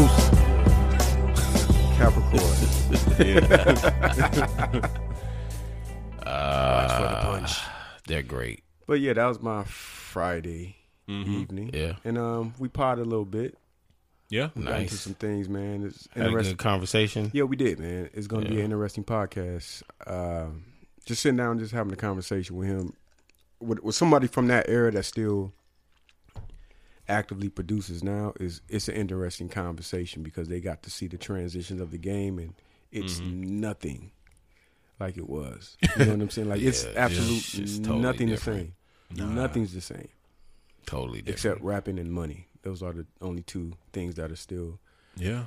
host. Capricorn. They're great. Uh, But yeah, that was my Friday evening. Mm-hmm. Yeah. And um, we potted a little bit. Yeah. Got into Nice. some things, man. It's Had a interesting. good conversation. Yeah, we did, man. It's gonna be an interesting podcast. Um, just sitting down, and just having a conversation with him, with, with somebody from that era that still actively produces now is it's an interesting conversation because they got to see the transitions of the game and it's Mm-hmm. nothing like it was. You know what I'm saying? Like it's Yeah, it's- absolutely it's totally nothing different. the same. Nothing's the same Totally different. except rapping and money. Those are the only two things that are still Yeah.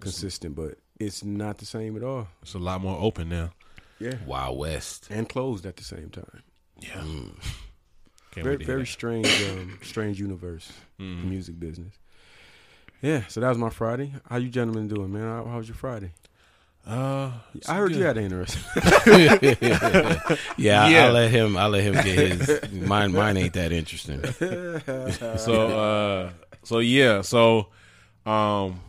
consistent, but it's not the same at all. It's a lot more open now. Yeah. Wild West. and closed at the same time. Yeah. Can't Very, wait to hear very that. strange, um, strange universe, the music business. Yeah, so that was my Friday. How you gentlemen doing, man? How, how was your Friday? Uh, it's I heard good. you had an interesting. yeah, I- Yeah. I let him. I let him get his. Mine. Mine ain't that interesting. so uh so yeah so um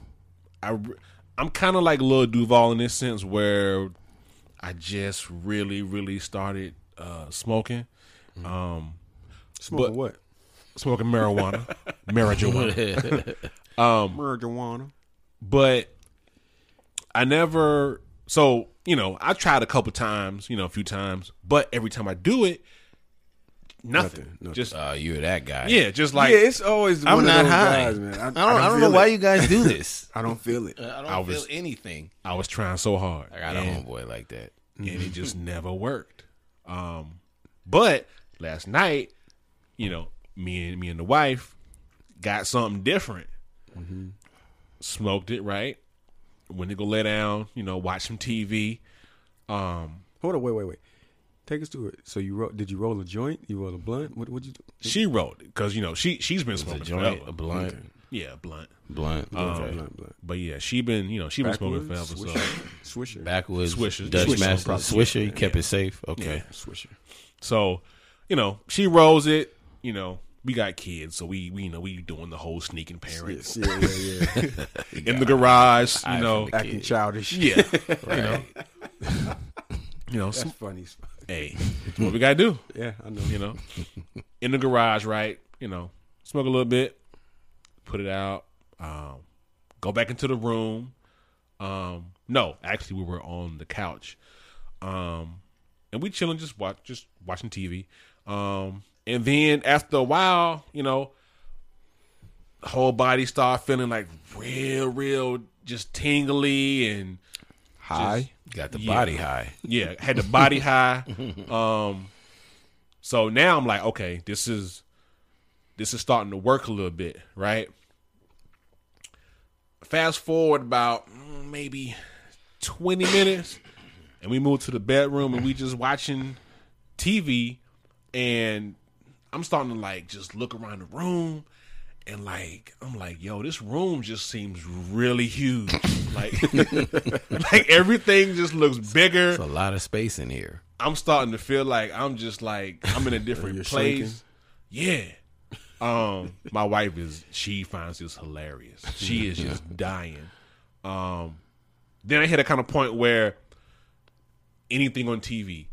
i re- i'm kind of like Lil duval in this sense where i just really really started uh smoking um Smoking But- what? smoking marijuana marijuana Marijuana. but I never. So you know, I tried a couple times, you know, a few times, but every time I do it, nothing. Nothing, nothing. Just uh, you're that guy. yeah, just like yeah, it's always. I'm one of not those high. guys, man. I don't. I don't, know feel why it. you Uh. guys do this. I don't feel it. I don't I was- feel anything. I was trying so hard, I got a and, homeboy like that. and it just never worked. Um, but last night, you know, me and me and the wife got something different. Smoked it right. Went to go lay down, you know, watch some TV. Hold on, wait, wait, wait. Take us through it. So you ro- did you roll a joint? You roll a blunt? What would you? do? She wrote because you know she she's been A smoking joint, forever. a blunt, Yeah, blunt. blunt, Blunt, okay. blunt, blunt. But yeah, she been you know she been smoking forever. Backwoods, So swisher, swisher, backwoods, Swisher. Dutch Swisher. master, swisher. You kept it safe. Okay. swisher. so you know she rolls it. You know we got kids, so we we you know we doing the whole sneaking parents Yes, yeah, yeah, yeah. in the garage. Eye You know, from the Acting childish. yeah, Right. you know, sm- That's funny. as fuck. hey, it's what we gotta do. Yeah, I know. You know, in the garage, right? You know, smoke a little bit, put it out, um, go back into the room. Um, no, actually, we were on the couch, um, and we chilling, just watch, just watching TV. Um, and then after a while, you know, whole body start feeling like real, real, just tingly and High. Got the Yeah. body high. yeah, had the body high. Um, so now I'm like, okay, this is this is starting to work a little bit, right? Fast forward about mm, maybe 20 minutes, and we move to the bedroom, and we just watching TV, and I'm starting to like just look around the room. And like I'm like, yo, this room just seems really huge. Like, like everything just looks bigger. There's a lot of space in here. I'm starting to feel like I'm just like I'm in a different place. Yeah. Um, my wife is she finds this hilarious. She is just dying. Um, then I hit a kind of point where anything on TV,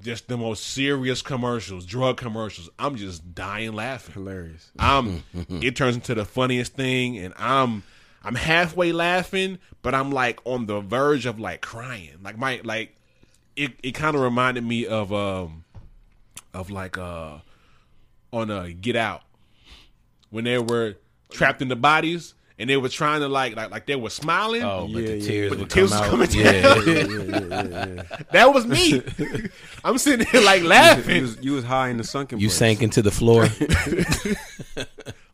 just the most serious commercials, drug commercials, I'm just dying laughing. Hilarious. I'm it turns into the funniest thing and I'm I'm halfway laughing, but I'm like on the verge of like crying. Like my like it it kind of reminded me of um of like uh on a Get Out when they were trapped in the bodies and they were trying to like like like they were smiling. Oh, but Yeah, the yeah. tears But the would tears come was out. coming yeah, down. yeah. That was me. I'm sitting here like You laughing. was, you was high in the sunken. You place. sank into the floor.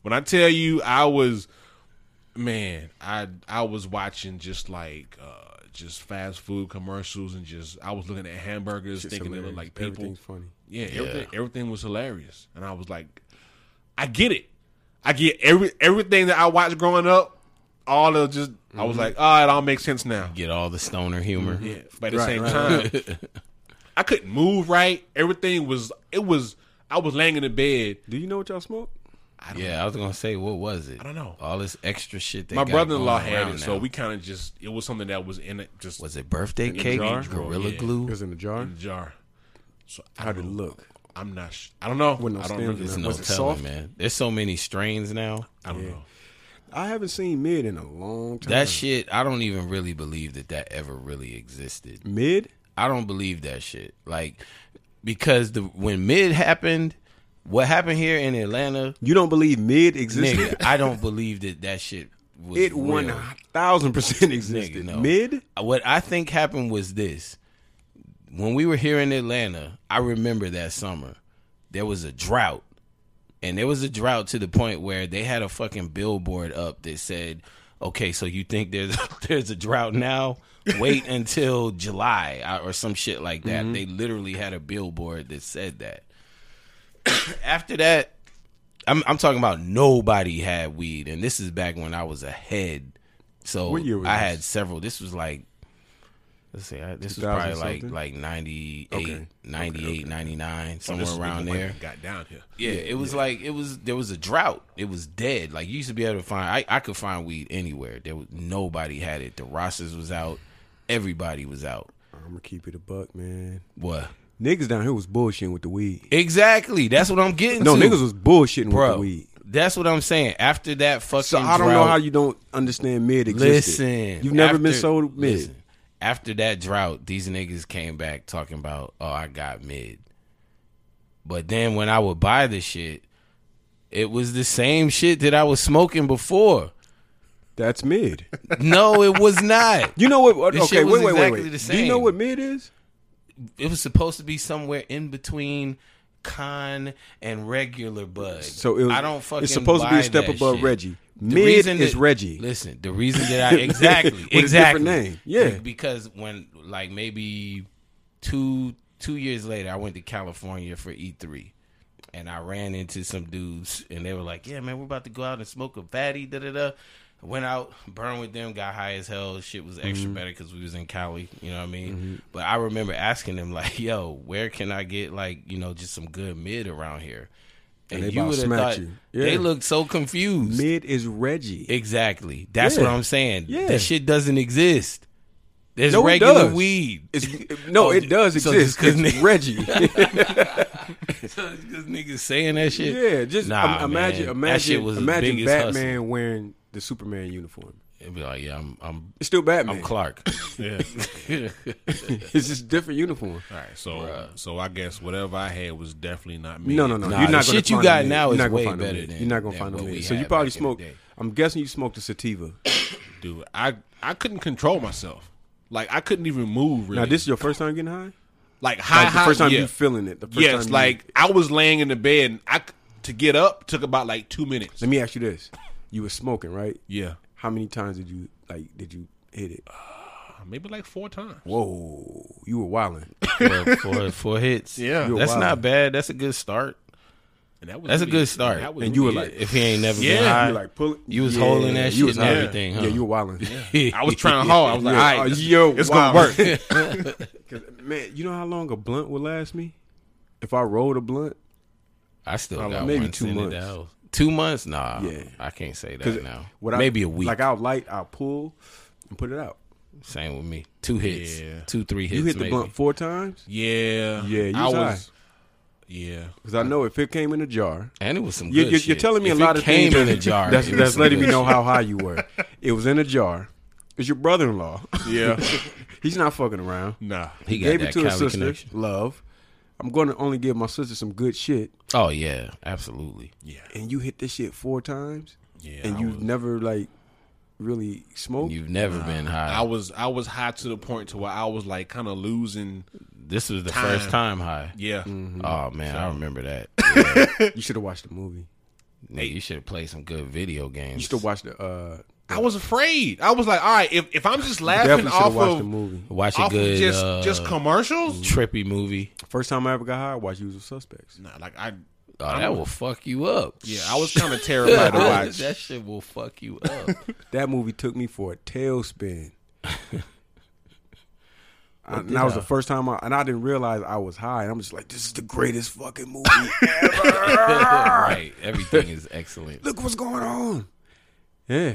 When I tell you I was man, I I was watching just like uh just fast food commercials and just I was looking at hamburgers It's thinking they look hilarious. like people. Everything's funny. Yeah, everything everything was hilarious. And I was like I get it. I get every everything that I watched growing up, all of just I Mm-hmm. was like, oh, it all makes sense now. Get all the stoner humor. Yeah. But at the Right, same right, time, I couldn't move right. Everything was it was I was laying in the bed. Do you know what y'all smoke? I don't Yeah, I was gonna say, what was it? I don't know. All this extra shit. They My got brother in law going had it, around so now. we kind of just it was something that was in it, just was it birthday the cake, jar? gorilla Yeah. It glue. was in the jar. in the jar. So I How don't did it know. look? I'm not. Sh- I don't know. Wasn't no I don't stems remember. in There's it. no Was it telling, soft? man. There's so many strains now. I don't know. I haven't seen mid in a long time. That shit, I don't even really believe that that ever really existed. mid. I don't believe that shit. Like because the when mid happened, what happened here in Atlanta, You don't believe mid existed? nigga, I don't believe that that shit was It real. one thousand percent existed. no. Uh, Mid. What I think happened was this. When we were here in Atlanta, I remember that summer. There was a drought. And there was a drought to the point where they had a fucking billboard up that said, "Okay, so you think there's there's a drought now? Wait until July uh, or some shit like that." Mm-hmm. They literally had a billboard that said that. After that, I'm I'm talking about nobody had weed, and this is back when I was ahead. So What year was I this? had several. This was like, let's see, I, this was probably 2000 like something? like 98, Okay. Oh, 98, 99, This somewhere is around when we there. Got down here. Yeah, it was like it was there was a drought. It was dead. Like you used to be able to find I, I could find weed anywhere. There was nobody had it. The rosters was out. Everybody was out. I'm gonna keep it a buck, man. What? Niggas down here was bullshitting with the weed. Exactly. That's what I'm getting No, to. niggas was bullshitting with bro. the weed. That's what I'm saying. After that fucking So I don't know drought- how you don't understand mid existed. Listen. you've never been after- sold mid. listen, after that drought, these niggas came back talking about, oh, I got mid. But then when I would buy the shit, it was the same shit that I was smoking before. That's mid. No, it was not. You know what? This Okay, shit was wait, wait, wait, exactly wait. the Do you know same. what mid is? It was supposed to be somewhere in between con and regular bud. So it was, I don't fucking. It's supposed to be buy a step that above shit. Reggie. The Mid reason is that- Reggie. Listen, the reason that I exactly With a different exactly name, yeah. because when like maybe two two years later, I went to California for E three, and I ran into some dudes, and they were like, "Yeah, man, we're about to go out and smoke a fatty." Da da da. Went out, burned with them, got high as hell. Shit was extra Mm-hmm. better because we was in Cali. You know what I mean? But I remember asking them like, "Yo, where can I get like you know just some good mid around here?" And they about would've smack you. they Yeah. looked so confused. Mid is Reggie. Exactly. That's Yeah. what I'm saying. Yeah. That shit doesn't exist. There's No, it regular does. weed. It's, no, Oh, it does so exist. just 'cause It's niggas- Reggie. So it's just niggas saying that shit. yeah, just Nah, im- imagine, man. imagine, that shit was the imagine biggest Batman wearing the Superman uniform. Hustle. It'd be like, yeah, I'm, I'm, It's still Batman. I'm Clark. Yeah. it's just different uniform. All right. So so I guess whatever I had was definitely not me. No, no, no. Nah, you're the not gonna shit you find got a mid. now You're is not gonna way find a better mid. than- You're not gonna than find a what we mid. So had you probably back in the smoked. day. I'm guessing you smoked a sativa. dude. I I couldn't control myself. Like I couldn't even move. Really. Now this is your first time getting high. like high, like the high- first time yeah. you feeling it. The first yes, time you- like I was laying in the bed. And I c- to get up took about like two minutes. Let me ask you this: You were smoking, right? Yeah, How many times did you like? Did you hit it? Uh, maybe like four times. Whoa, you were wilding. four, four, four hits. Yeah. You're That's wild. not bad. That's a good start. And that was That's a really- good start. that was And you were really like- it. if he ain't never Yeah. been high, You like pull it. You was holding that you shit was and high. everything, huh? Yeah, you were wilding. I was trying hard. I was like, Yeah. all Oh, right, this- you're it's gonna wild. work. Man, you know how long a blunt would last me? If I rolled a blunt, I still Probably got maybe one two sitting at the months. house. Two months? Nah, Yeah. I can't say that 'Cause now. what I- Maybe a week. Like I'll light, I'll pull, and put it out. Same with me. Two hits, Yeah. two three hits. You hit the maybe. blunt four times Yeah, Yeah, you I was was. Yeah, because I know if it came in a jar, And it was some. you, good you, you're shit. telling me If a lot it of came things in a jar. That's, it was that's some letting me good know shit. how high you were. It was in a jar. It's your brother-in-law. yeah. He's not fucking around. nah, he got Gave that it to Cali his sister. connection. Love. I'm going to only give my sister some good shit, Oh yeah, absolutely. yeah, and you hit this shit four times, yeah. and I you've was- never like really smoked. You've never been high. I was I was high to the point to where I was like kind of losing. this was the Time. first time high. Yeah, Mm-hmm. Oh man, I remember that. You should have watched the movie. Nigga, you should have played some good video games. You should have watched the. Uh, I was afraid. I was like, all right, if if I'm just laughing definitely should have off watched the of movie. mm. watch a off good of just uh, just commercials, trippy movie. First time I ever got high, I watched Usual Suspects. nah, like I Oh, I that don't- will fuck you up. yeah, I was kind of terrified to watch. that shit will fuck you up. That movie took me for a tailspin. I, and that was the first time, I, and I didn't realize I was high. And I'm just like, this is the greatest fucking movie ever. right. Everything is excellent. Look what's going on. Yeah,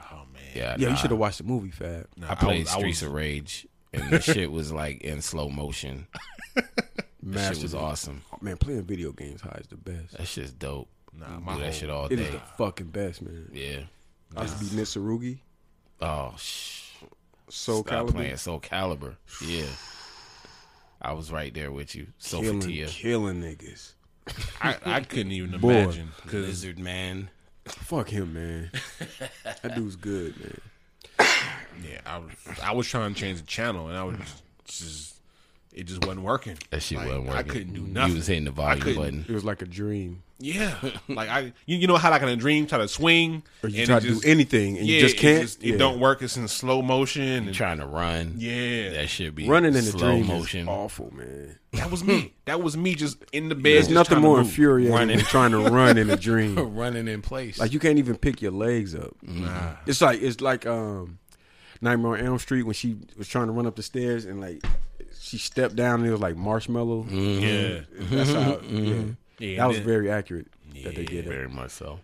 Oh man, Yeah. yeah. nah. You should have watched the movie, Fab. Nah, I played was- I Streets was- of Rage, and the shit was like in slow motion. that shit was awesome. Oh, Man, playing video games high is the best. That shit's dope. Nah, Do my that whole- shit all It is day. the fucking best, man. Yeah. I used to be Mitsurugi, Oh sh. Soul Stop Calibur, playing Soul Caliber. Yeah. I was right there with you, killing, Sophia. killing niggas. I, I couldn't even Boy. imagine because Lizard Man. Fuck him, man. that dude's good, man. yeah, I was I was trying to change the channel and I was just it just wasn't working. That shit Like, wasn't working. I couldn't do nothing. You was hitting the volume couldn't. button. It was like a dream. Yeah, like I, you, you know how like in a dream try to swing Or you and try it to just- do anything and yeah, you just can't. It, Yeah. it don't work. It's in slow motion. And, Trying to run. yeah, That should be Running in the slow dream motion. is awful, man. that was me. That was me just in the bed. There's just nothing trying to more move. infuriating Running. than trying to run in a dream. running in place. Like you can't even pick your legs up. Nah. It's like it's like um, Nightmare on Elm Street when she was trying to run up the stairs and like she stepped down and it was like marshmallow. Mm-hmm. Yeah, That's how. Yeah. Yeah, that was and very accurate. that they did it. very much so.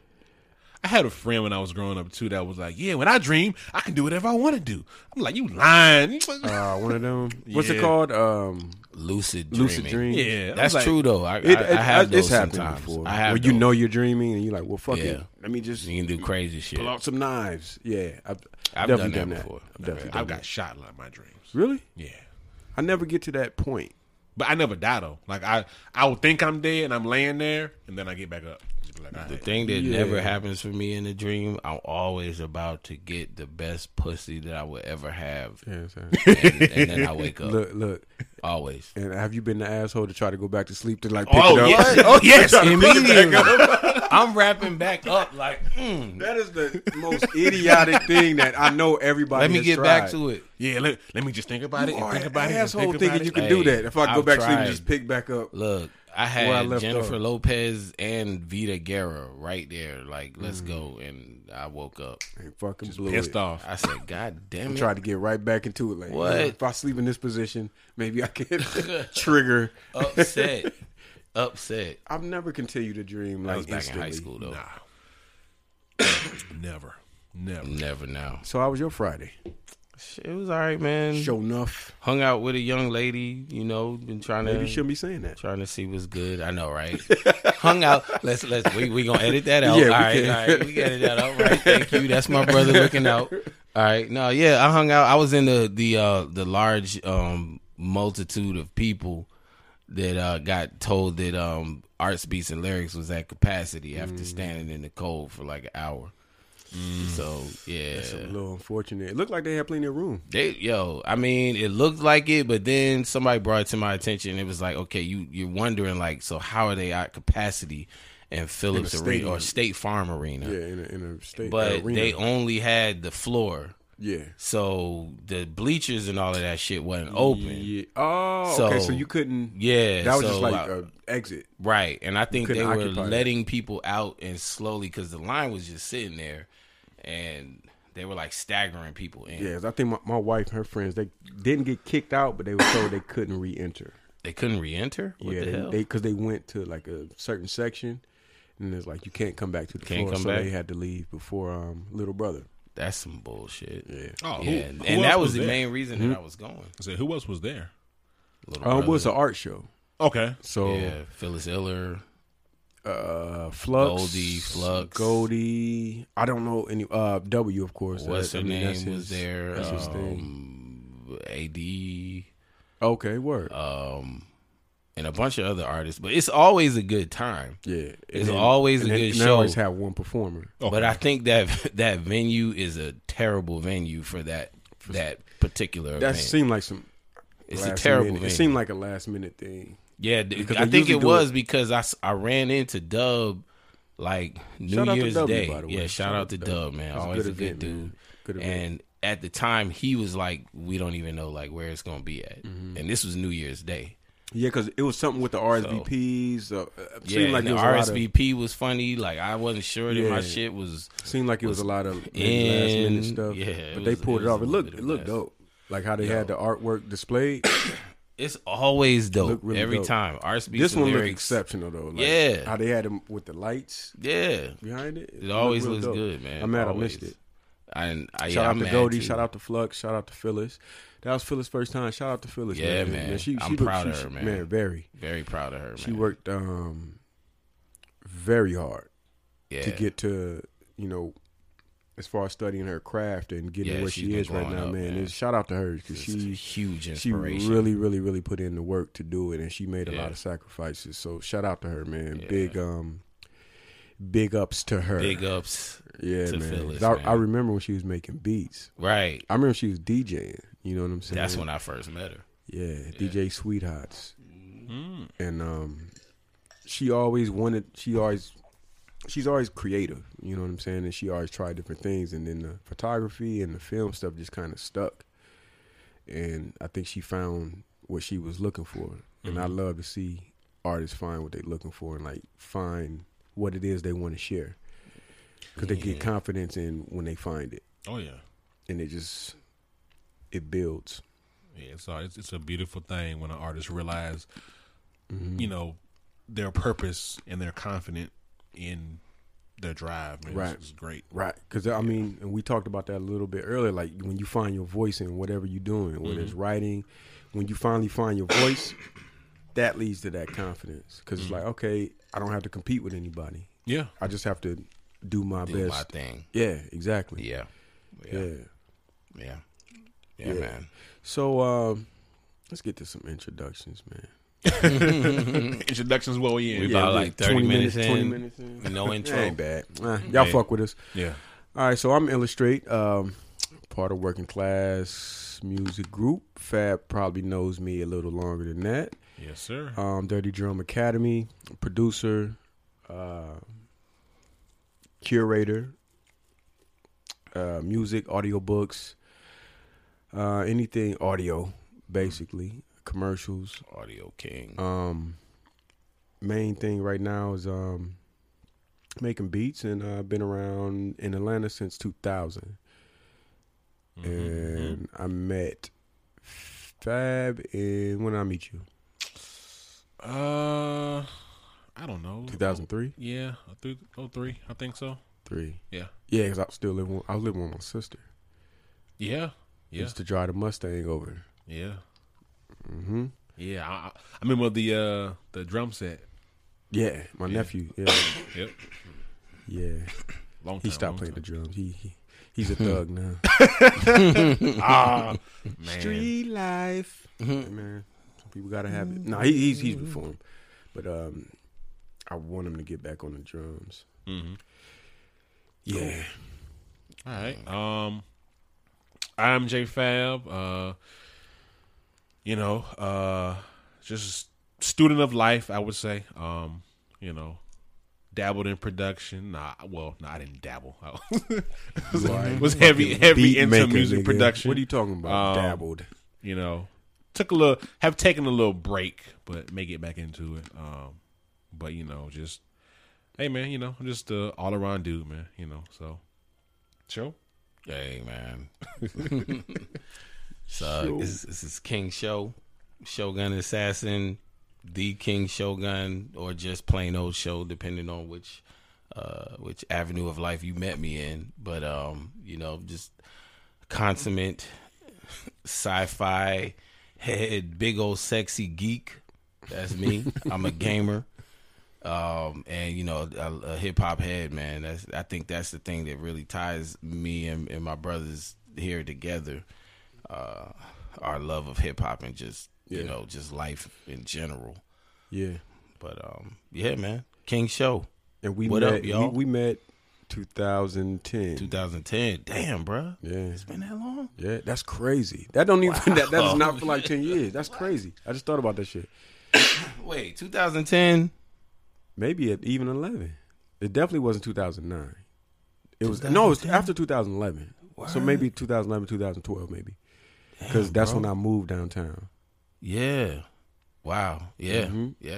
I had a friend when I was growing up too that was like, "Yeah, when I dream, I can do whatever I want to do." I'm like, "You lying?" Uh, one of them. What's Yeah. it called? Um, Lucid dreaming. lucid dream. yeah, That's I'm like, true though. I, It, I, I it- have it's those happened sometimes. before. I have. where you those. know you're dreaming and you're like, well, fuck it. Yeah. Let me just you can do crazy shit. pull out some knives. Yeah, I've, I've definitely done that before. I've definitely I done got shot a lot in my dreams. that. Really? Yeah. I never get to that point. But I never die though. Like I, I would think I'm dead and I'm laying there, and then I get back up. Just be like, The "Alright." thing that Yeah. never happens for me in a dream, I'm always about to get the best pussy that I will ever have, Yeah, and, and then I wake up. look, look. Always. And have you been the asshole to try to go back to sleep to like pick it Oh up? yes, oh yes, Immediately, I'm wrapping back up. Like, mm, That is the most idiotic thing that I know everybody. let me has get back tried. to it. yeah. Let, let me just think about it. You And are think an about it. and asshole think about thinking it. you can Hey, do that. If I go I've back to sleep, tried. and just pick back up. Look, I I had left Jennifer off. Lopez and Vita Guerra right there. Like, let's Mm. go, and I woke up. And fucking blew Pissed it. off. I said, God damn it! Try to get right back into it. Like, What? if I sleep in this position, maybe I can trigger. Oh. upset, upset. I've never continued to dream like I was back instantly. in high school though. Nah, never, never. Never now. So how was your Friday? It was all right, man. Show enough. Hung out with a young lady. You know, been trying Maybe you to shouldn't be saying that. trying to see what's good. I know, right? Hung out. Let's let's we we gonna edit that out. Yeah, we all right, can. all right. We edit that out. Right. Thank you. That's my brother looking out. All right. No, yeah. I hung out. I was in the the uh the large um multitude of people that uh got told that um arts beats and lyrics was at capacity after standing in the cold for like an hour. So yeah, It's a little unfortunate. It looked like they had plenty of room. they yo, I mean, it looked like it, but then somebody brought it to my attention. It was like, okay, you you're wondering like, so how are they at capacity in Phillips In a Arena stadium. or State Farm Arena? Yeah, in a, in a state uh, but arena. they only had the floor, yeah. so the bleachers and all of that shit wasn't open. Yeah. Oh, okay. So- So you couldn't. Yeah, That was so uh, just like I- a exit. right, and I think they couldn't were occupy it. letting people out and slowly because the line was just sitting there, and they were like staggering people in. Yeah, 'cause I think my, my wife and her friends they didn't get kicked out, but they were told they couldn't re-enter. They couldn't re-enter. What yeah, the hell? they because they, went to like a certain section, and it's like you can't come back to the Can't floor, come so back? they had to leave before um little brother. That's some bullshit. Yeah. Oh, who, Yeah, who and else that was the there? main reason that I was going. I said, who else was there? Little Um, it brother. was an art show, Okay, so yeah, Phyllis Iller. uh, Flux, Goldie, Flux. Goldie. I don't know any uh W of course. What's That- her I mean, name? that's was his- there? That's his thing. um, AD, Okay, word. um, and a bunch of other artists. But it's always a good time. yeah, And it's always and a then- good and They always show. have one performer. But I think that that venue is a terrible venue for that that particular That event. seemed like some. It's a last terrible minute- venue. It seemed like a last minute thing. Yeah, d- Because I they think usually it do was because I, s- I ran into Dub like New Shout out to Year's W, Day. by the way. Yeah, shout, Shout out out to to Dub, man. That's a Always good a good, event, dude. man. Good event. and at the time, he was like, "We don't even know like where it's gonna be at," Mm-hmm. and this was New Year's Day. Yeah, because it was something with the RSVPs. uh, uh, it seemed yeah, like and it the was a lot RSVP was funny. Like I wasn't sure that my Yeah. shit was. of, seemed like it was a lot of In- maybe last minute stuff. yeah, it but they was- pulled it it, was off. a It little looked bit it of looked mess. dope. Like how they had the artwork displayed. It's always dope. Look really Every dope. time. R speaks this the one looked lyrics. exceptional though. Like, Yeah. how they had them with the lights Yeah. behind it. It always looked looks real dope. good, man. I'm mad Always. I missed it. And I, Shout yeah, out I'm to mad Goldie. too. Shout out to Flux. Shout out to Phyllis. That was Phyllis' first time. Shout out to Phyllis. Yeah, man. man. she, she I'm looked- proud of she- her, man. very. Very proud of her, man. She worked um, very hard yeah. to get to you know, as far as studying her craft and getting Yeah, where she's she been is right blowing now, up, man. man. It's- Shout out to her because It's a she huge she inspiration. really, really, really put in the work to do it, and she made a Yeah. lot of sacrifices. So shout out to her, man. Yeah. Big um, big ups to her. Big ups. yeah, to man. Phyllis, I, man. I remember when she was making beats. Right. I remember she was DJing. You know what I'm saying? That's when I first met her. Yeah, DJ Sweethearts. And um she always wanted she always she's always creative, you know what I'm saying? And she always tried different things and then the photography and the film stuff just kind of stuck. And I think she found what she was looking for. And I love to see artists find what they're looking for and like find what it is they want to share. Cuz they get confidence in when they find it Oh yeah, and it just it builds. yeah. It's a, it's, it's a beautiful thing when an artist realize, Mm-hmm. you know, their purpose and they're confident in their drive. Man, Right. it's, it's great. Right, because I mean, and we talked about that a little bit earlier. Like when you find your voice in whatever you're doing, whether Mm-hmm. it's writing, when you finally find your voice, that leads to that confidence. Because it's like, Mm-hmm. okay, I don't have to compete with anybody. Yeah, I just have to do my Do my best. thing. yeah, exactly. Yeah. Yeah. Yeah. Yeah. Yeah, man. So um, let's get to some introductions, man. introductions. Well, we in. We Yeah, about we like 30 minutes, in. Twenty minutes in. No intro. Ain't bad. Nah, y'all fuck with us. yeah. All right, so I'm Illustrate, um, part of Working Class Music Group. Fab probably knows me a little longer than that. Yes, sir. Um, Dirty Drum Academy, producer, uh, curator, uh, music, audiobooks, uh, anything audio, basically, commercials. Audio King. Um, main thing right now is um, making beats, and I've been around in Atlanta since 2000. Mm-hmm, Mm-hmm, And I met Fab in when did I meet you, Uh, I don't know. 2003, Yeah, a th- oh three, I think so. three. Yeah, Yeah, because I was still living. I was living with my sister. yeah, yeah, Used to drive the Mustang over. yeah, hmm yeah. I, I I remember the uh the drum set. Yeah, my nephew. Yeah, Yep, yeah. long time. He stopped long playing the drums. He, he he's a thug now. time. Ah, man. Street life. Man, some people gotta have it. Mm-hmm. Nah, he, he's he's reformed, but um, I want him to get back on the drums. Mm-hmm. Yeah, All right. Um, I'm J Fab. Uh, you know, uh, just a student of life, I would say. Um, you know, dabbled in production. Nah, well, no, I didn't dabble. I was, You are a was heavy, heavy Beat into maker, music nigga. production. What are you talking about? Um, Dabbled. you know, took a little, have taken a little break, but may get back into it. Um, but you know, just hey man, you know, I'm just a all around dude, man. You know, so show. Hey man. so this, this is King Show, Shogun Assassin, the King Shogun, or just plain old show, depending on which uh which avenue of life you met me in. But um, you know, just consummate sci-fi head, big old sexy geek. That's me. I'm a gamer. Um, and you know, a, a hip hop head, man. That's I think that's the thing that really ties me and, and my brothers here together. Uh, our love of hip hop and just you Yeah. know, just life in general. Yeah, But um, yeah, man. King Show, and we What met. up, y'all? We, we met 2010. 2010. Damn, bruh. yeah, It's been that long. yeah. That's crazy. That don't even. That, that does not feel like 10 years. That's crazy. I just thought about that shit. Wait, 2010. Maybe at even 11. It definitely wasn't 2009. It was no, it was after 2011. So maybe 2011, 2012, maybe, because that's when I moved downtown. Yeah. Wow. Yeah. Mhm. Yeah.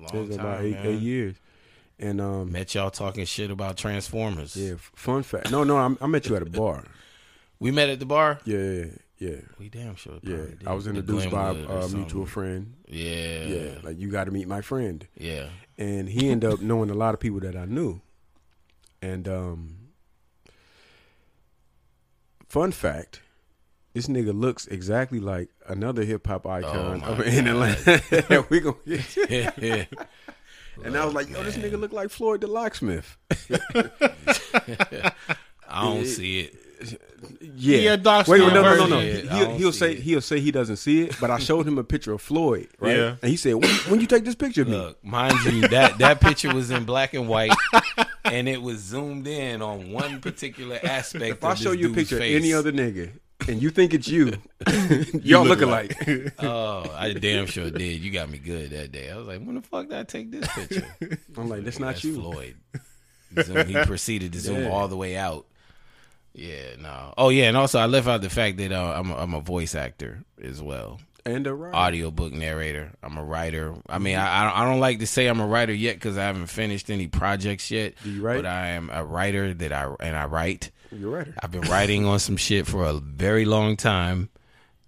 It Long was time. about eight, man. eight years, and um, Met y'all talking shit about Transformers. yeah. f- Fun fact. No, no, I, I met you at a bar. We met at the bar. Yeah, yeah, Yeah, We damn sure. yeah. probably did. I was The introduced by Glenwood a or uh, mutual something. friend. Yeah. Yeah, Yeah. like you got to meet my friend, Yeah. and he ended up knowing a lot of people that I knew. And um, fun fact, this nigga looks exactly like another hip hop icon Oh my of in Atlanta. that we gonna get. yeah. And I was like, yo, this nigga look like Floyd the locksmith. I don't see it. Yeah, He had dark Wait, skin no, no, no, version. no. Yeah, He- I He'll, don't he'll see say it. he'll say he doesn't see it, but I showed him a picture of Floyd, right? Yeah. And he said, when, "When you take this picture of me?" Look, mind you, that that picture was in black and white, and it was zoomed in on one particular aspect. if I of show this you a dude's picture face. of any other nigga and you think it's you, y'all look look alike. oh, I damn sure did. You got me good that day. I was like, when the fuck did I take this picture? I'm like, that's not That's you. Floyd. Zoom, he proceeded to zoom Yeah. all the way out. Yeah, no. Oh, yeah, and also I left out the fact that uh, I'm a, I'm a voice actor as well. And a right. audiobook narrator. I'm a writer. I mean, Mm-hmm. I I don't- I don't like to say I'm a writer yet because I haven't finished any projects yet. Do you write? But I am a writer that I and I write. You're right. I've been writing on some shit for a very long time,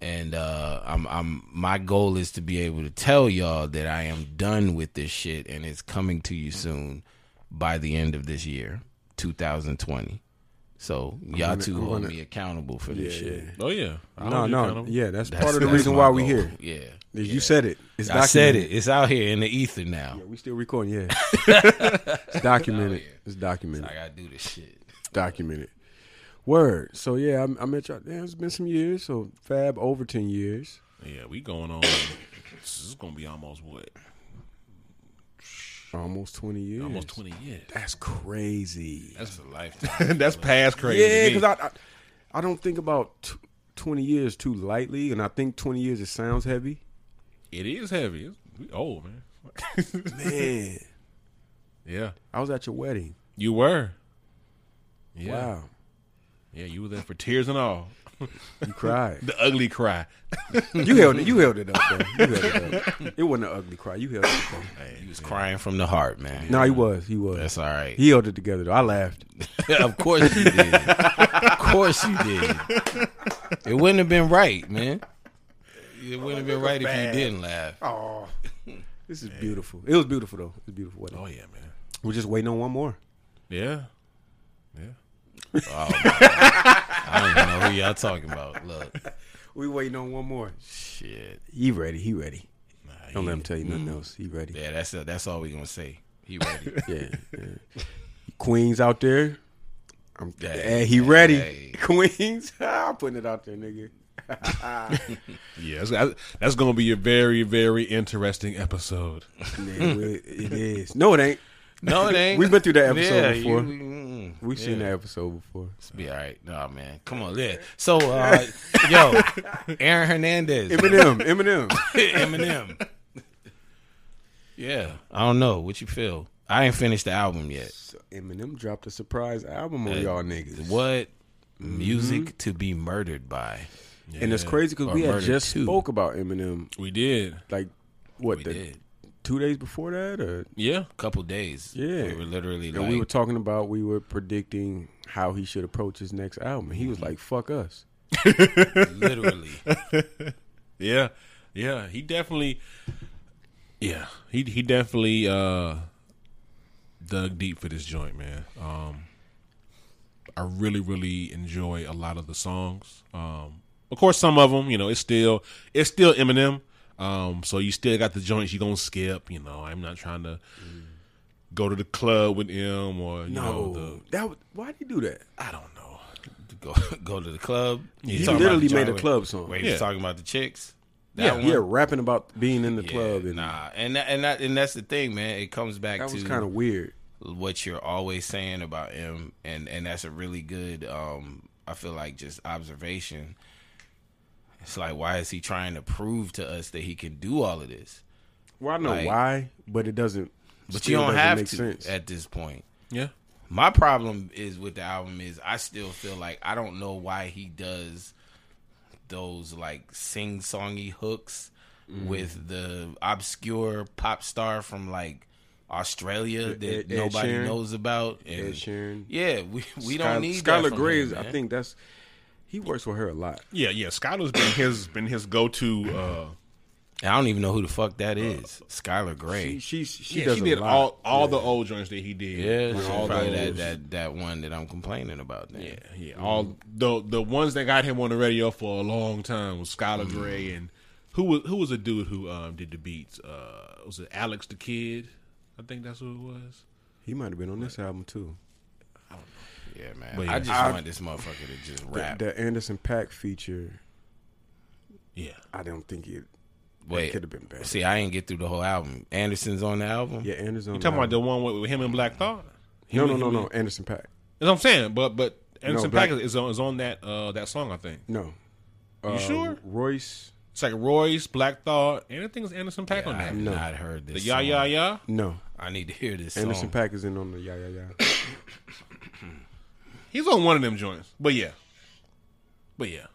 and uh, I'm I'm my goal is to be able to tell y'all that I am done with this shit and it's coming to you soon by the end of this year, 2020. So y'all gonna- 2 I'm hold gonna- me accountable for this shit. Oh yeah. I No, hold you no, accountable. yeah, that's, That's- part of the that's reason my why we goal. here. Yeah. You said it. It's I said documented. it. It's out here in the ether now. Yeah, we still recording. Yeah, it's documented. Oh, It's documented. I gotta do this shit. documented. Word. So yeah, I, I met y'all. Yeah, it's been some years. So Fab over ten years. Yeah, we going on. this is gonna be almost what? Almost twenty years. Almost twenty years. That's crazy. That's a lifetime. That's past crazy. Yeah, to me. because I, I I don't think about t- twenty years too lightly, and I think twenty years it sounds heavy. it is heavy. It's, we old man. Man, yeah, I was at your wedding. you were. Yeah. Wow, Yeah, you were there for tears and all. you cried. The ugly cry. you held it. You held it up. Though. You held it up. It wasn't an ugly cry. You held it. Up. He was crying from the heart, man. No, he was. He was. That's all right. He held it together though. I laughed. of course you did. of course you did. It wouldn't have been right, man. It wouldn't have been right if you didn't laugh. Oh, this is beautiful. It was beautiful though. It was beautiful. Wedding. Oh yeah, man. We're just waiting on one more. Yeah. Yeah. I don't even know who y'all talking about. Look, We waiting on one more. shit. He ready. He ready. Don't let him tell you nothing else. He ready. Yeah, that's that's all we gonna say. He ready. Yeah. yeah. Queens out there. I'm, Hey, hey, he ready. hey. Queens. I'm putting it out there, nigga. Yeah, that's, that's gonna be a very, very interesting episode. Nigga, it- it is. No, it ain't. No, it ain't. We've been through that episode Yeah, before. you- mm, We've yeah. seen that episode before. Be all right. Nah, man. Come on, yeah. So, uh, yo, Aaron Hernandez. Eminem. Eminem. Eminem. yeah, I don't know what you feel. I ain't finished the album yet. So Eminem dropped a surprise album on y'all niggas. Mm-hmm. What music to be murdered by? And it's crazy because we Or had Murder just Two. spoke about Eminem We did. like what We the, did two days before that, or Yeah. couple days. Yeah. we were literally and like, we were talking about we were predicting how he should approach his next album. He was like, "Fuck us." literally. Yeah, yeah, he definitely, yeah, he he definitely uh, dug deep for this joint, man. Um, I really, really enjoy a lot of the songs. Um, of course, some of them, you know, it's still it's still Eminem. Um, so you still got the joints you gonna skip. You know, I'm not trying to go to the club with him or you know the that was, why did he do that? I don't know. go go to the club. You He talking about literally the made joint a where- club song. Where he Yeah. was talking about the chicks. yeah, That yeah, one? rapping about being in the Yeah, club and nah, and that, and that, and that's the thing, man. It comes back that to was kind of weird. what you're always saying about him and and that's a really good um i feel like just observation it's like why is he trying to prove to us that he can do all of this Well, I know Like- why, but it doesn't. but still you don't doesn't have make to sense. at this point Yeah, my problem is with the album is i still feel like i don't know why he does those like sing-songy hooks Mm-hmm. with the obscure pop star from like australia that E- Ed- Ed nobody Sheeran? knows about Ed and Sheeran, Yeah, we we Skylar- don't need that Skylar from Graves. him, I man. think that's He works with her a lot. Yeah, yeah. Skylar's been his been his go to. Uh, And I don't even know who the fuck that is. Skylar Gray. Uh, She she, she yeah, does she a did lot. all all the old joints that he did. yeah, Like, she's all probably that, those. that that one that I'm complaining about. Then. Yeah, Mm-hmm. yeah. All the the ones that got him on the radio for a long time was Skylar Mm-hmm. Gray and who was who was a dude who um did the beats? Uh, was it Alex the Kid? I think that's who it was. He might have been on this album too. yeah, man. But yeah. I just I- want this motherfucker to just That, rap. that Anderson Pack feature, Yeah, I don't think it Wait, could have been better. see, I ain't get through the whole album. Anderson's on the album. yeah, Anderson. you talking about the one with, with him and Black Thought? no, no, no, no. Anderson Pack. That's what I'm saying. But but Anderson Black- Paak is on is on that uh that song. I think No. You Uh, sure? Royce. it's like Royce, Black Thought, anything's Anderson Paak on I that. have No. not heard this. The ya song. ya ya. No. I need to hear this Anderson song. Pack is in on the yeah, yeah, yeah. He's on one of them joints. But yeah, but yeah.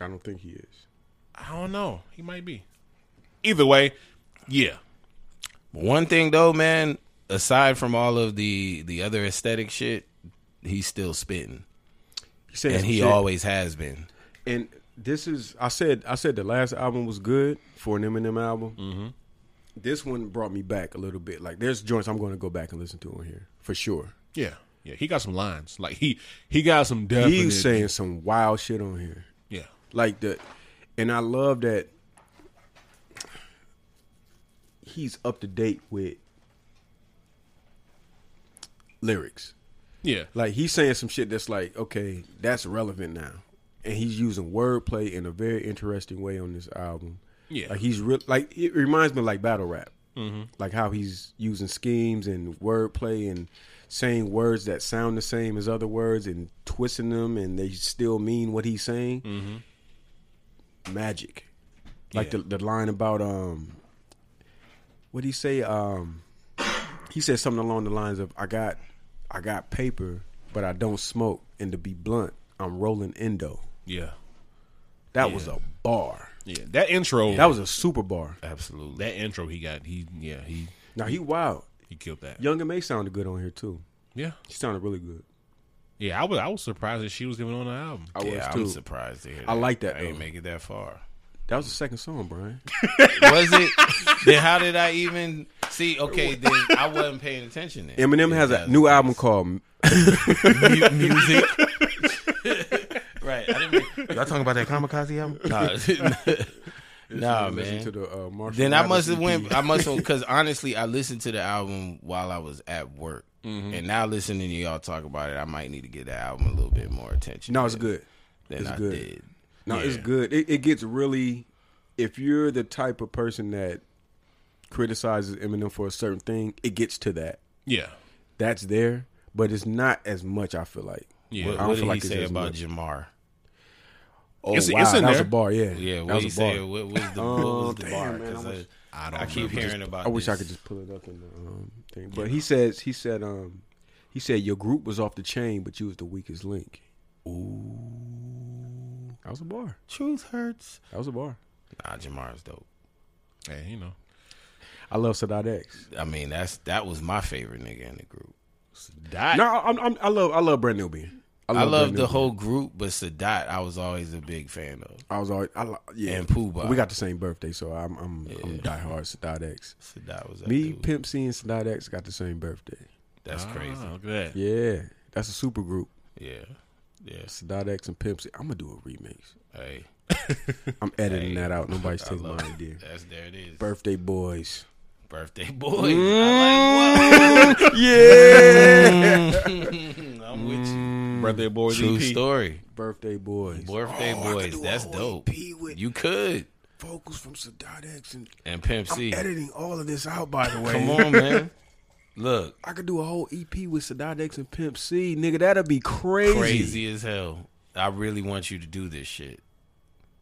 I don't think he is. I don't know. He might be. Either way, yeah. One thing though, man, aside from all of the the other aesthetic shit, he's still spitting, He said and some he shit- always has been. and this is I said I said the last album was good for an Eminem album. Mm-hmm. This one brought me back a little bit. Like there's joints I'm going to go back and listen to on here for sure. Yeah. Yeah. He got some lines. Like he he got some definite. He's saying some wild shit on here. Yeah. Like the and I love that he's up to date with lyrics. Yeah. Like he's saying some shit that's like, okay, that's relevant now. And he's using wordplay in a very interesting way on this album. Yeah. Like he's real like it reminds me like battle rap. Mm-hmm. Like how he's using schemes and wordplay and saying words that sound the same as other words and twisting them and they still mean what he's saying. Magic. Like Mm-hmm. Yeah. the the line about um what he say um he said something along the lines of I got I got paper but I don't smoke and to be blunt I'm rolling endo. Yeah. That was a bar. Yeah. That intro That was a super bar. Absolutely. that intro he got, he yeah, he Now he wild. he killed that. Young and May sounded good on here too. Yeah. She sounded really good. Yeah, I was I was surprised that she was even on the album. I yeah, was I'm too. surprised to hear. That. I like that, I ain't though. make it that far. that was the second song, Brian. Was it? then how did I even see? Okay, then I wasn't paying attention. Then. Eminem has a that new album called Mu- music. right. I didn't make, Y'all talking about that kamikaze album? nah, nah Listen Oh, man. to the uh, Marshall Then I Mathers must have EP. went. I must have because honestly, I listened to the album while I was at work, and now listening to y'all talk about it, I might need to give that album a little bit more attention. No, it's than- good. Than it's I good. did. No, it's Yeah. good. It, it gets really. If you're the type of person that criticizes Eminem for a certain thing, it gets to that. Yeah. That's there, but it's not as much. I feel like. Yeah. What, I don't what feel did like he it's say as about much. Jamar? Oh It's- wow, it's in that was a there. bar. Yeah, Yeah, that was what he a bar. said. What was the what Oh, was the damn, bar? man, I 'Cause wish- I don't I, I keep remember. hearing about. I wish I this. could just pull it up in the um, thing. But he says he said um he said your group was off the chain, but you was the weakest link. Ooh, that was a bar. Truth hurts. That was a bar. Nah, Jamar's dope. Hey, you know. I love Sadat X. I mean, that's that was my favorite nigga in the group. That, No, I'm, I'm, I love I love Brand Newbie. I love Brand the Newbie. whole group, but Sadat, I was always a big fan of. I was always I lo- yeah. And Pooh Bah. We got the same birthday, so I'm I'm, I'm diehard Sadat X. Sadat was that Me, dude. Pimp C, and Sadat X got the same birthday. That's crazy. Ah, look at that. Yeah, that's a super group. Yeah, yes. Sadat X and Pimp C. I'm gonna do a remix. Hey, I'm editing that out. Nobody's taking my idea. that's there it is. Birthday boys. Birthday boy. Mm-hmm. yeah. I'm with you. Mm, Birthday boy True EP. story. Birthday boys. Birthday boys. That's dope. You could. vocals from Sadat X and And Pimp C. editing all of this out. By the way, Come on, man. Look, I could do a whole EP with Sadat X and Pimp C, nigga. That'd be crazy. crazy as hell. I really want you to do this shit.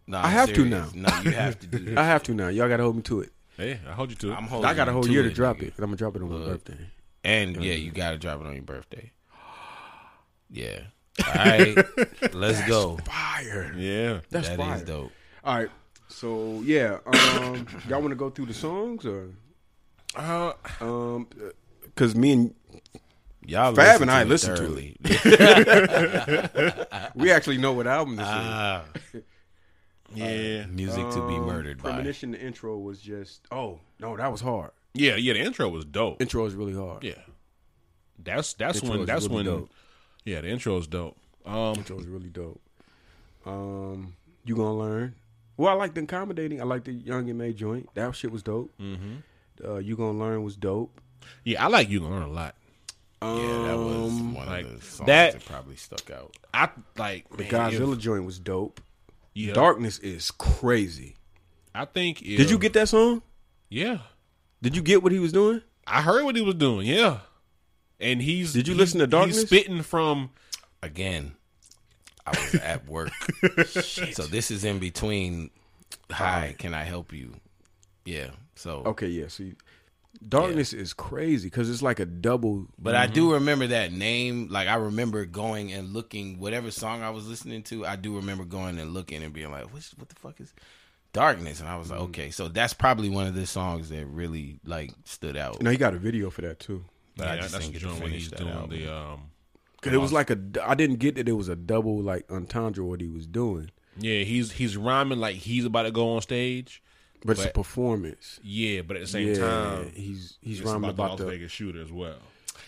Nah, I I'm have to serious. now. No, you have to do this. I have to now. Y'all gotta hold me to it. Hey, I hold you to it. I'm holding I got a you whole year to Mm-hmm. it, drop nigga. it. I'm gonna drop it on my birthday. And yeah, you gotta drop it on your birthday. Yeah. All right. Let's go. Fire. yeah. That That's is fire. dope. All right. So yeah, um, y'all want to go through the songs or Uh, um, because me and Y'all Fab and I listen listened to it. thoroughly. We actually know what album this is. Ah, Yeah, music to be Um, murdered by. Premonition. The intro was just. Oh no, that was hard. yeah, yeah. The intro was dope. Intro was really hard. Yeah, that's that's Intro when is that's really when. dope. Yeah, the intro is dope. Um, Intro was really dope. Um, you gonna learn. Well, I liked the accommodating. I liked the Young and May joint. That shit was dope. mhm. Uh, you gonna learn was dope. yeah, I like you learn a lot. Um, Yeah, that was one like, of the songs that- that, probably stuck out. I like the man, Godzilla if- joint was dope. yeah, Darkness is crazy. I think. If, Did you get that song? Yeah, Did you get what he was doing? I heard what he was doing. Yeah, and he's. Did you he- listen to Darkness? He's spitting from. Again, I was at work, so this is in between. Hi, can I help you? Yeah. So, Okay, yeah. See, Darkness is crazy because it's like a double. but I do remember that name. Like I remember going and looking whatever song I was listening to. I do remember going and looking and being like, "What? What the fuck is?" Darkness, and I was like, okay, so that's probably one of the songs that really like stood out. No, he got a video for that too. I Yeah, just that's didn't the get to joint when finish he's that doing album. the um. Cause it was like a. I didn't get that it was a double like entendre what he was doing, Yeah, he's he's rhyming like he's about to go on stage. but it's a But- performance. Yeah, but at the same yeah, time, he's he's it's rhyming about, about the Las the Vegas shooter as well.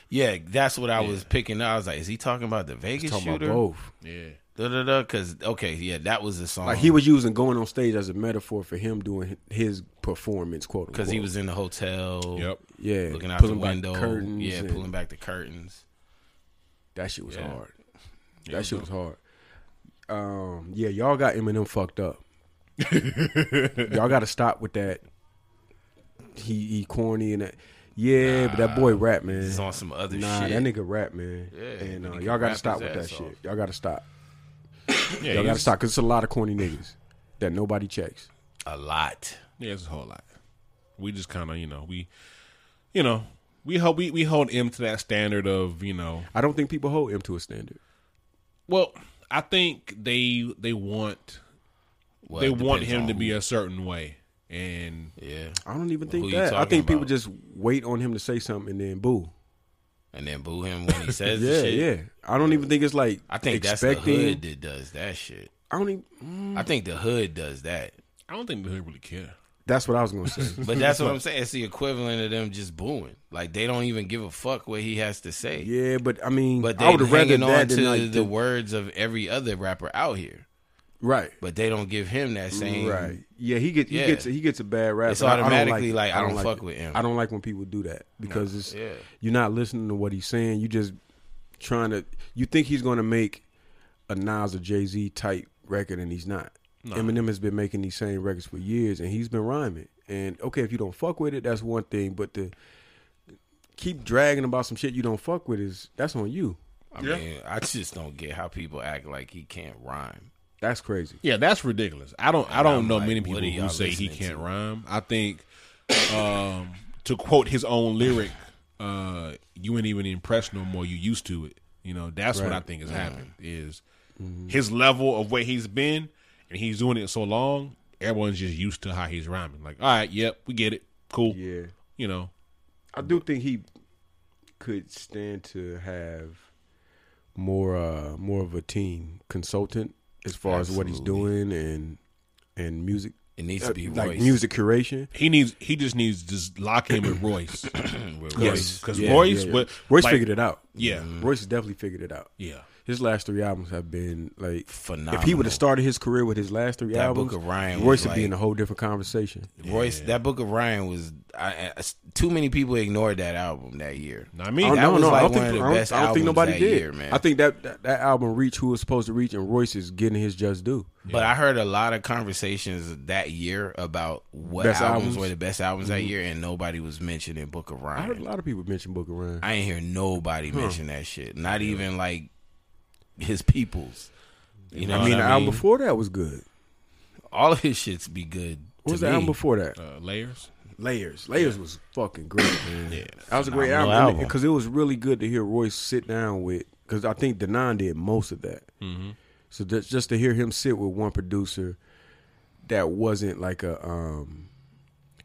Yeah, that's what I was picking up. I was like, is he talking about the Vegas talking about shooter? both. Yeah, Da da da. Because okay, yeah, that was the song. Like he was using going on stage as a metaphor for him doing his performance, quote unquote. because he was in the hotel. Oh. yep. yeah Looking out the back window. curtains yeah, and- pulling back the curtains. That shit was Yeah. hard. That shit was hard. Um, yeah, y'all got Eminem fucked up. y'all got to stop with that. He he corny and that. Yeah, but that boy rap man. He's on some other nah, shit. that nigga rap man. Yeah, and that uh, nigga y'all got rap to his stop with that ass shit. off. Y'all got to stop. Yeah, Y'all got to he's- stop because it's a lot of corny niggas that nobody checks. A lot. Yeah, it's a whole lot. We just kind of, you know, we, you know, we hold we, we hold him to that standard of, you know, I don't think people hold him to a standard. well, I think they they want Well, they it want depends him to on be a certain way, and who- Yeah, I don't even who think you that. I talking think people about? just wait on him to say something and then boo. and then boo him when he says Yeah, the shit. yeah. I don't even think it's like I think that's the expecting. hood that does that shit. I don't even. mm, I think the hood does that. I don't think they really care. That's what I was gonna say. But that's what I'm saying. It's the equivalent of them just booing. Like they don't even give a fuck what he has to say. yeah, but I mean, But I they would have rather hanging on that to than like the the, words of every other rapper out here. right, But they don't give him that same. right. Yeah, he gets Yeah. he gets he gets a bad rap. It's and I- I don't automatically like, it. I don't, like fuck it. with him. I don't like when people do that because it's yeah. you're not listening to what he's saying. You just trying to. You think he's gonna make a Nas or Jay Z type record, and he's not. Eminem has been making these same records for years, and he's been rhyming. And okay, if you don't fuck with it, that's one thing. But to keep dragging about some shit you don't fuck with is that's on you. I Yeah. mean, I just don't get how people act like he can't rhyme. That's crazy. Yeah, that's ridiculous. I don't I don't I'm know like, many what people are who y'all say he listening can't to? rhyme. I think um to quote his own lyric, uh you ain't even impressed no more, you used to it. You know, that's what Right. I think has happened is his level of where he's been and he's doing it so long, everyone's just used to how he's rhyming. Like, all right, yep, we get it. Cool. Yeah. You know. I do think he could stand to have more uh more of a team consultant as far as what he's doing and and music It needs to be Uh, like voiced. music curation. He needs. He just needs to just lock him with Royce. With Yes, because Yeah, Royce, yeah, yeah. but Royce like, figured it out. Mm-hmm. Yeah. Royce has definitely figured it out. Yeah, His last three albums have been like Phenomenal. If he would have started his career with his last three That albums, Book of Ryan Royce was would be like- in a whole different conversation. Royce, that book of Ryan was I, I- s- too many people ignored that album that year. not I don't me. That know, was Oh, no, I like don't one think, of the I don't- best I don't think albums nobody that did. year, man. I think that, that that album reached who it was supposed to reach, and Royce is getting his just due. But I heard a lot of conversations that year about what Best albums, albums? Mm-hmm. were the best albums that year, and nobody was mentioning Book of I heard a Ryan. lot of people mention Booker Ryan. I ain't hear nobody mention that shit. Not even like his peoples. You know, I mean, what the I album mean? before that was good. all of his shits be good. What to was the me. album before that? Uh, layers. Layers. Layers was fucking great, man. Yeah, that was a great phenomenal album album. because it was really good to hear Royce sit down with. Because I think Denon did most of that. Mhm. So that's just to hear him sit with one producer that wasn't like a um,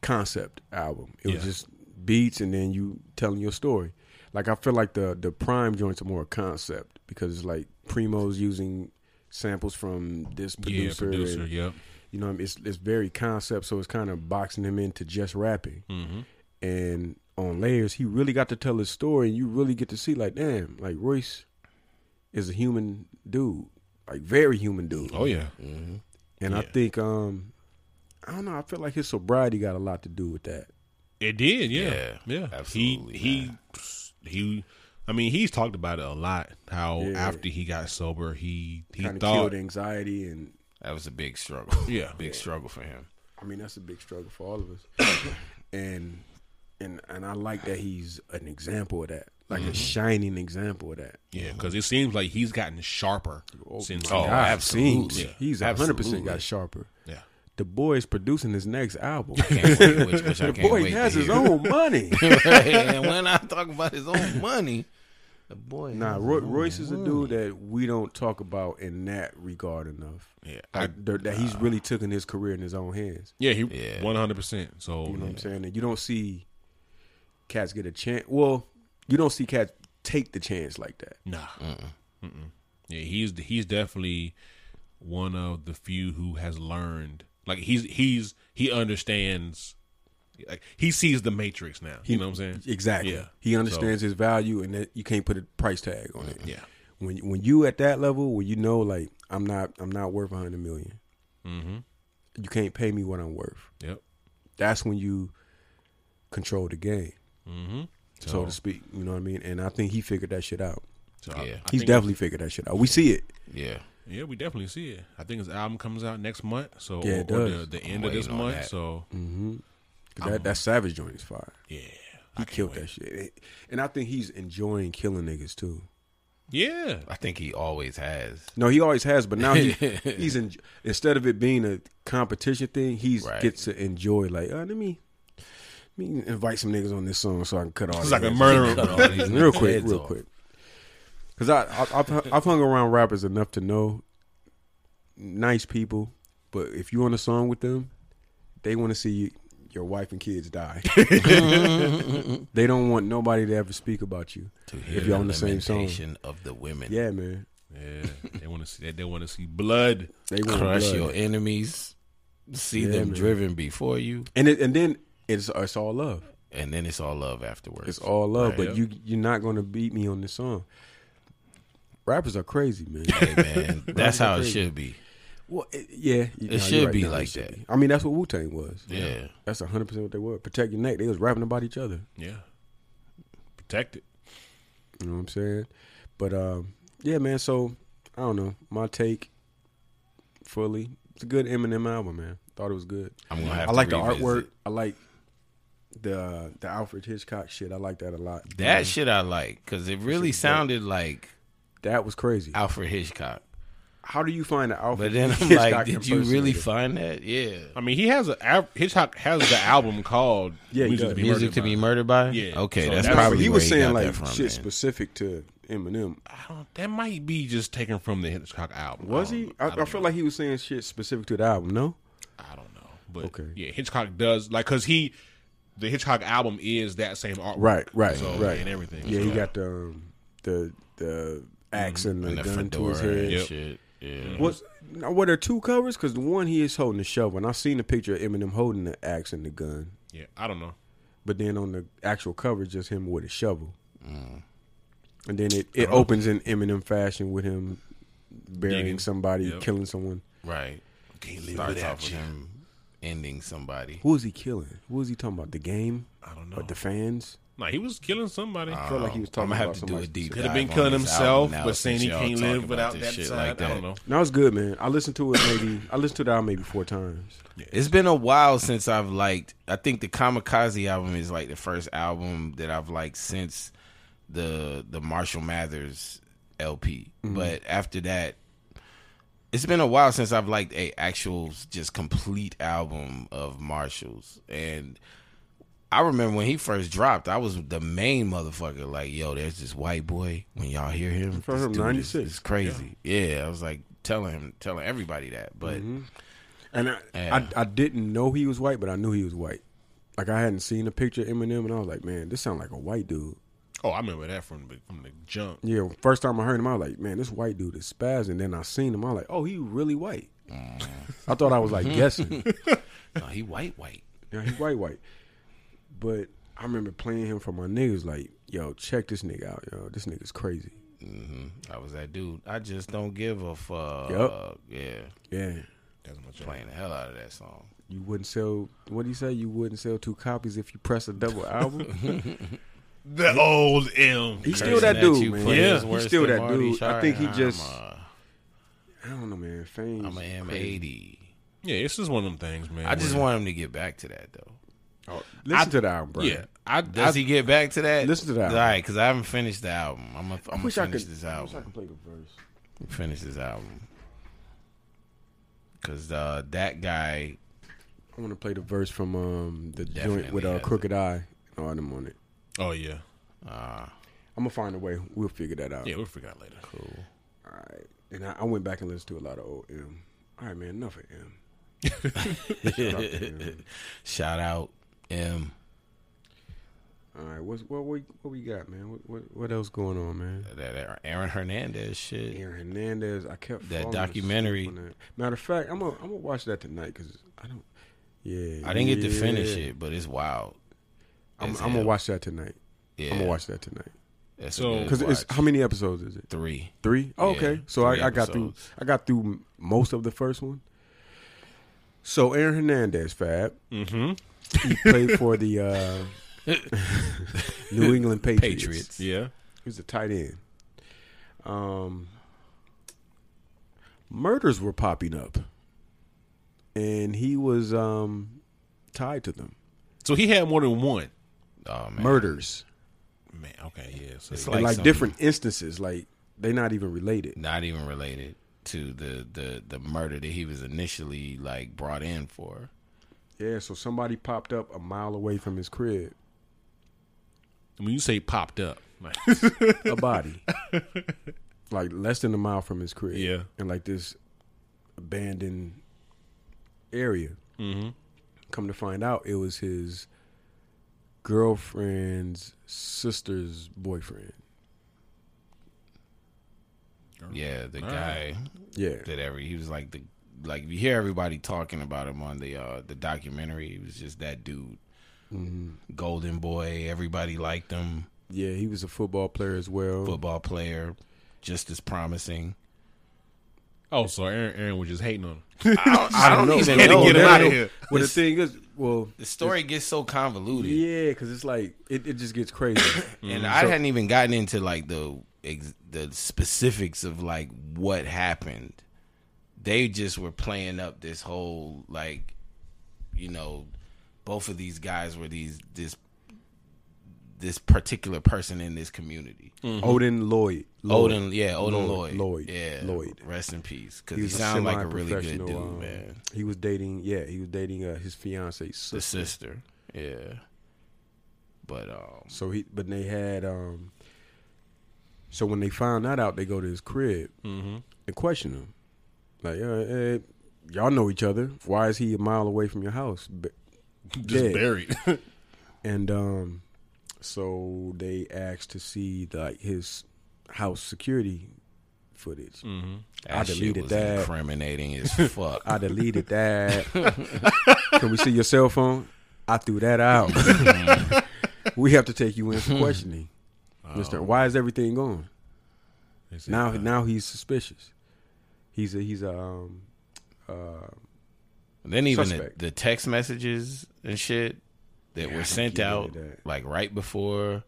concept album. It was Yeah. just beats and then you telling your story. Like I feel like the the prime joints are more a concept because like Primo's using samples from this yeah, producer. producer, and, yep. You know, what I mean? it's it's very concept, so it's kind of boxing him into just rapping. Mm-hmm. And on layers, he really got to tell his story, and you really get to see like, damn, like Royce is a human dude, like very human dude. Oh yeah, And I think um I don't know, I feel like his sobriety got a lot to do with that. it did. Yeah, Yeah, yeah. absolutely, he he he. I mean, he's talked about it a lot. How Yeah. after he got sober, he he Kind of thought, killed anxiety and That was a big struggle. Yeah. big struggle for him. I mean that's a big struggle for all of us. and and and I like that he's an example of that. Like Mm-hmm. a shining example of that. yeah, because it seems like he's gotten sharper since. my he- God. I've Oh, seen- absolutely. He's hundred percent Absolutely. got sharper. yeah, The boy is producing his next album. Can't wait, which, which I the can't boy wait has to his hear. own money. and when I talk about his own money, the boy. nah, Roy, Royce is a dude that we don't talk about in that regard enough. yeah, I- Like, th- that he's really taken his career in his own hands. yeah. He Yeah. one hundred percent. So You know what I'm saying? And you don't see cats get a chance. Well, you don't see cats take the chance like that. Nah. Mm-mm. Yeah, he's he's definitely one of the few who has learned. Like he's he's he understands. Like he sees the matrix now. you know what I'm saying? Exactly. Yeah. He understands his value, and that you can't put a price tag on it. Yeah. When when you at that level, where you know, like I'm not, I'm not worth a hundred million. Mm-hmm. You can't pay me what I'm worth. Yep. That's when you control the game, Mm-hmm. so, to speak. You know what I mean? And I think he figured that shit out. So I- Yeah. I He's think- definitely figured that shit out. We see it. Yeah, Yeah, we definitely see it. I think his album comes out next month. So Yeah, it or, or does. the, the end I'm of this waiting on month. that. Mm. So 'Cause That that savage joint is fire. yeah. He killed that shit, and I think he's enjoying killing niggas too. Yeah. I think he always has. No, he always has, but now he, he's in, instead of it being a competition thing, he's Right. gets to enjoy. Like, uh, let me let me invite some niggas on this song so I can cut all. It's these like a heads murder. Cut all these off. real niggas' quick, heads real off. quick. Because I, I I've, I've hung around rappers enough to know nice people, but if you on a song with them, they want to see you, your wife and kids die. they don't want nobody to ever speak about you To hear if you're on the same song. lamentation of the women. Yeah, man. yeah. They want to see that. They want to see blood. They want crush blood. your enemies, see Yeah, them man. driven before you, and it, and then it's it's all love. and then it's all love afterwards. It's all love, Right. but you you're not gonna beat me on this song. Rappers are crazy, man. hey man, that's how it should be. well, it, yeah, you- you're should be No, like should that. be. I mean, that's what Wu Tang was. Yeah, That's hundred percent what they were. Protect your neck. They was rapping about each other. Yeah. Protect it. You know what I'm saying? But um, yeah, man. So I don't know. My take, fully, it's a good Eminem album, man. Thought it was good. I'm gonna have. I to like the revisit. artwork. I like the the Alfred Hitchcock shit. I like that a lot. That shit I like because it really sounded like that was crazy. Alfred Hitchcock. How do you find the Alfred? But then I'm Hitchcock like, did you really impersonator? find that? Yeah. I mean, he has a al- Hitchcock has the album called Yeah, he Music does. to be Music Murdered to By. be murdered by? Yeah. Okay, So that's, that's- probably But he where was saying got like that from, shit man. specific to Eminem. I don't. That might be just taken from the Hitchcock album. I Was don't- he? Um, I, I, don't feel know. like he was saying shit specific to the album. No, I don't know, but Okay. yeah, Hitchcock does like because he the Hitchcock album is that same artwork, right, right, So, right, and everything. Yeah, he So, Mm, got the um, the the axe and the And the gun to his fedora head. and Yep. shit. Yeah. Was now were there two covers? Because the one he is holding the shovel, and I seen the picture of Eminem holding the axe and the gun, yeah. I don't know. but then on the actual cover, just him with a shovel. Mm. And then it, it opens in Eminem fashion with him burying Digging. somebody, Yep. killing someone. Right. Can't live Starts off with him ending somebody. Who is he killing? Who is he talking about? The game I don't know. or the fans? Nah, he was killing somebody. I feel like he was talking I'm gonna about Oh, have to do a somebody deep. Could have dive been on killing this himself, album now but saying since he y'all can't talk live about without this that shit side. I don't know. No, it's good, man. I listened to it maybe. I listened to the album maybe four times. It's been a while since I've liked. I think the Kamikaze album is like the first album that I've liked since the the Marshall Mathers LP. But after that, it's been a while since I've liked a actual just complete album of Marshalls. And I remember when he first dropped, I was the main motherfucker. Like, yo, there's this white boy. When y'all hear him, From this dude is- 96. is crazy. Yeah. I was like telling him, telling everybody that. But And I, Yeah. I I didn't know he was white, but I knew he was white. Like I hadn't seen a picture of Eminem, and I was like, man, this sound like a white dude. Oh, I remember that from the, from the jump. Yeah, first time I heard him, I was like, man, this white dude is spazzing. Then I seen him, I was like, oh, he really white. Mm. I thought I was like guessing. No, he white white. Yeah, he white white. But I remember playing him for my niggas. Like, yo, check this nigga out, yo. This nigga's crazy. I was that dude. I just don't give a fuck. Yup. Yeah, Yeah, That's my jump. playing the hell out of that song. you wouldn't sell. What do you say? You wouldn't sell two copies if you press a double album. The old M. He's Curse. still that Cursing at dude, you man. playing Yeah. is He's worse still than that Marty dude. I Shire. think he I'm just- a- I don't know, man. Fame. I'm a M80. Yeah, it's just one of them things, man. I just where- want him to get back to that though. Oh, Listen to the album, bro. Yeah, I, I Does he get back to that? Listen to the album. All right, because I haven't finished the album. I'm gonna I'm gonna wish I finish could. this I wish I could album. play the verse. Finish this album. Because uh, that guy, I want to play the verse from um the Definitely joint with uh, has it. Crooked Eye and all them on it. Oh yeah, uh, I'm gonna find a way. We'll figure that out. yeah. We'll figure out later. cool. All right. And I, I went back and listened to a lot of old M. All right, man. Enough of M. Shout out to M. Shout out M. All right. What's what we what we got, man? What what, what else going on, man? That- that Aaron Hernandez shit. Aaron Hernandez. I kept Uh, That falling asleep documentary. on that. Matter of fact, I'm gonna I'm gonna watch that tonight because I don't. Yeah. I didn't get to yeah. finish it, but it's wild. I'm, as I'm gonna hell. watch that tonight. Yeah, I'm gonna watch that tonight. That's So- so Cause it's how many episodes is it? three. Three. Oh, Yeah, okay, so three I, I got through. episodes. I got through most of the first one. So Aaron Hernandez, Fab, Mm-hmm. he played for the uh, New England Patriots. Patriots. Yeah. He was a tight end. Um, murders were popping up, and he was um, tied to them. So he had more than one. Oh man, Murders, Man, okay, yeah. So It's yeah. like, Like like some- different instances, like they're not even related. not even related to the the the murder that he was initially like brought in for. Yeah, so somebody popped up a mile away from his crib, when you say popped up, like, a body, like less than a mile from his crib. Yeah. in like this abandoned area. mm-hmm. Come to find out, it was his girlfriend's sister's boyfriend. Yeah, the Oh. All guy Yeah, that every he was like the like you hear everybody talking about him on the uh the documentary. He was just that dude, Mm-hmm. golden boy. Everybody liked him, yeah, he was a football player as well. football player, just as promising. Oh, so Aaron, Aaron was just hating on him. I don't, even Had to No, get him that- outta here. Well, the thing is, well, The story gets so convoluted. yeah, because it's like it, it just gets crazy. and I hadn't even gotten into like the ex- the specifics of like what happened. They just were playing up this whole like, you know, both of these guys were these this this particular person in this community. Odin Lloyd, Mm. Lloyd. Odin, yeah, Odin Lloyd, Lloyd, Lloyd, yeah, Lloyd. Rest in peace, because He he, was a sounded like a really good semi-professional, dude, um, man. He was dating, yeah, he was dating uh, his fiancee's The sister. sister, yeah. But um, So he, but they had, um so when they found that out, they go to his crib Mm-hmm. and question him, like, uh, eh, y'all know each other. Why is he a mile away from your house? B- Just Yeah. buried. And um, so they asked to see like his house security footage. mm-hmm. that shit deleted was that. incriminating as fuck. I deleted that. Can we see your cell phone? I threw that out. we have to take you in for questioning, Mister. Why is everything gone? Now, now he's suspicious. He's a he's a um, uh, Then even the, Suspect. the text messages and shit that were sent get rid out of that. like right before.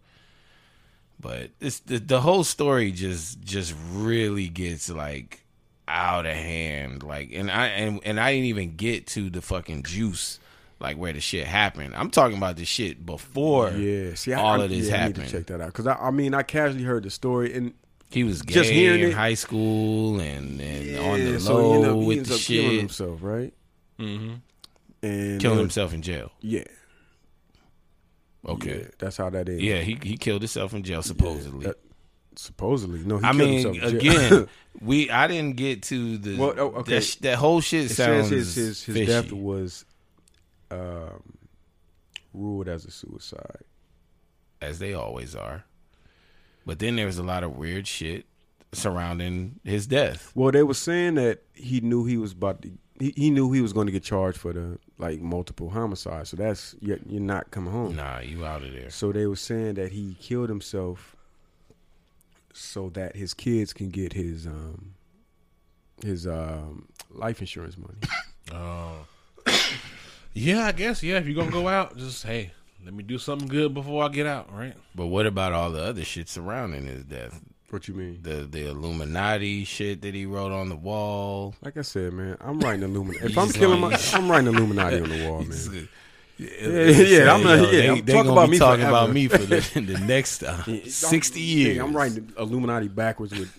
But it's the, the whole story just just really gets like out of hand. Like and I and, and I didn't even get to the fucking juice, like where the shit happened. I'm talking about the shit before yeah. See, I, all I- of this yeah, I happened. need to check that out because I, I mean I casually heard the story and He was gay Just hearing in it- high school and, and on the yeah, low so you know, he with ends the up killing shit. himself, right? Mm-hmm. And Killing uh, himself in jail. Yeah. Okay. yeah, that's how that is. Yeah, he he killed himself in jail supposedly. that- supposedly. No, he I killed mean, himself. again, we I didn't get to the Well, oh, okay. that, sh- that whole shit it sounds says his his, his fishy. death was um, ruled as a suicide. as they always are. But then there was a lot of weird shit surrounding his death. Well, they were saying that he knew he was about to. He, he knew he was going to get charged for the like multiple homicides. So that's you're, you're not coming home. Nah, you out of there. So they were saying that he killed himself so that his kids can get his um his um life insurance money. Oh. yeah, I guess. Yeah, if you're gonna go out, just hey, let me do something good before I get out, right? But what about all the other shit surrounding his death? What you mean? The the Illuminati shit that he wrote on the wall. Like I said, man, I'm writing Illuminati. If I'm killing my, I'm writing Illuminati on the wall, He's man. good. yeah, yeah, I'm not- yeah, I'm- they, talk gonna about be me talking forever. about me for the, the next uh, sixty years. Yeah, I'm writing Illuminati backwards with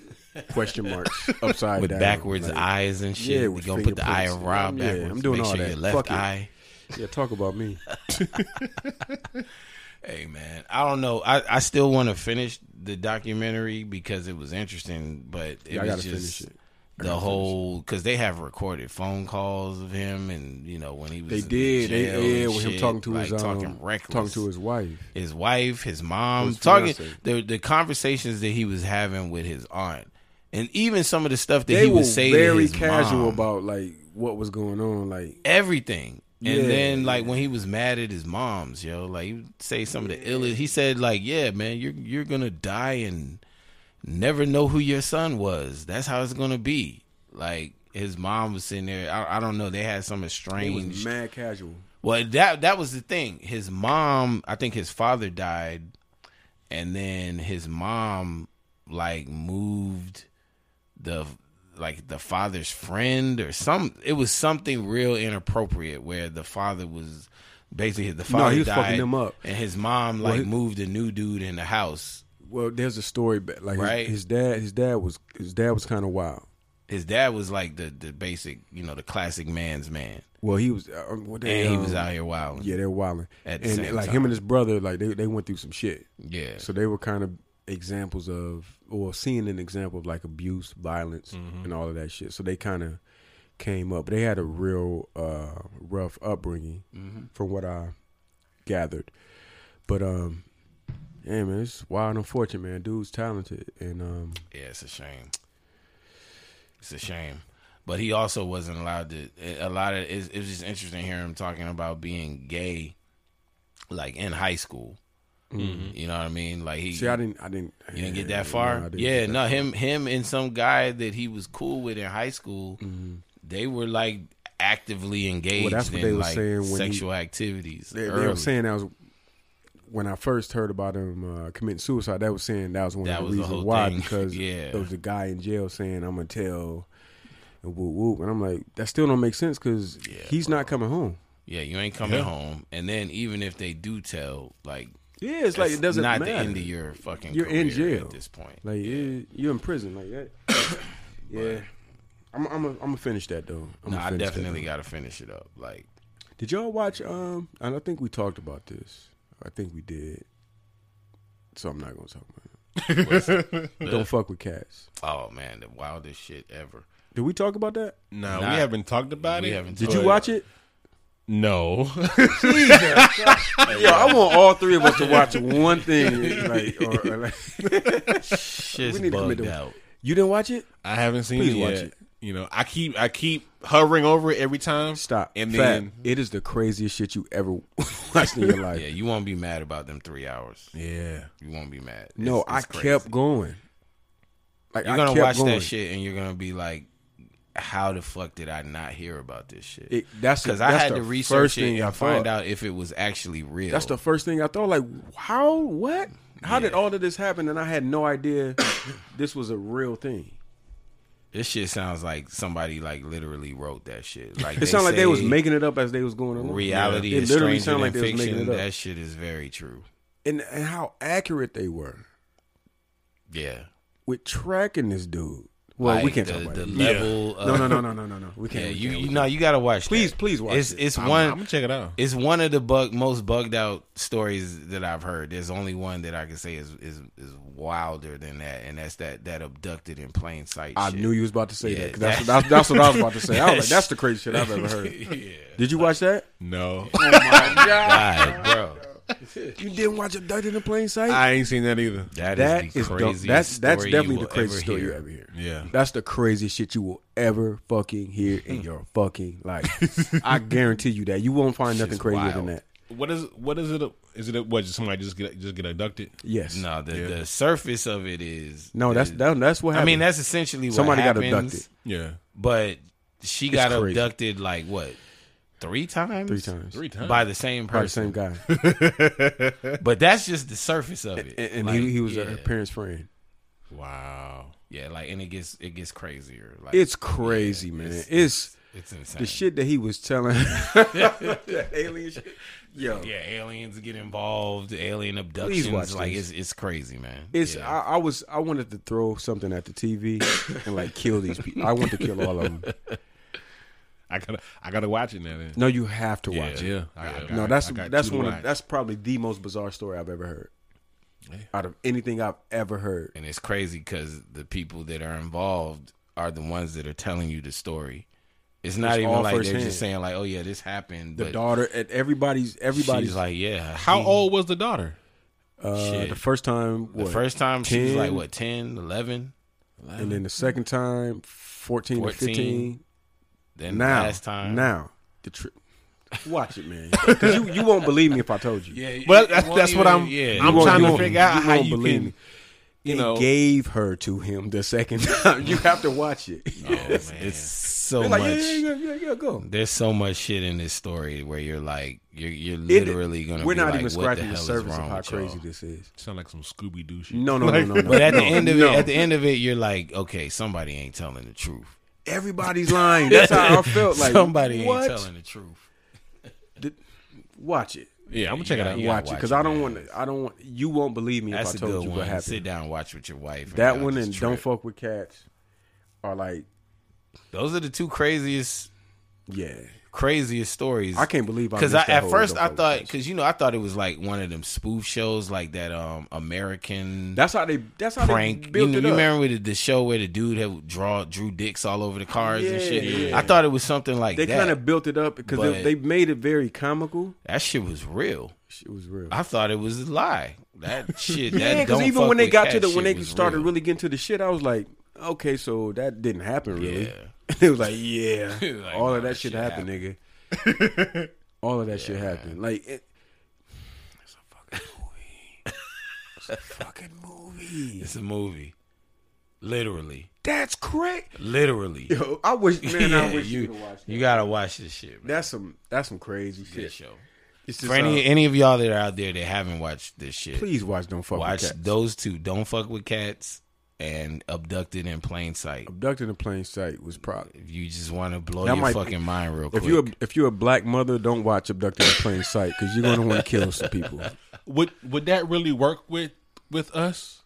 question marks upside with down. backwards Like, eyes and shit. Yeah, Yeah, we with gonna put the eye of fingerprints. Rob Yeah, backwards. I'm doing Make all sure that. your left Fuck it. eye. Yeah, talk about me. Hey man, I don't know. I, I still want to finish the documentary because it was interesting, but it Yeah, I was gotta just finish it. the whole because they have recorded phone calls of him and you know when he was They in did. They, jail yeah, and with him shit, talking to like, his um, talking reckless talking to his wife. his wife, his mom, His talking fiancée. the the conversations that he was having with his aunt, and even some of the stuff that They he were was saying. to very his casual mom, about like what was going on. Like everything. And Yeah. then like when he was mad at his mom's, yo, like he would say some of the illest. He said like, "Yeah, man, you're you're gonna die and never know who your son was. That's how it's gonna be." Like his mom was sitting there. I, I don't know. They had some it strange. was mad casual. Well, that that was the thing. His mom, I think his father died, and then his mom like moved the like the father's friend or some. It was something real inappropriate where the father was basically the father he was died, fucking them up. and his mom like moved a new dude in the house. Well, there's a story ba- like his- Right. his, dad. His dad was his dad was kind of wild. His dad was like the the basic, you know, the classic man's man, Well, he was. Uh, what they, and he was um, out here wilding. Yeah, Yeah, they're wilding. At And the same like time. him and his brother, like they, they went through some shit. yeah. So they were kind of examples of, or seeing an example of like abuse, violence, Mm-hmm. and all of that shit. So they kind of came up. They had a real uh, rough upbringing, Mm-hmm. from what I gathered. But um, yeah, man, it's wild and unfortunate, man. Dude's talented, and um, it's a shame. It's a shame. But he also wasn't allowed to. A lot of it, it was just interesting hearing him talking about being gay, like in high school. You know what I mean? Like he, see, I didn't, I didn't, you didn't get Yeah, that far. no, I didn't yeah, get that no, him, him, and some guy that he was cool with in high school, they were like actively engaged that's what in they were like saying when he- sexual activities. They, they early. were saying that was when I first heard about him uh, committing suicide. That was saying that was one That of the was the reasons whole why thing. because Yeah. there was a guy in jail saying I'm gonna tell and whoop whoop, and I'm like that still don't make sense because Yeah, he's not coming home. yeah, you ain't coming Yeah. home. And then even if they do tell, like, Yeah, it's like it's it doesn't not matter. the end of your fucking. You're in career jail. at this point. Like it- you're in prison like that. yeah. I'm I'm a, I'm gonna finish that though. I'm No, gonna I finish that, definitely got to finish it up. Like, though. Did y'all watch? Um, and I think we talked about this. I think we did. So I'm not gonna talk about it. Don't fuck with cats. oh man, the wildest shit ever. Did we talk about that? Oh, No, Nah. we haven't talked about We it. haven't Did talked you But- watch it? No. Yo, I want all three of us to watch one thing. Like, or, or like Shit's We need to commit bugged to- out. you didn't watch it? I haven't seen Please it watch yet. it. You know, I keep I keep hovering over it every time. Stop. And Fat, then it is the craziest shit you ever watched in your life. Yeah, you won't be mad about them three hours. yeah. You won't be mad. It's- no, it's I crazy. kept going. Like You're I gonna kept watch going. that shit, and you're gonna be like, "How the fuck did I not hear about this shit?" It, that's Because because I had to first research thing it I and find thought. out if it was actually real. That's the first thing I thought. Like, how? What? How did all of this happen? And I had no idea this was a real thing. this shit sounds like somebody like literally wrote that shit. Like It sounded like they was say making it up as they was going along. reality. It is literally stranger sounded like than they was making it fiction. up. That shit is very true. And, and how accurate they were Yeah. with tracking this dude. Well, we Like, can't the, talk about the it. level. Of, No, no, no, no, no, no, no. We can't. Yeah, we you can't, you we know you gotta watch. Please, that. please watch It's it. it's I'm, one I'm gonna check it out. it's one of the bug most bugged out stories that I've heard. There's only one that I can say is is is wilder than that, and that's that that abducted in plain sight. I shit. knew you was about to say Yeah, that. 'cause That's, that's, that's what I was about to say. I was like, that's the craziest shit I've ever heard. yeah, Did you watch that? No. God, bro. You didn't watch a Duck in Plain Sight? I ain't seen that either. that the is the- craziest that's that's story definitely you the will craziest ever story hear. you ever hear. Yeah. That's the craziest shit you will ever fucking hear Hmm. in your fucking life. I guarantee you that. You won't find nothing Shit's crazier than wild. that. What is what is it? Is it what? Did somebody just get just get abducted? Yes. No, the, the surface of it is No, that's that, that's what I happened. mean, that's essentially what Somebody got happens, abducted. Yeah, But she got crazy. abducted like what? Three times? three times. three times. By the same By the same person. guy. But that's just the surface of it. And, and Like, he, he was yeah, her parents' friend. wow. yeah, like and it gets it gets crazier. Like It's crazy, man. It's, it's insane. the shit that he was telling the alien shit. Yo. yeah, aliens get involved, alien abductions. watch like this. it's it's crazy, man. It's yeah. I, I was I wanted to throw something at the TV and like kill these people. I want to kill all of them. I gotta I gotta watch it now. Then. No, you have to watch it. Yeah. I, I got- No, that's I got that's two to one of, watch. that's probably the most bizarre story I've ever heard. Out of anything I've ever heard. and it's crazy because the people that are involved are the ones that are telling you the story. It's not It's even all like they're firsthand. just saying like, "Oh yeah, this happened." The but daughter at everybody's everybody's she's like, "Yeah." How he- old was the daughter? uh, shit. the first time The what? first time she was 10? like what 10, 11? and then the second time 14, or 14. 15. Then Now. last time, Now. The tri- Watch it, man. 'Cause you you won't believe me if I told you. yeah, Well, it- that's- it won't that's what I'm- Yeah, I'm You won't- trying you to won't- figure out how you believe can, me. You they know, gave her to him the second time. You have to watch it. it's, it's so They're like, much. yeah, yeah, yeah, yeah, yeah, go. There's so much shit in this story where you're like, you're you're literally gonna. We're be not like, even what scratching the, the, hell is surface of wrong how with y'all? crazy this is. sound like some Scooby Doo shit. No, no, no, no, no. But at no. the end of no. it, at the end of it, you're like, okay, somebody ain't telling the truth. everybody's lying. That's how I felt. Like somebody what? ain't telling the truth. Watch it. Yeah, I'm gonna check it Yeah, out. yeah. Watch it because I don't man. want to. I don't want. You won't believe me That's a if I told good you one. what happened. Sit down, and watch with your wife. and that y'all one just and don't trip. fuck with cats are like Those are the two craziest, yeah. craziest stories. I can't believe I because I, missed that at whole first Don't I Fuck with thought Cats. because you know I thought it was like one of them spoof shows like that um American that's how they that's how they prank. You, built know, it you up. remember with the, the show where the dude had draw drew dicks all over the cars and Yeah, shit. yeah. I thought it was something like they that. kind of built it up because But- they, they made it very comical. that shit was real. Shit was real. I thought it was a lie. That shit. yeah, because because even when they got to the when they started really getting to the shit, I was like, okay, so that didn't happen really. it was like, yeah, Like, all of nah, that shit, shit happened, nigga. all of that shit happened. Like, it, it's a fucking movie. It's a fucking movie. It's a movie, literally, That's correct. literally. Yo, I wish, man, Yeah, I wish you, you could watch that. you gotta watch this shit, man. that's some that's some crazy shit. Good show. It's just, For any uh, any of y'all that are out there that haven't watched this shit, please watch Don't Fuck watch With Cats. those two. Don't fuck with cats and abducted in plain sight. Abducted in Plain Sight was probably If you just want to blow That your might- fucking mind real quick, If you're a, if you're a black mother, don't watch Abducted in Plain Sight because you're gonna want to kill some people. Would would that really work with with us?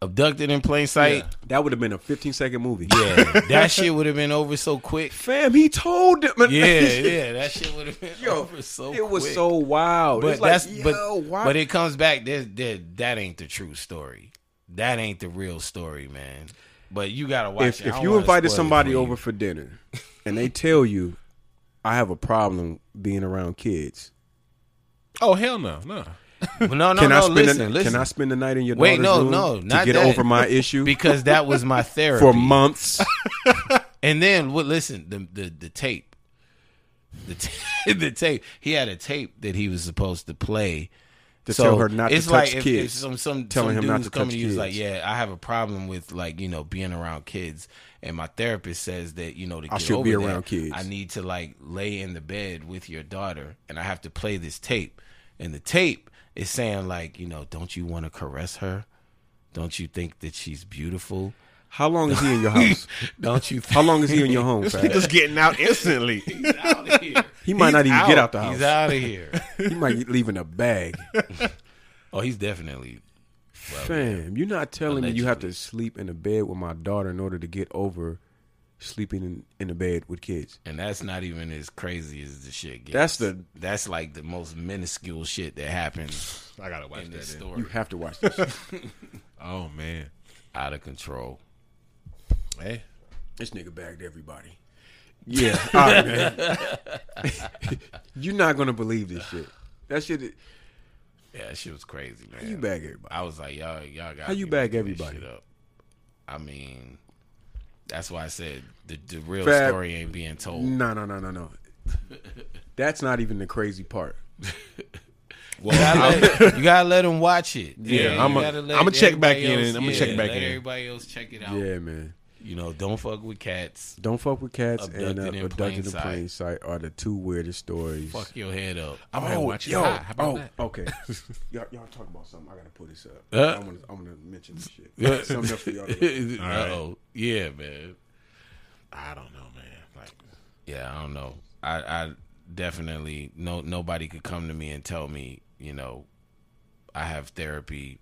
abducted in plain sight, That would have been a 15 second movie. yeah, that shit would have been over so quick. fam, he told them. Yeah, yeah, that shit would have been Yo, over so. it was quick. so wild. but it's like, that's yo, but why? but it comes back. There, there, that ain't the true story. That ain't the real story, man. But you gotta if watch. it. I if don't you wanna invited spoil it somebody for you. over for dinner and they tell you, I have a problem being around kids. Oh hell no, no. Well, no, no, Can I no. spend Listen, the, listen. Can I spend the night in your daughter's Wait, no, room no, to not get that. over my issue because that was my therapy for months? And then what? Listen, the the the tape, the ta- the tape. He had a tape that he was supposed to play. To tell her not to it's touch like if- kids. If some some, Telling some him not dudes to coming touch to you is like, kids. yeah, I have a problem with like you know being around kids, and my therapist says that you know to get should over be that, around kids. I need to like lay in the bed with your daughter, and I have to play this tape, and the tape is saying like you know, don't you want to caress her? Don't you think that she's beautiful? How long is he in your house? Don't you? How long is he in your home? Fab? Just getting out instantly. out of here. He might He's not even get out. out the Oh, He's house. out of here. He might leave in a bag. Oh, he's definitely. Fam, you're not telling me you have to sleep in a bed with my daughter in order to get over sleeping in, in a bed with kids. And that's not even as crazy as the shit gets. That's the that's like the most minuscule shit that happens I gotta watch in that. this then. story. you have to watch this. shit. Oh man, Out of control. hey, this nigga bagged everybody. Yeah, all right, man. you're not gonna believe this shit. That shit. Yeah, that shit was crazy, man. How you bag everybody? I was like, y'all, y'all got How you bag everybody? Up. I mean, that's why I said the the real Fab- Mm. story ain't being told. No, no, no, no, no. That's not even the crazy part. you, gotta let, you gotta let 'em watch it. Yeah, you I'ma- gotta let I'ma check back everybody in, I'ma check back let in. Everybody else check it out. Yeah, man. You know, don't fuck with cats. Don't fuck with cats and Abducted uh, in abducted plain in plain, sight. sight are the two weirdest stories. Fuck your head up. Oh, I'm gonna watch it. yo, Hi, How about oh, that? okay. y'all, y'all talk about something. I gotta pull this up. Uh. I'm, gonna, I'm gonna mention this shit. something else for y'all. to- right. oh, yeah, man. I don't know, man. Like, Yeah, I don't know. I, I definitely no nobody could come to me and tell me, you know, I have therapy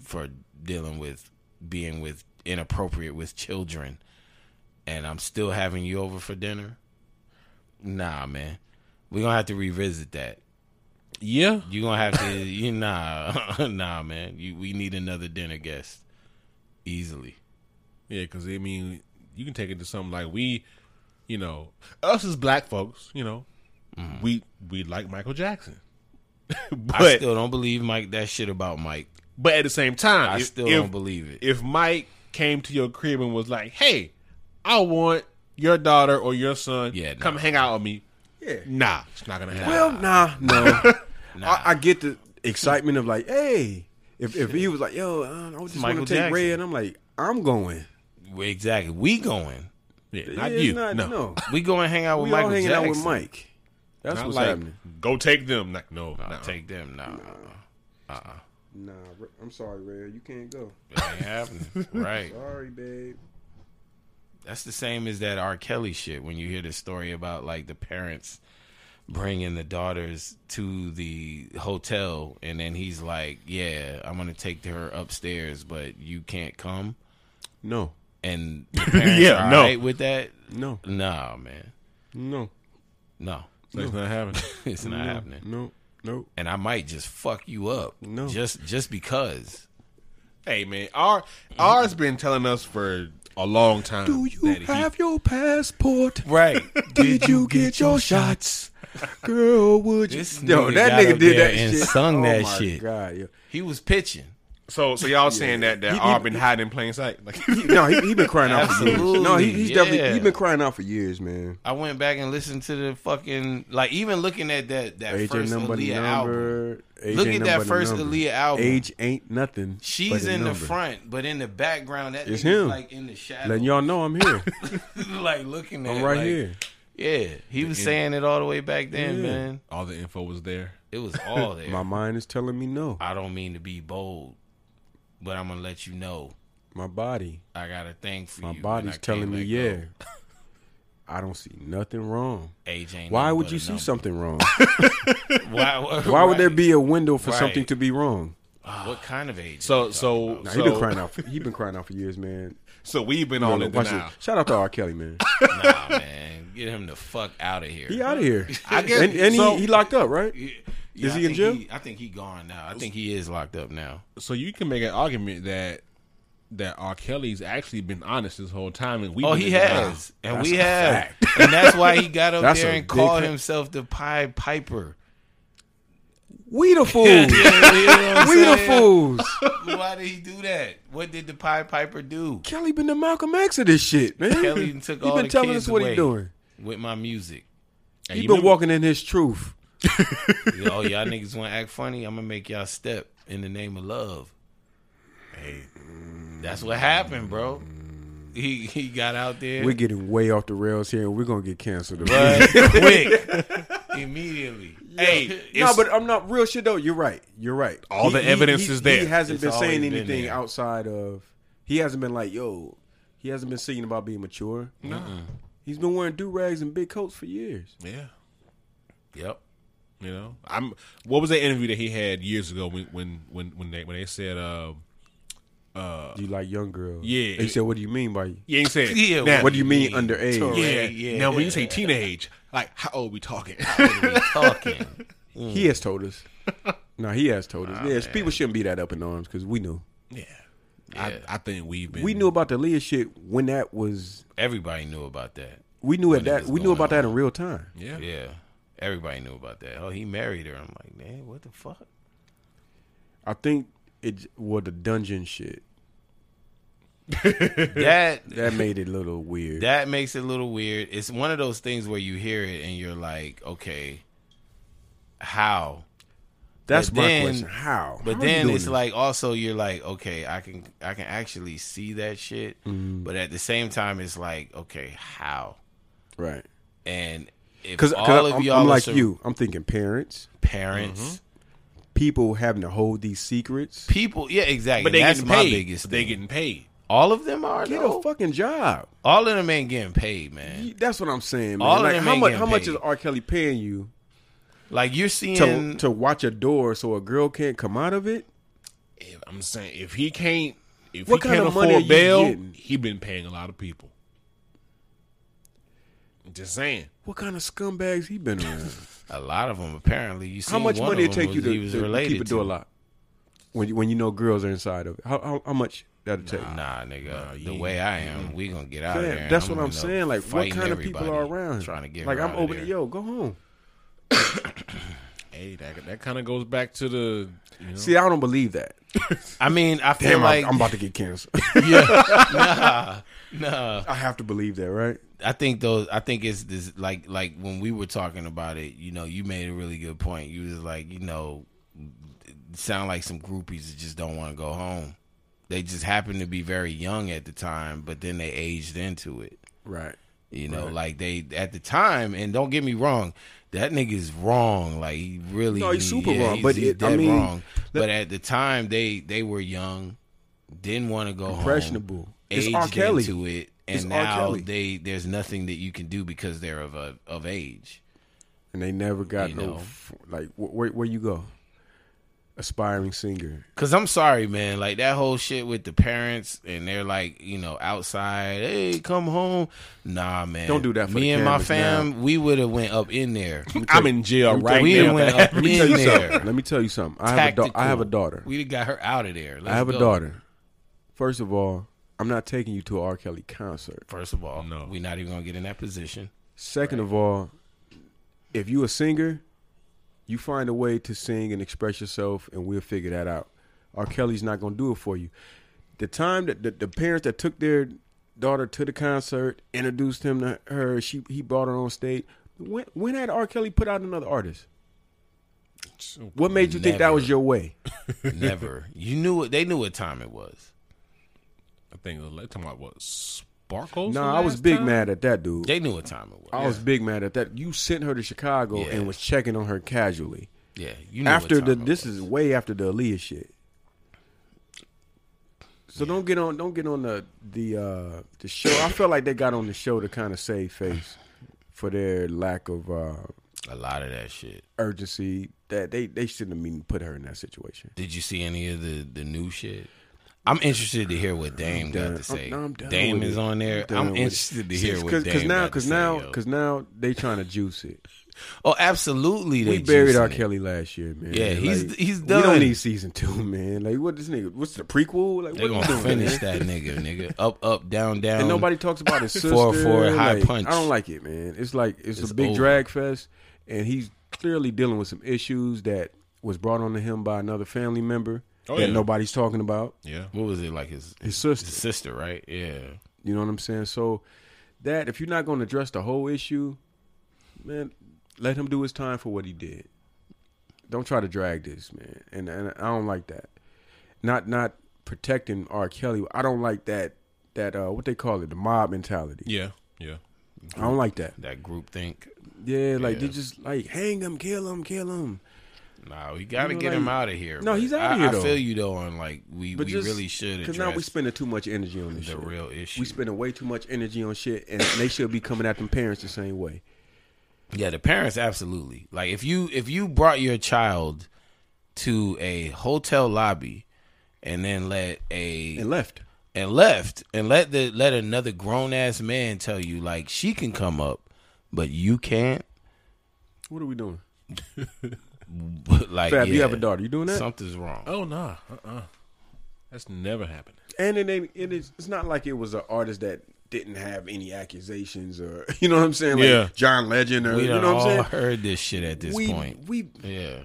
for dealing with being with inappropriate with children, and I'm still having you over for dinner. Nah, man, we're gonna have to revisit that. yeah, You gonna have to, you nah, nah, man. You, we need another dinner guest, easily. yeah. Because I mean, you can take it to something like we, you know, us as black folks, you know, we we like Michael Jackson, I but still don't believe Mike that shit about Mike. but at the same time, I if- still if- don't believe it. if Mike came to your crib and was like, "Hey, I want your daughter or your son, Yeah, come nah. hang out with me," Yeah. nah, it's not gonna happen. Well, nah, no. I, I get the excitement of like, hey, if, if he was like, yo, uh, I just want to Michael take Jackson. red, I'm like, I'm going. Exactly. We going. yeah, not It's you, not- no. We going hang out with We Michael all hanging Jackson. out with Mike. That's Not what's like, happening. go take them. Like, no, nah. Take them. Nah. Uh uh Nah, I'm sorry, Red. You can't go. It ain't happening. right. Sorry, babe. That's the same as that R. Kelly shit when you hear the story about like the parents bringing the daughters to the hotel and then he's like, Yeah, I'm going to take her upstairs, but you can't come. No, And the parents Yeah, are no. right with that? no, Nah, man. no, No. So it's not happening. It's not happening. no, no. And I might just fuck you up. No. Just just because. hey, man, R R's been telling us for a long time. Do you that he- have your passport? Right. Did you get your shots? Girl, would you? This Yo, nigga got up there and sung oh that my shit. God, yo. He was pitching. so, so y'all saying that that He- R he- been hiding in plain sight? Like, No, he, he been crying out for years. No, he, Absolutely, he's yeah. definitely he's been crying out for years, man. I went back and listened to the fucking like even looking at that that Age first ain't nobody Aaliyah album. number. Age Look ain't at that nobody first number. Aaliyah album. Age ain't nothing. but She's a in the number. front, but in the background, that It's it's him. like in the shadow, Letting y'all know I'm here. like looking at. I'm it, right like- here. Yeah, he was saying it all the way back then, Yeah. man. all the info was there. It was all there. My mind is telling me no. I don't mean to be bold, but I'm gonna let you know My body, I got a thing for my you. and I body's can't telling me let yeah. go. I don't see nothing wrong. Age ain't. Why nothing would but you a see number. something wrong? Why, Why would there be a window for Right. something to be wrong? What kind of age? So, so, Nah, he been so, crying out. For, he been crying out for years, man. so we've been on Look, it watch now. this. Shout out to R. Kelly, man. nah, man, get him the fuck out of here. He out of here. I guess- and and so- he, he locked up, right? Yeah, Is I he in think jail? I think he gone now. I think he is locked up now. So you can make an argument that that R. Kelly's actually been honest this whole time, and we Oh, been he in the dark. has, and That's we a have, and that's why he got up That's there a and called big- himself the Pied Piper. We the fools. You know what I'm we the saying? fools. Why did he do that? What did the Pied Piper do? Kelly been the Malcolm X of this shit, man. Kelly done took he all been the telling kids us what away he doing. with my music. Hey, He you been remember- walking in his truth. Oh, y'all niggas want to act funny? I'm gonna make y'all step in the name of love. Hey, That's what happened, bro. He he got out there. We're getting way off the rails here, and we're gonna get canceled. but quick, immediately. hey, no, it's- but I'm not real shit though. You're right. You're right. All the evidence he- is there. He hasn't It's been saying always been anything there. outside of. He hasn't been like yo. He hasn't been singing about being mature. He's been wearing do rags and big coats for years. yeah, Yep. you know, I'm. What was that interview that he had years ago when when when when they when they said, uh, you like young girls? Yeah. He said, "What do you mean by? you ain't said, Yeah, now, What do you mean Yeah. underage? yeah, Right, yeah. Now when you say teenage, like how old we talking? What are we talking? Mm. He has told us. no, he has told us. yes, people shouldn't be that up in arms because we knew. yeah, Yeah. I, I think we've been. We knew about the Leah shit when that was. Everybody knew about that. We knew at it that. was We knew going about that in real time. Yeah. Yeah. Everybody knew about that. Oh, he married her. I'm like, man, what the fuck? I think it was the dungeon shit That that made it a little weird. that makes it a little weird. It's one of those things where you hear it and you're like, okay, how? That's but my then- question. How? But How are you then doing it's this? like also you're like, okay, I can I can actually see that shit. Mm-hmm. But at the same time, it's like, okay, how? right. And if Because all of I'm, y'all I'm are like sur- you. I'm thinking parents, parents, Mm-hmm. people having to hold these secrets. people, yeah, exactly. But they That's getting my paid. biggest. But they thing. getting paid. all of them are Get though. a fucking job. all of them ain't getting paid, man. You- That's what I'm saying, man. All of like, them how ain't much? getting How much paid. is R. Kelly paying you Like you're to seeing to watch a door so a girl can't come out of it? If, I'm saying if he can't, if What he kind can't of money are afford you bail, getting? he been paying a lot of people. Just saying. What kind of scumbags he been around? a lot of them. Apparently, you see how much one money of it them take you was- he to, was to related keep a to. door locked? When you, when you know girls are inside of it, how how, how much that'll take? Nah, nigga. you the ain't- way I am, we gonna get out of Fam, there. and that's what gonna I'm end up saying. Like, what fighting kind of people are everybody, around? Trying to get like her I'm out of opening. there. Yo, go home. Hey, that, that kind of goes back to the. You know, See, I don't believe that. I mean, I feel Damn, like I'm, I'm about to get cancer. nah. I have to believe that, right? I think those. I think it's this. Like, like when we were talking about it, you know, you made a really good point. You was like, you know, it sound like some groupies that just don't want to go home. They just happened to be very young at the time, but then they aged into it. Right. You know, like they at the time, and don't get me wrong, that nigga is wrong. Like he really, No, he's super wrong, he's- but he's it- I dead mean, but at the time, they they were young, didn't want to go home, Impressionable. It's aged R. Kelly. Oh, into it, and It's R. now Kelly. they there's nothing that you can do because they're of a, of age. And they never got You no. know. f- Like wh- where where you go? Aspiring singer. Cause I'm sorry, man. Like that whole shit with the parents, and they're like, you know, outside. Hey, come home. Nah, man. Don't do that for me the and my cameras fam, we would have went up in there. I'm in jail right we now. done went up Let in me tell you there. something. Let me tell you something. I have a da- I have a daughter. We got her out of there. I have a daughter. First of all, I'm not taking you to a R. Kelly concert. First of all, No. we're not even gonna get in that position. Second of all, if you a singer, you find a way to sing and express yourself, and we'll figure that out. R. Kelly's not gonna do it for you. The time that the, the parents that took their daughter to the concert introduced him to her, she he brought her on stage. When when had R. Kelly put out another artist? What made you think that Never. was your way? Never. you knew what they knew what time it was. I think it was like- talking about what sparkles. No, the nah, I was last big time? mad at that dude. They knew what time it was. I was big mad at that. You sent her to Chicago Yeah. and was checking on her casually. yeah, you knew after what the time it this was. is way after the Aaliyah shit. So don't get on don't get on the the uh the show. I felt like they got on the show to kind of save face for their lack of uh a lot of that shit. urgency that they they shouldn't have even put her in that situation. Did you see any of the the new shit? I'm interested to hear what Dame got done. to say. I'm- no, I'm done Dame with is it. on there. done I'm, with it. interested to hear what Cause, Dame cause now, got to cause say, now, yo. cause now they trying to juice it. oh, absolutely. We they buried juicing R. it. Kelly last year, man. Yeah, he's- Like, he's We done. don't need season two, man. Like, what this nigga? What's the prequel? Like, They what you gonna doing, finish man? that nigga, nigga. Up, up, down, down. and nobody talks about his sister. Four- four, high Like, punch. I don't like it, man. It's like it's, It's a big over. drag fest, and he's clearly dealing with some issues that was brought onto him by another family member Oh, that yeah. nobody's talking about. Yeah, What was it like? His His his sister. sister, right? Yeah. You know what I'm saying? So that if you're not going to address the whole issue, man, let him do his time for what he did. Don't try to drag this, man. And and I don't like that. Not not protecting R. Kelly. I don't like that that uh what they call it, the mob mentality. yeah, yeah. I don't like that. That group think. Yeah, like they Yeah. just like hang him, kill him, kill him. Nah, we gotta You know, get like- him out of here. No, but he's outta I- here, I, though. feel you though on like we, But we just- really should address Because now we spending too much energy on the this. shit. real issue. We spending way too much energy on shit, and they should be coming at them parents the same way. yeah, the parents absolutely. Like if you if you brought your child to a hotel lobby and then let a And left. and left and let the let another grown ass man tell you like she can come up, but you can't. What are we doing? like Fab, you yeah, have a daughter. You doing that? Something's wrong. Oh nah, uh-uh. that's never happened. and it ain't, it is, it's not like it was an artist that didn't have any accusations or you know what I'm saying, like Yeah. John Legend or we you done know what all I'm saying. heard this shit at this we point. we Yeah.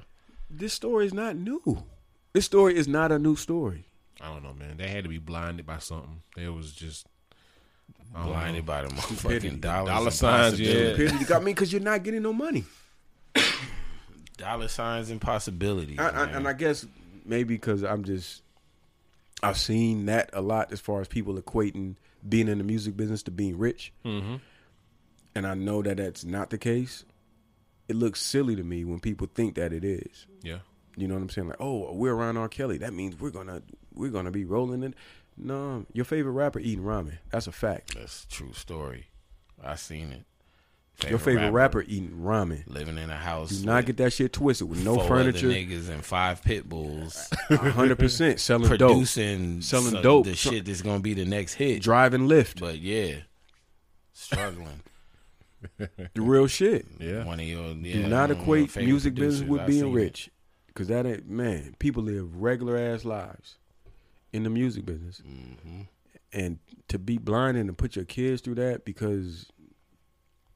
this story is not new. This story is not a new story. I don't know, man. They had to be blinded by something. They was just I don't blinded by the motherfucking dollars Dollar and signs, possibilities. Yeah. Period. You got me because you're not getting no money. Dollar signs and possibilities. I, I, man. and I guess maybe because I'm just I've seen that a lot as far as people equating being in the music business to being rich, Mm-hmm. and I know that that's not the case. It looks silly to me when people think that it is. Yeah. You know what I'm saying? Like, oh, we're around R. Kelly. That means we're gonna we're gonna be rolling in. No, your favorite rapper eating ramen. That's a fact. That's a true story. I seen it. your favorite rapper eating ramen. living in a house. Do not with get that shit twisted with no four other furniture. niggas and five pit bulls hundred percent selling dope, producing Selling some- dope. The shit that's gonna be the next hit. driving lift, But yeah, struggling. the real shit. Yeah. One of your yeah, Do one not of my equate favorite music business producers. with I being seen rich, because that ain't man. People live regular ass lives in the music business, It. hmm and to be blind and to put your kids through that because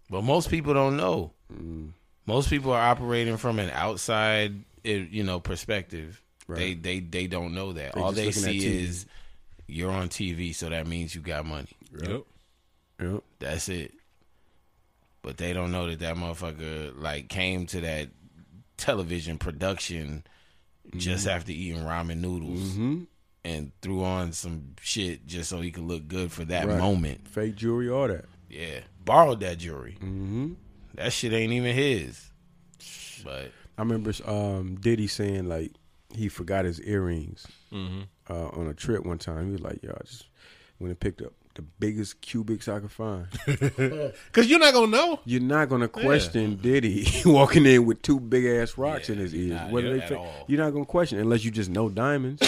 But most people don't know. mm, Most people are operating from an outside, eh, you know, perspective. right, They they they don't know that. They All just they looking at see TV. is you're on TV, so that means you got money. Yep. Yep. That's it. But they don't know that that motherfucker like came to that television production just Mm-hmm. after eating ramen noodles Mhm. and threw on some shit just so he could look good for that Right. moment. fake jewelry, all that. Yeah, borrowed that jewelry. Mm-hmm. That shit ain't even his. But I remember um, Diddy saying like he forgot his earrings Mm-hmm. uh, on a trip one time. He was like, "Yo, I just went and picked up the biggest cubics I could find." Cause you're not gonna know. You're not gonna question Diddy walking in with two big ass rocks Yeah, in his ears. nah, Whether yeah, they at fit- all. you're not gonna question it unless you just know diamonds,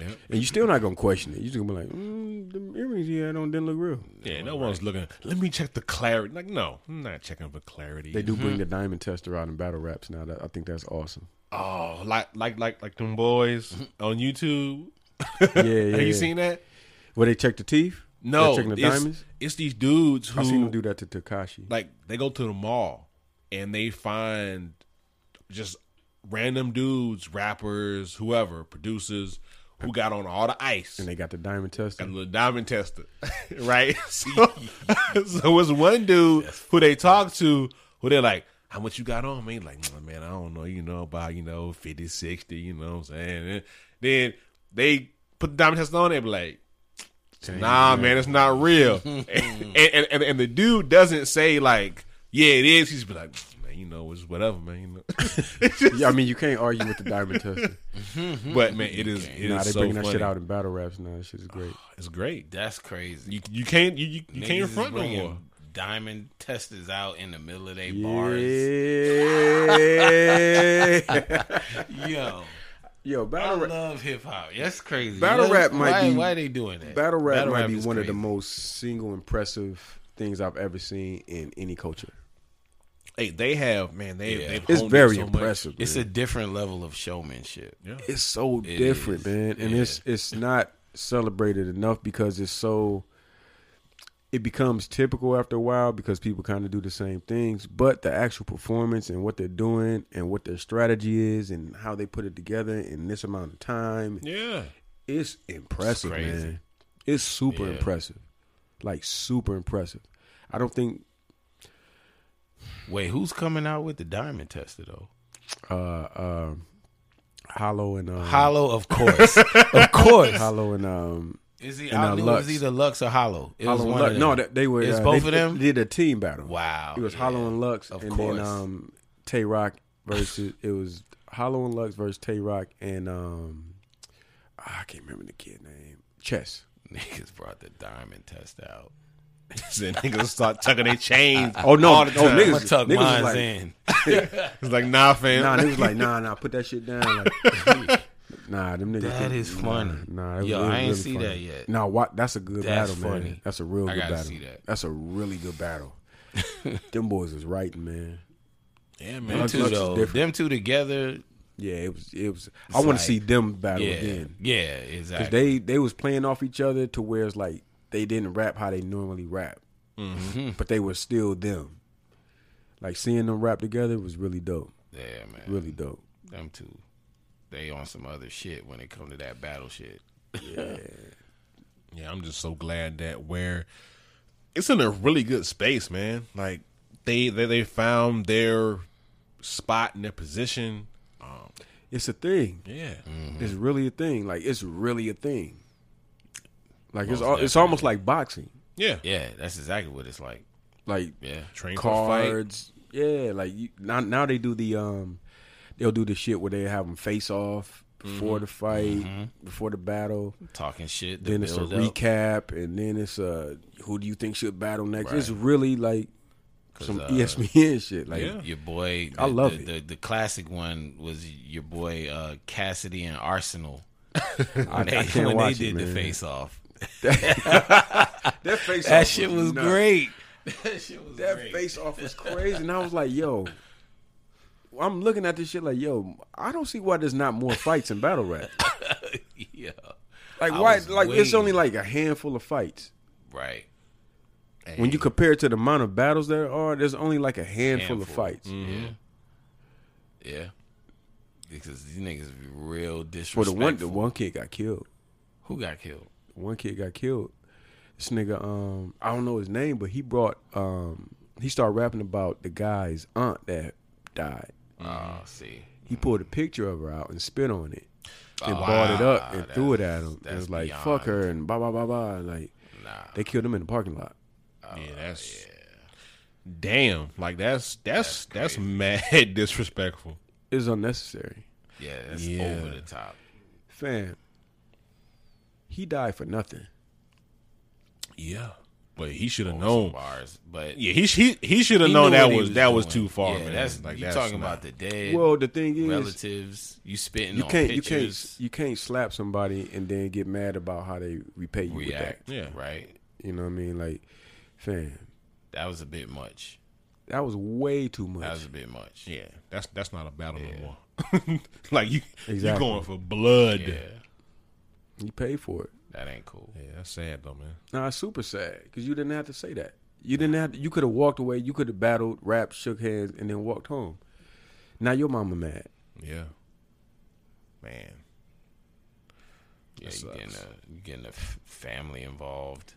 Yeah. and you're still not gonna question it. You're just gonna be like, mm, the earrings he had on didn't look real. Yeah, no one's looking. Let me check the clarity. Like, no, I'm not checking for clarity. They do bring the diamond tester out in battle raps now. That, I think that's awesome. Oh, like like like like them boys on YouTube. Yeah, Mm-hmm. yeah. Have you seen that? Where they check the teeth? No, They're checking the it's, diamonds. it's these dudes who I seen them do that to Takashi. like they go to the mall and they find just random dudes, rappers, whoever, producers who got on all the ice and they got the diamond got a tester. little diamond tester, right? so, so it's one dude who they talk to who they're like, how much you got on me? Like, "Nah, man, I don't know, you know, about, you know, 50, 60, you know what I'm saying? And then they put the diamond tester on, they be like, nah, man, it's not real. and, and, and, and the dude doesn't say like, yeah, it is. He's be like, man, you know, it's whatever, man. You know? It's just- Yeah, I mean, you can't argue with the diamond tester. but man, it is, it is nah, they so bringing funny. that shit out in battle raps now. That shit's great. It's great. that's crazy. You, you can't you, you, you Niggas can't is front no bringing more. Diamond testers out in the middle of their bars. Yeah. Yo, Yo, I battle rap, love hip hop. That's crazy. Battle What- rap might why, be- why they doing that. battle rap might be is one of the crazy. most single impressive things I've ever seen in any culture. Hey, they have man. They Yeah. they've It's honed it very so much. impressive. It's man. a different level of showmanship. it's so It different, is. man, and Yeah. it's it's not celebrated enough because it's so. It becomes typical after a while because people kind of do the same things, but the actual performance and what they're doing and what their strategy is and how they put it together in this amount of time Yeah, It's impressive, crazy. man. It's super Yeah. impressive. Like super impressive. I don't think Wait, who's coming out with the diamond tester though? uh uh Hollow and um, Hollow, of course, of course. Hollow and um Is he? And, I uh, knew Lux. it was either Lux or Hollow. It Hollow was and one Lux. of them. No, they, they were It's uh, both they of them? did a team battle. wow, It was yeah. Hollow and Lux Of and course. then um Tay Rock versus it was Hollow and Lux versus Tay Rock and um ah, I can't remember the kid name. Chess. Niggas brought the diamond test out. then niggas start tucking their chains. Oh no, all the oh, time. niggas, I'ma tuck niggas was mines like, in. It's like nah, fam. Nah, they was like, nah, nah, put that shit down. Like, nah, them niggas. That think- is funny. Nah, nah that Yo, was, I ain't really see funny. that yet. Nah, what? That's a good That's battle, man. funny. That's a real I good gotta battle. see that. That's a really good battle. them boys is writing, man. yeah, Them man. Lux- two Lux is though, different. them two together. Yeah, it was. It was. I want like- to see them battle Yeah, again. yeah, 'Cause exactly. they they was playing off each other to where it's like they didn't rap how they normally rap, Mm-hmm. but they were still them. Like seeing them rap together was really dope. yeah, man, Really dope. them two. They on some other shit when it come to that battle shit. Yeah, I'm just so glad that where it's in a really good space, man. Like they they, they found their spot and their position. Mm. Um, It's a thing. yeah, It's really a thing. Like it's really a thing. Like it's al- it's almost like boxing. yeah, Yeah, that's exactly what it's like. Like Yeah. Train for fight. cards. Yeah, like you, now now they do the um they'll do the shit where they have them face off Mm-hmm. before the fight, before the battle. Talking shit. The then it's a build up. recap, and then it's a who do you think should battle next? It's really like some E uh, ESPN shit. Like Yeah. Your boy, I the- love the, it. The, the classic one was your boy uh, Cassidy and Arsenal. I, When they, I can't when watch they did it, man. the face off, That face that shit was great. That shit was That face off was crazy, and I was like, yo. I'm looking at this shit like, yo, I don't see why there's not more fights in battle rap. yeah, Like, I why? was Like, it's waiting. only like a handful of fights. right. When you compare it to the amount of battles there are, there's only like a handful, of Handful. Mm. fights. Mm-hmm. Yeah, yeah. Because these niggas be real For the disrespectful. one, the one kid got killed. Who got killed? one kid got killed. This nigga, um, I don't know his name, but he brought, um, he started rapping about the guy's aunt that died. Mm-hmm. Oh, see, He pulled a picture of her out and spit on it and Oh, bought it up wow, and threw it at that's- him. And that's was like, beyond. fuck her and blah, blah, blah, blah. And, Like, nah. they killed him in the parking lot. yeah, that's damn. Like that's that's that's, mad disrespectful. It was unnecessary. Yeah, that's Yeah. over the top. Fam, he died for nothing. Yeah, but he should Oh, have Some known. bars, but Yeah, he he, he should have he known knew that what he was, that was doing. too far, Yeah, man. That's like you that's talking not- about the dead Well, the thing is, relatives. You spitting you on can't, you can't, pictures. you can't slap somebody and then get mad about how they repay you with that. react. Yeah. right. You know what I mean? Like, fam, That was a bit much. that was way too much. That was a bit much. Yeah, that's that's not a battle no more. like you you Exactly. going for blood. Yeah, you paid for it. that ain't cool. Yeah, that's sad though, man. Nah, it's super sad because you didn't have to say that. You didn't have. To, you could have walked away. You could have battled, rapped, shook hands, and then walked home. Now your mama mad. Yeah, man. Yeah, That you sucks. getting a you getting a f- family involved.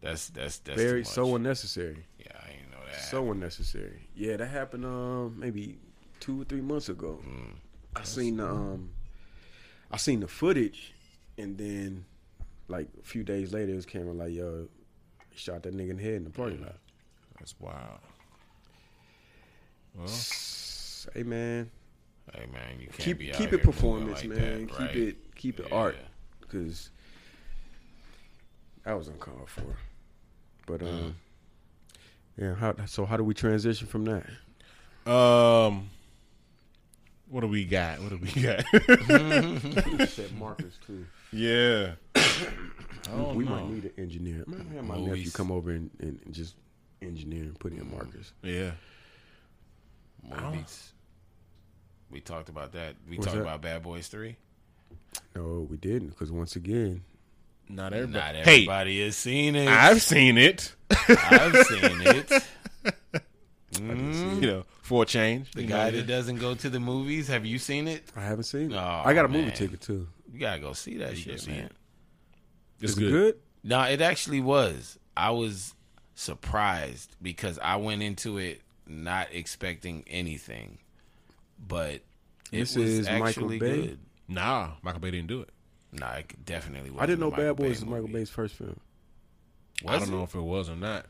That's that's that's too Very much. so unnecessary. Yeah, I ain't know that. So unnecessary. Yeah, that happened um maybe two or three months ago. Mm. I seen the um I seen the footage and then like a few days later it was camera like yo shot that nigga in the head in the parking lot. That's wild. Hey man, hey man, you can't keep be out keep here it moving performance, like man. that, keep right? it keep it Yeah. art because that was uncalled for. But um, yeah. How so? How do we transition from that? Um, what do we got? What do we got? Said Marcus too. yeah, don't we know. might need an engineer. I'm gonna have my nephew Luis. come over and, and, and just engineer and put in Marcus. yeah. Movies. We talked about that. We What's talked that? about Bad Boys Three. No, we didn't because once again, Not everybody. Not Hey, everybody has seen it. I've seen it. I've seen it. You know, for a change. The you guy know, that doesn't go to the movies. Have you seen it? I haven't seen it. Aw, I got a movie man. ticket too. You gotta go see that You shit, gotta see man. it. it's Is good. it good? No, it actually was. I was surprised because I went into it not expecting anything, but it This was is Michael actually Bay? good. Nah, Michael Bay didn't do it. Nah, it definitely. I didn't wasn't know a Michael Bad Boys Bay was Michael movie. Bay's first film. I Was don't it? know if it was or not.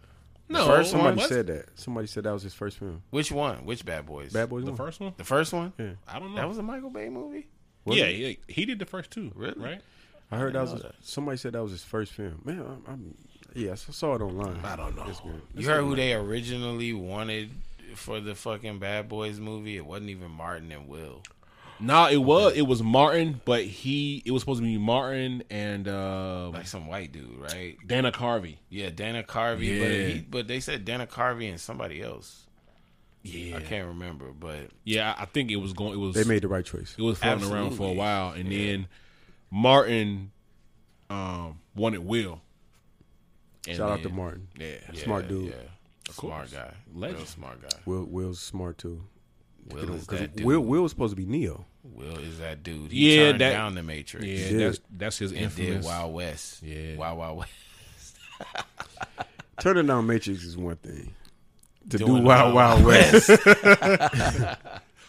No, first, somebody was- said that. Somebody said that was his first film. Which one? Which Bad Boys? Bad Boys. the one. first one. The first one. Yeah. I don't know. That was a Michael Bay movie. Was yeah, it? he, he did the first two. Really? Right? I heard that was know his- somebody said that was his first film. Man, I'm, I'm yeah, I saw it online. I don't know. You heard who they originally wanted for the fucking Bad Boys movie? It wasn't even Martin and Will. No, it was it was Martin, but he it was supposed to be Martin and uh, Like some white dude, right? Dana Carvey. Yeah, Dana Carvey. Yeah. But, he, but they said Dana Carvey and somebody else. Yeah, I can't remember, but yeah. I I think it was going. It was They made the right choice. it was floating around for a Absolutely. while, and then Martin um wanted Will. And Shout out to then- Martin. Yeah, yeah, Smart dude. Yeah, smart course. guy, Legend. real smart guy. Will Will's smart too. Will is 'Cause that dude. Will Will was supposed to be Neo. Will is that dude? He Yeah, turned that- down the Matrix. Yeah, did. that's that's his and did infamous. Wild West. Yeah. Wild Wild West. Turning down Matrix is one thing. To do Doing Wild the Wild, Wild West.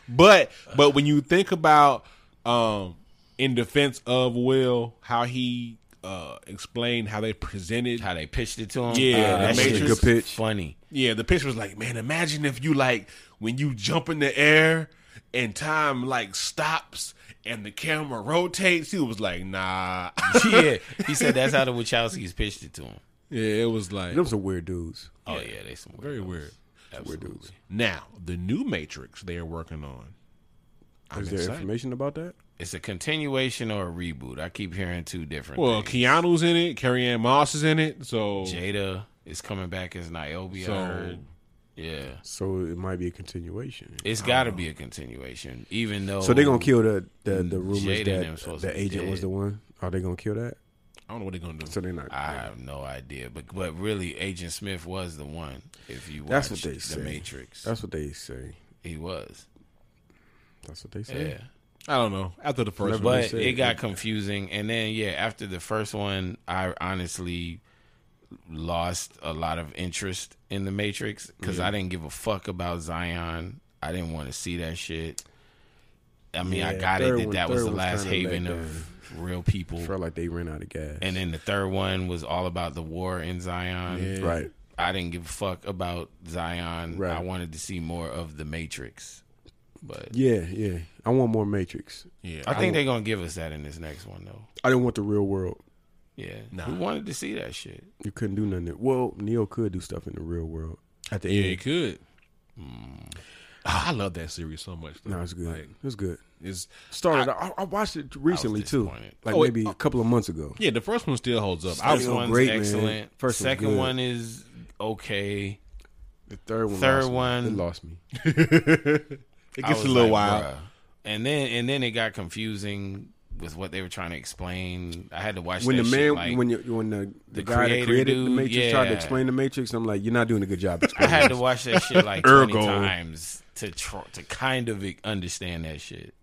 But but when you think about um in defense of Will, how he uh explained how they presented How they pitched it to him. Yeah, the that shit Matrix. was Good pitch. Funny. Yeah, the picture was like, man, imagine if you like when you jump in the air and time like stops and the camera rotates. He was like, nah. yeah, he said that's how the Wachowskis pitched it to him. yeah, it was like Them some weird dudes. Oh yeah, they some very weird. Absolutely. Now the new Matrix they are working on. I'm Is there excited. information about that? It's a continuation or a reboot. I keep hearing two different. Well, things. Keanu's in it. Carrie Ann Moss is in it. So Jada is coming back as Niobe. I So- heard. Yeah, So it might be a continuation. it's got to be a continuation, even though. So they're gonna kill the the, the rumors Oh. Jada and them that supposed to the be agent was dead. the one. Are they gonna kill that? I don't know what they're gonna do. So they're not. I have no idea, but but really, Agent Smith was the one. If you watch That's what they The say. Matrix, that's what they say. he was. That's what they say. Yeah, I don't know. After the first one, but said. it got confusing, and then yeah, after the first one, I honestly lost a lot of interest in the Matrix because I didn't give a fuck about Zion. I didn't want to see that shit. I mean, I Yeah, got it third that one- that was third one's the last kinda haven let of real people, Felt like they ran out of gas. and then the third one was all about the war in Zion. right. I didn't give a fuck about Zion. Right. I wanted to see more of the Matrix. But Yeah, yeah. I want more Matrix. yeah, I think they're gonna give us that in this next one though. I didn't want the real world. Yeah. We wanted to see that shit. You couldn't do nothing. Well, Neo could do stuff in the real world. At the yeah, end, it could. I love that series so much. Though. no, it's good. Like, it's good. it's Started. I, I watched it recently too, disappointed. uh, like Oh, it- maybe a couple of months ago. yeah, the first one still holds up. I First was one one's great, man. excellent. First one's Second good. one is okay. The third one. lost Third me. one- It lost me. it I gets a was little like, wild. bruh. And then and then it got confusing with what they were trying to explain. I had to watch when that the shit, man, like- when you, when the, the, the guy that creator created the dude, Matrix tried to yeah. explain the Matrix, I'm like, you're not doing a good job. I explaining had to this. watch that shit like twenty Ergo. times to tr- to kind of e-, understand that shit.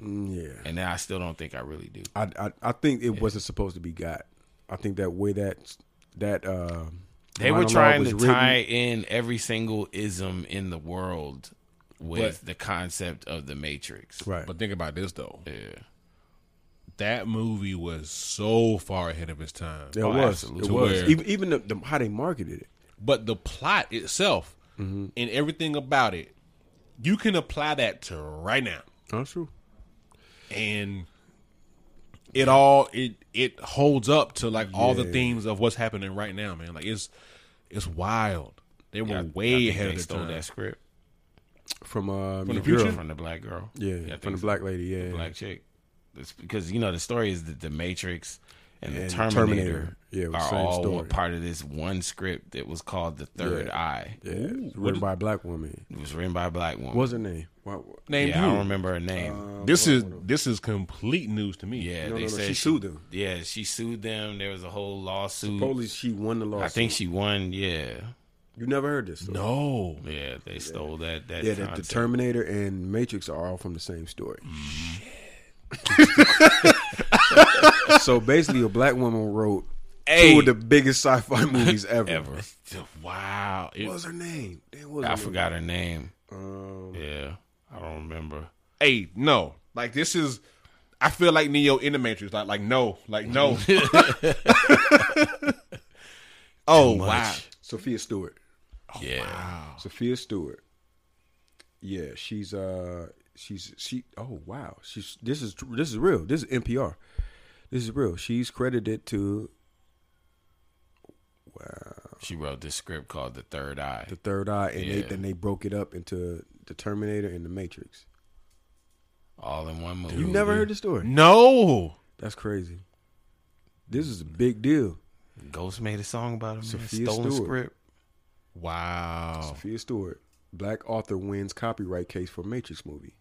Mm, yeah, And then I still don't think I really do. I, I I think it wasn't supposed to be got. I think that way that that uh, They were monologue trying was to written- tie in every single ism in the world with the concept of the Matrix. right. But think about this though. Yeah. That movie was so far ahead of its time. It Oh, was. absolutely. It To was. where- Even, even the, the, how they marketed it. But the plot itself and everything about it, you can apply that to right now. That's true. And it all it it holds up to like all the themes of what's happening right now, man. Like it's it's wild. They were way I think ahead they of their stole time. that script From uh, the your future? girl. from the black girl. Yeah, I from think the so. black lady. Yeah, black chick. It's because you know the story is that the Matrix and, And the Terminator. Terminator, Yeah, it was are the same all story. one part of this one script that was called the Third Yeah. Eye. yeah. it was written by a black woman. It was written by a black woman. What was her name? What, what- Named yeah, I who? don't remember her name. Uh, This is this is complete news to me. yeah, no, they no, no, said she sued them. Yeah, she sued them. There was a whole lawsuit. Supposedly she won the lawsuit. I think she won. Yeah, you never heard this. Story. No. yeah, they stole that. That Yeah, that the concept. Terminator and Matrix are all from the same story. so basically, a black woman wrote two Hey. of the biggest sci-fi movies ever. ever. Wow. It- What was her name? Damn, what was I her forgot her name. name? Um, Yeah, I don't remember. hey, no. Like this is I feel like Neo in the Matrix. Like like no. Like no. oh wow. Sophia Stewart. Oh, yeah, Sophia Stewart. Yeah, she's uh she's she oh wow. She's this is this is real. This is NPR. This is real. She's credited to she wrote this script called The Third Eye. the third eye and they Yeah. then they broke it up into the Terminator and the Matrix. All in one movie. You never heard the story. No. That's crazy. This is a big deal. Ghost made a song about him. Sophia Stolen Stewart. script. Wow. Sophia Stewart. Black author wins copyright case for Matrix movie.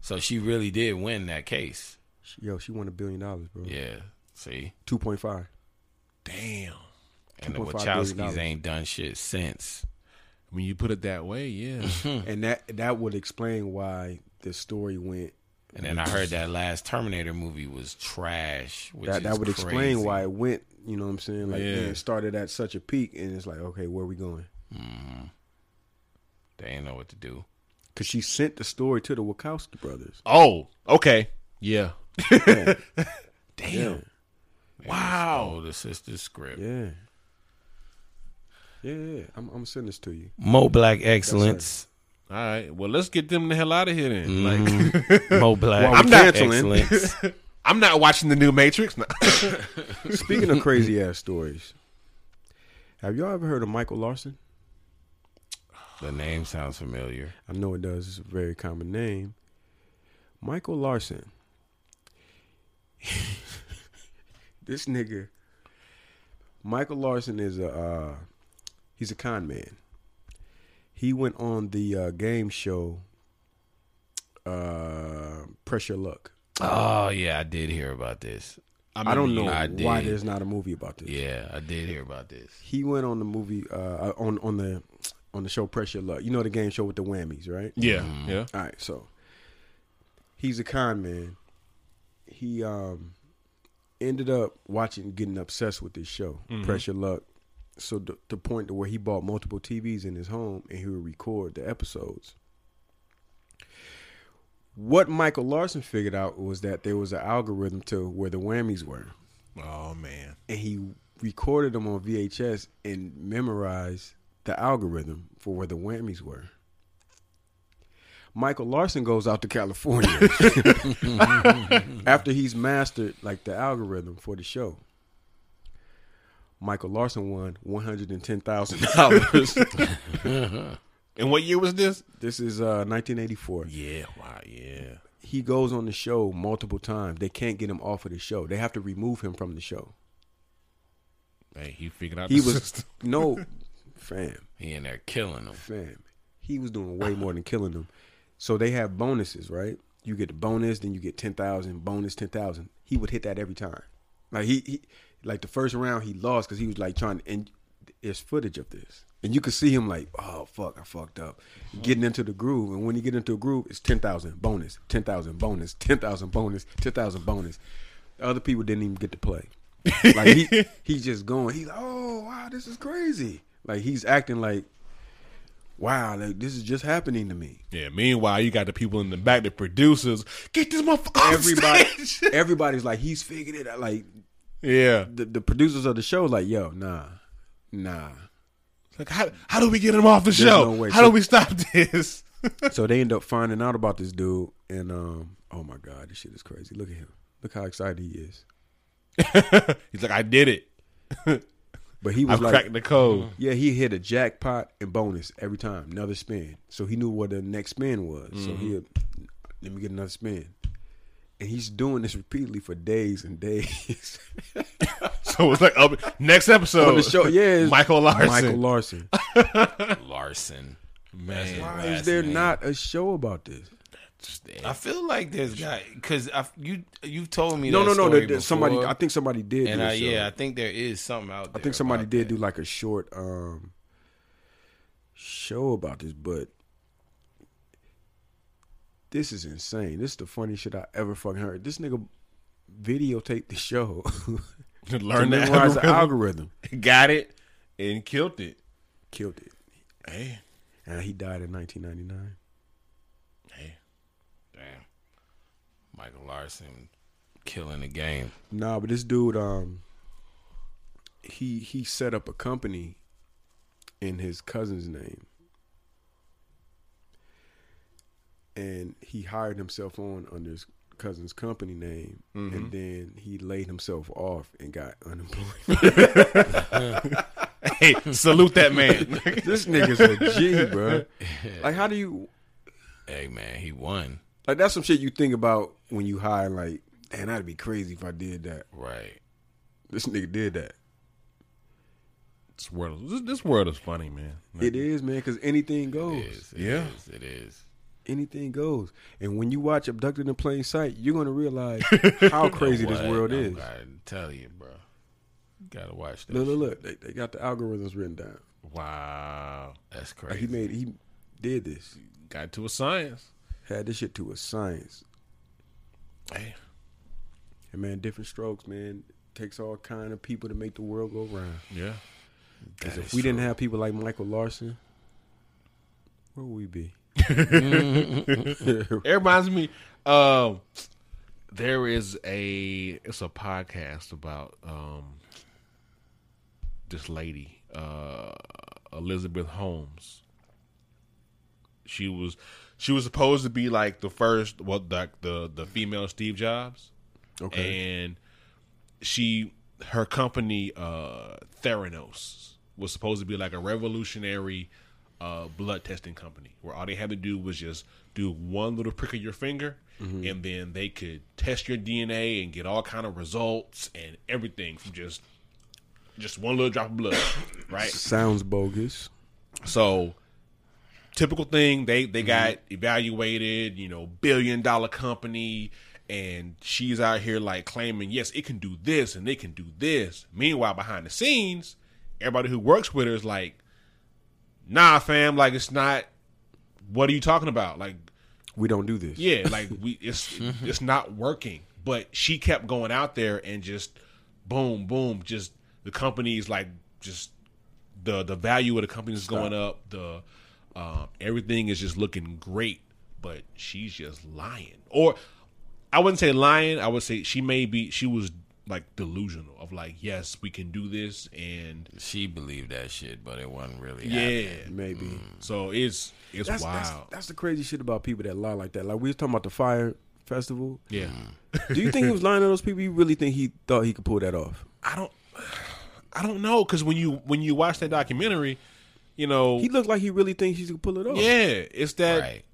So she really did win that case. She- Yo, she won a billion dollars, bro. Yeah. See, Two point five. Damn. and the $2.5 billion Wachowskis ain't done shit since. When you put it that way, yeah. and that that would explain why the story went And then I heard that last Terminator movie was trash. Which that that is would crazy. explain why it went. You know what I'm saying? Like Yeah. it started at such a peak, and it's like, okay, where are we going? they ain't know what to do. Because she sent the story to the Wachowski brothers. Oh, okay. Yeah. Yeah, Damn. Oh, Wow. the sister script. yeah, yeah. yeah. I'm, I'm gonna send this to you. Mo Black Excellence. All right. Well, let's get them the hell out of here then. Like, Mm. Mo Black. Well, I'm not- excellence. I'm not watching the new Matrix. No. Speaking of crazy ass stories, have y'all ever heard of Michael Larson? the name sounds familiar. I know it does. It's a very common name. Michael Larson. this nigga. Michael Larson is a uh, he's a con man. He went on the uh, game show uh, Pressure Luck. Oh yeah, I did hear about this. I, I don't know remember Mm, I why did. there's not a movie about this. Yeah, I did hear about this. He went on the movie uh, on on the on the show Pressure Luck. You know the game show with the whammies, right? you. Yeah. Yeah. All right, so he's a con man. He um ended up watching, getting obsessed with this show, Pressure Luck. So the, the point to where he bought multiple TVs in his home and he would record the episodes. What Michael Larson figured out was that there was an algorithm to where the whammies were, Oh man. and he recorded them on VHS and memorized the algorithm for where the whammies were. Michael Larson goes out to California after he's mastered like the algorithm for the show. Michael Larson won one hundred and ten thousand dollars. Oh. And what year was this? this is uh, nineteen eighty four. Yeah. Wow. Yeah. He goes on the show multiple times. They can't get him off of the show. They have to remove him from the show. Hey, he figured out He the was system. no fam. He in there killing them. fam, he was doing way more than killing them. So they have bonuses, right? You get the bonus, then you get ten thousand bonus, ten thousand. He would hit that every time. Like he, he like the first round he lost because he was like trying. And there's footage of this, and you could see him like, oh fuck, I fucked up, getting into the groove. And when you get into a groove, it's ten thousand bonus, ten thousand bonus, ten thousand bonus, ten thousand bonus. Other people didn't even get to play. like he, he's just going. He's like, oh wow, this is crazy. Like he's acting like wow, like this is just happening to me. Yeah. Meanwhile, you got the people in the back, the producers. Get this motherfucker off Everybody, stage. everybody's like, he's figured it out. Like yeah. the, the producers of the show, like, yo, nah, nah. Like, how how do we get him off the show? no way. How So- do we stop this? so they end up finding out about this dude, and um, oh my god, this shit is crazy. Look at him. Look how excited he is. He's like, I did it. But he I was like, cracked the code. yeah, he hit a jackpot and bonus every time, another spin. So he knew what the next spin was. So he, Mm-hmm. let me get another spin. And he's doing this repeatedly for days and days. So it's like up next episode On the show, yeah, it's Oh. Michael Larson. Michael Larson. Larson. Man. That's Why his is last there name. not a show about this? I feel like there's got because you you've told me No, that no, no. story there- there's somebody, before, I think somebody did. and do a I, show. yeah, I think there is something out there. I think somebody about did that. do like a short um show about this, but this is insane. This is the funniest shit I ever fucking heard. This nigga videotaped the show, To to learn that memorize the algorithm. algorithm, got it and killed it. killed it, Hey, and he died in 1999. hey. Damn. Michael Larson killing the game. Nah, but this dude, um, he he set up a company in his cousin's name, and he hired himself on under his cousin's company name, and then he laid himself off and got unemployed. Hey, salute that man. this nigga's a G, bro. Like, how do you? Hey man, he won. Like, that's some shit you think about when you hire. Like, man, that'd be crazy if I did that. Right. This nigga did that. this world, this, this world is funny, man. Like, It is, man, because anything goes. It is. It Yeah. is, It is. anything goes. And when you watch Abducted in Plain Sight, you're gonna realize how crazy this What? world I'm is. gotta tell you, bro. Gotta watch that. Look, shit. look, look. They, they got the algorithms written down. Wow, That's Like he crazy. made, he did this. got to a science. Had this shit to a science. Hey, And man, different strokes, man. Takes all kind of people to make the world go round. yeah. 'Cause if we didn't have people like Michael Larson, where would we be? It reminds me. Um, there is a it's a podcast about um this lady, uh, Elizabeth Holmes. She was she was supposed to be like the first well the the, the female Steve Jobs. Okay. and she her company uh Theranos was supposed to be like a revolutionary uh blood testing company where all they had to do was just do one little prick of your finger and then they could test your DNA and get all kind of results and everything from just just one little drop of blood, right? Sounds bogus. So typical thing they they got evaluated, you know, billion dollar company and she's out here like claiming, "Yes, it can do this and it can do this." Meanwhile, behind the scenes, everybody who works with her is like, "Nah, fam, like it's not what are you talking about? Like We don't do this. yeah, like we it's Mm-hmm. it's not working. But she kept going out there and just boom, boom, just the company's like just the the value of the company is going up. The um, everything is just looking great, but she's just lying. Or I wouldn't say lying. I would say she may be she was like delusional of like yes we can do this and She believed that shit, but it wasn't really. happening. yeah. Maybe. Mm, So it's it's That's, wild. that's that's the crazy shit about people that lie like that. Like we was talking about the fire festival. yeah. Do you think he was lying to those people? You really think he thought he could pull that off? I don't I don't know because when you when you watch that documentary, you know, He looked like he really thinks he could pull it off. yeah, it's that Right.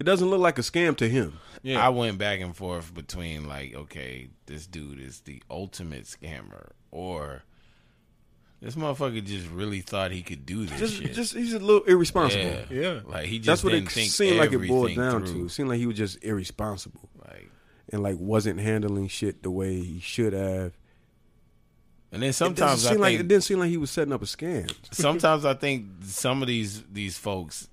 It doesn't look like a scam to him. Yeah. I went back and forth between like, okay, this dude is the ultimate scammer, or this motherfucker just really thought he could do this Just, shit. just he's a little irresponsible. yeah. Yeah. like he just That's what didn't it think seemed like. It boiled down through. to. It seemed like he was just irresponsible Like, and like wasn't handling shit the way he should have. and then It doesn't sometimes seem I think like it didn't seem like he was setting up a scam. sometimes I think some of these these folks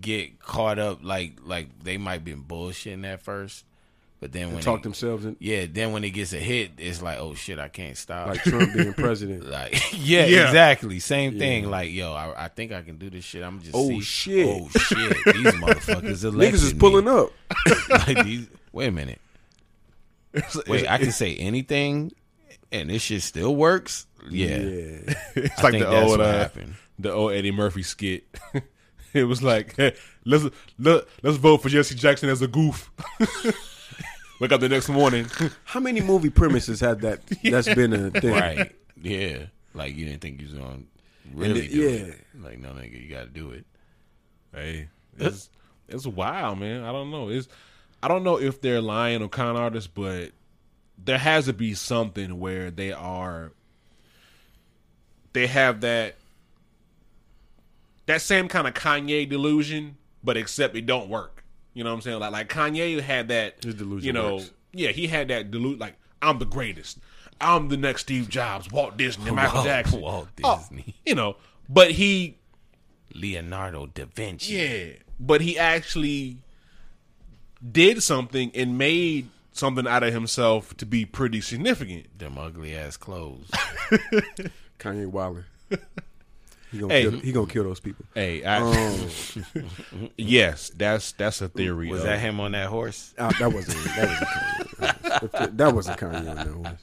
get caught up like like they might been bullshitting at first, but then when Talk it, themselves in, yeah, then when it gets a hit, it's like oh shit, I can't stop. like Like, Trump being president. yeah, Yeah. exactly, same thing. Like yo, I, I think I can do this shit. I'm just Oh, see- shit. oh shit, these motherfuckers Niggas elected is pulling me. up. like these, wait a minute, It's, wait, I can say anything, and this shit still works. Yeah, yeah. it's I like think the that's old what uh, happened. the old Eddie Murphy skit. it was like let's let, let's vote for Jesse Jackson as a goof. Wake up the next morning. How many movie premises had that? That's been a thing. right. Yeah. Like you didn't think you was gonna really And it- do yeah. it. Like no nigga, you gotta do it. hey, it's it's wild, man. I don't know. It's I don't know if they're lying or con artists, but there has to be something where they are they have that that same kind of Kanye delusion, but except it don't work. You know what I'm saying? Like like Kanye had that His delusion You know, works. yeah, he had that delusion. Like I'm the greatest. I'm the next Steve Jobs, Walt Disney, Michael Walt- Jackson. Walt Oh, Disney. you know, but he Leonardo da Vinci. yeah, but he actually did something and made something out of himself to be pretty significant. Them ugly ass clothes. Kanye Wilder. He gonna, Hey. kill, he gonna kill those people. Hey, I, yes, that's that's a theory. Was of- that him on that horse? Uh, that wasn't that wasn't Kanye. That wasn't Kanye on that horse.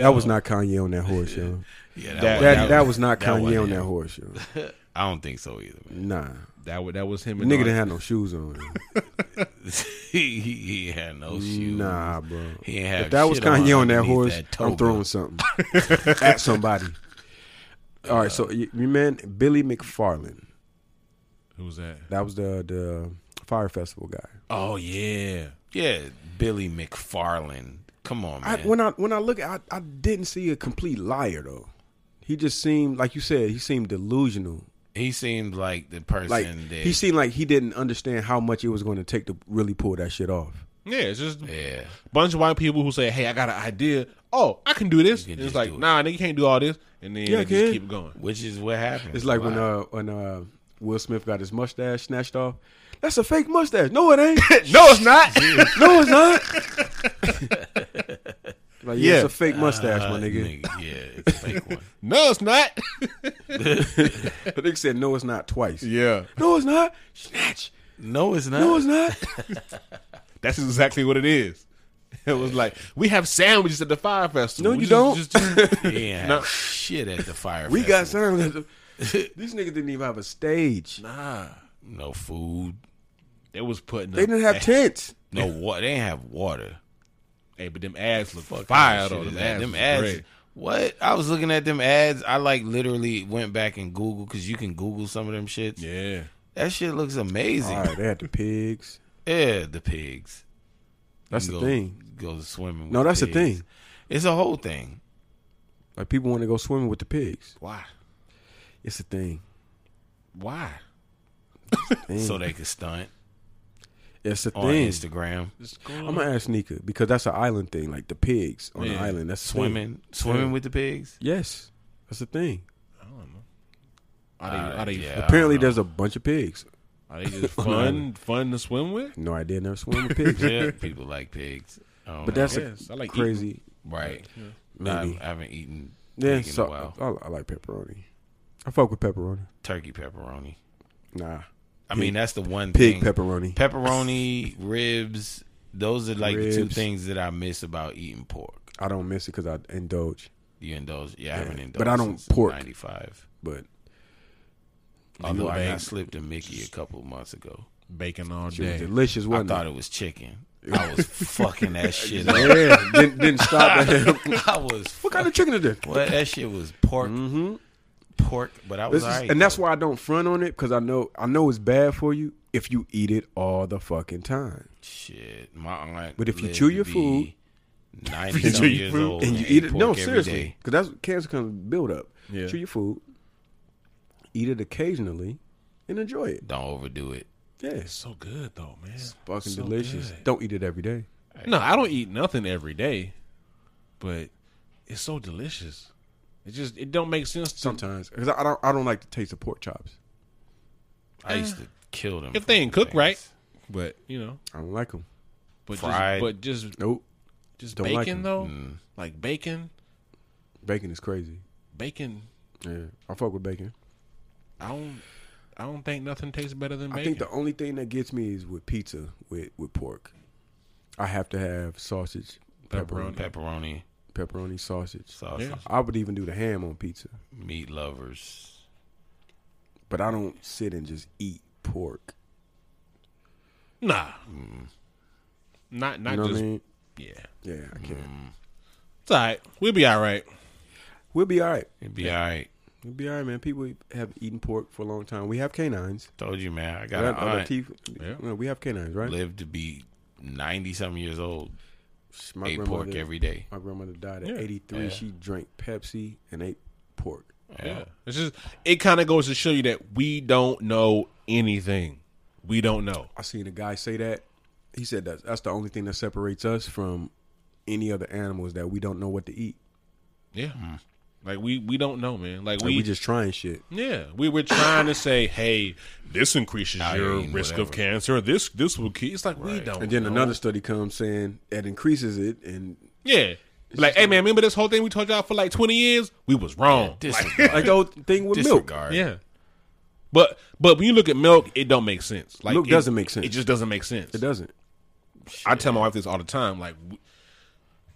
That was not Kanye on that horse, yo. Yeah, That- was- That That that, was- was not that wasn't Kanye on that him. horse, yo. I don't think so either. Man. Nah, that wa- that was him? the and nigga all- didn't have no shoes on. he, he he had no shoes. Nah, bro. He ain't have if that was shit on Kanye on that underneath horse, that toe, I'm throwing bro. something at somebody. Uh, All right, so y- your man Billy McFarland, Who was that? that was the the fire festival guy. Oh yeah, Yeah, Billy McFarland. Come on, I, man. when I when I look, I I didn't see a complete liar though. He just seemed like you said he seemed delusional. he seemed like the person Like that he seemed like he didn't understand how much it was going to take to really pull that shit off. yeah. It's just a yeah. bunch of white people who say, "Hey, I got an idea. Oh, I can do this." can And it's just like, do it. nah, nigga can't do all this, and then Yeah, they I just can. keep going. Which is what happened. It's like when Wow. uh when uh Will Smith got his mustache snatched off. That's a fake mustache. No, it ain't. No, it's not. no, it's not. like, yeah, Yeah. it's a fake mustache, uh, Ah, my nigga. Uh, Nigga, yeah, it's a fake one. no, it's not. The nigga said, no, it's not twice. yeah, No, it's not. Snatch. No, it's not. No, it's not. that's exactly what it is. It was like we have sandwiches at the fire festival. No, We you just- just- He ain't No. have shit at the fire. we festival. got sound. at the- These niggas didn't even have a stage. nah, no food. they was putting. They up- didn't have tents. No water. They ain't have water. Hey, but them ads look Fuck fire that shit though. is Them that- ads, them look ads. great. What I was looking at them ads, I like literally went back and Google because you can Google some of them shits. Yeah, That shit looks amazing. All right, they had the pigs. Yeah, the pigs. That's You the go- thing. Go swimming. With No, that's the pigs. thing. It's a whole thing. Like people want to go swimming with the pigs. why? It's a thing. Why? Thing. So they could stunt it's a on thing. Instagram, Just go I'm gonna ask Nika because that's an island thing. Like the pigs on the Yeah. island. That's a thing. swimming, swimming Yeah. with the pigs. Yes, that's a thing. I don't know. Are they, Uh, are they, yeah. I don't Apparently, know. there's a bunch of pigs. are they just fun, fun to swim with? No idea. Never swam with pigs. Yeah, people like pigs. I don't But know. that's a Yes, I like crazy. right. No, Maybe. I haven't eaten Yeah. pig in a So while. I, I like pepperoni. I fuck with pepperoni. turkey pepperoni. Nah, I mean, that's the one pig thing. pepperoni. pepperoni, ribs. Those are like the two Ribs. things that I miss about eating pork. I don't miss it because I indulge. You indulge, yeah, I haven't indulged. but I don't since pork. Ninety-five. But Although I bacon. got slipped a Mickey a couple months ago. Bacon all it was day. delicious, I wasn't thought it? it was chicken. I was fucking that shit up. Yeah, didn't, didn't stop. at- I was. what kind of chicken is this? Well, that shit was pork, Mm-hmm. pork. But I was This is- alright. and that's why I don't front on it because I know I know it's bad for you if you eat it all the fucking time. Shit, my aunt. But if you lived chew to your be food- ninety some years Oh, old, and you eat it. No, pork every seriously, day. because that's cancer comes build up. Yeah. Chew your food, eat it occasionally, and enjoy it. don't overdo it. Yes, So good though, man. fucking So delicious. good. Don't eat it every day. No, I don't eat nothing every day, but it's so delicious. It just it don't make sense. To, Sometimes because I don't I don't like the taste of pork chops. I used to kill them Uh, if they ain't cooked things. right, but you know, I don't like them. but just Fried. but just Nope, just Don't bacon like 'em. though, Mm. like bacon, bacon is crazy. bacon. Yeah, I fuck with bacon. I don't I don't think nothing tastes better than bacon. I think the only thing that gets me is with pizza with with pork. I have to have sausage, pepperoni, Pepperoni. pepperoni pepperoni sausage. sausage, Yeah. I would even do the ham on pizza, meat lovers. but I don't sit and just eat pork. nah, not not Mm. You know just what I mean? yeah. Yeah, I can't. It's all right. We'll be all right. We'll be all right. It'd be all right. We'll be all right, man. People have eaten pork for a long time. We have canines. Told you, man. I got Right? an Our aunt teeth- Yeah. no, we have canines, right? lived to be ninety some years old. My ate grandmother, pork every day. my grandmother died at Yeah. 83. Yeah. She drank Pepsi and ate pork. Yeah. It's just it kind of goes to show you that we don't know anything. We don't know. I seen a guy say that. He said that that's the only thing that separates us from any other animals that we don't know what to eat. Yeah. Like we we don't know, man. Like, Mm. Like we, we just trying shit. yeah, we were trying to say, hey, this increases Out here your eating risk of whatever. cancer. This this will keep. It's like we Right. don't. And then know. another study comes saying that increases it and yeah. Like, hey man, remember this whole thing we told y'all for like twenty years? We was wrong. Disregard. like the whole thing with milk. disregard. yeah. But but when you look at milk, it don't make sense. Like Milk it- doesn't make sense. It just doesn't make sense. It doesn't. I tell my wife this all the time. Like, w-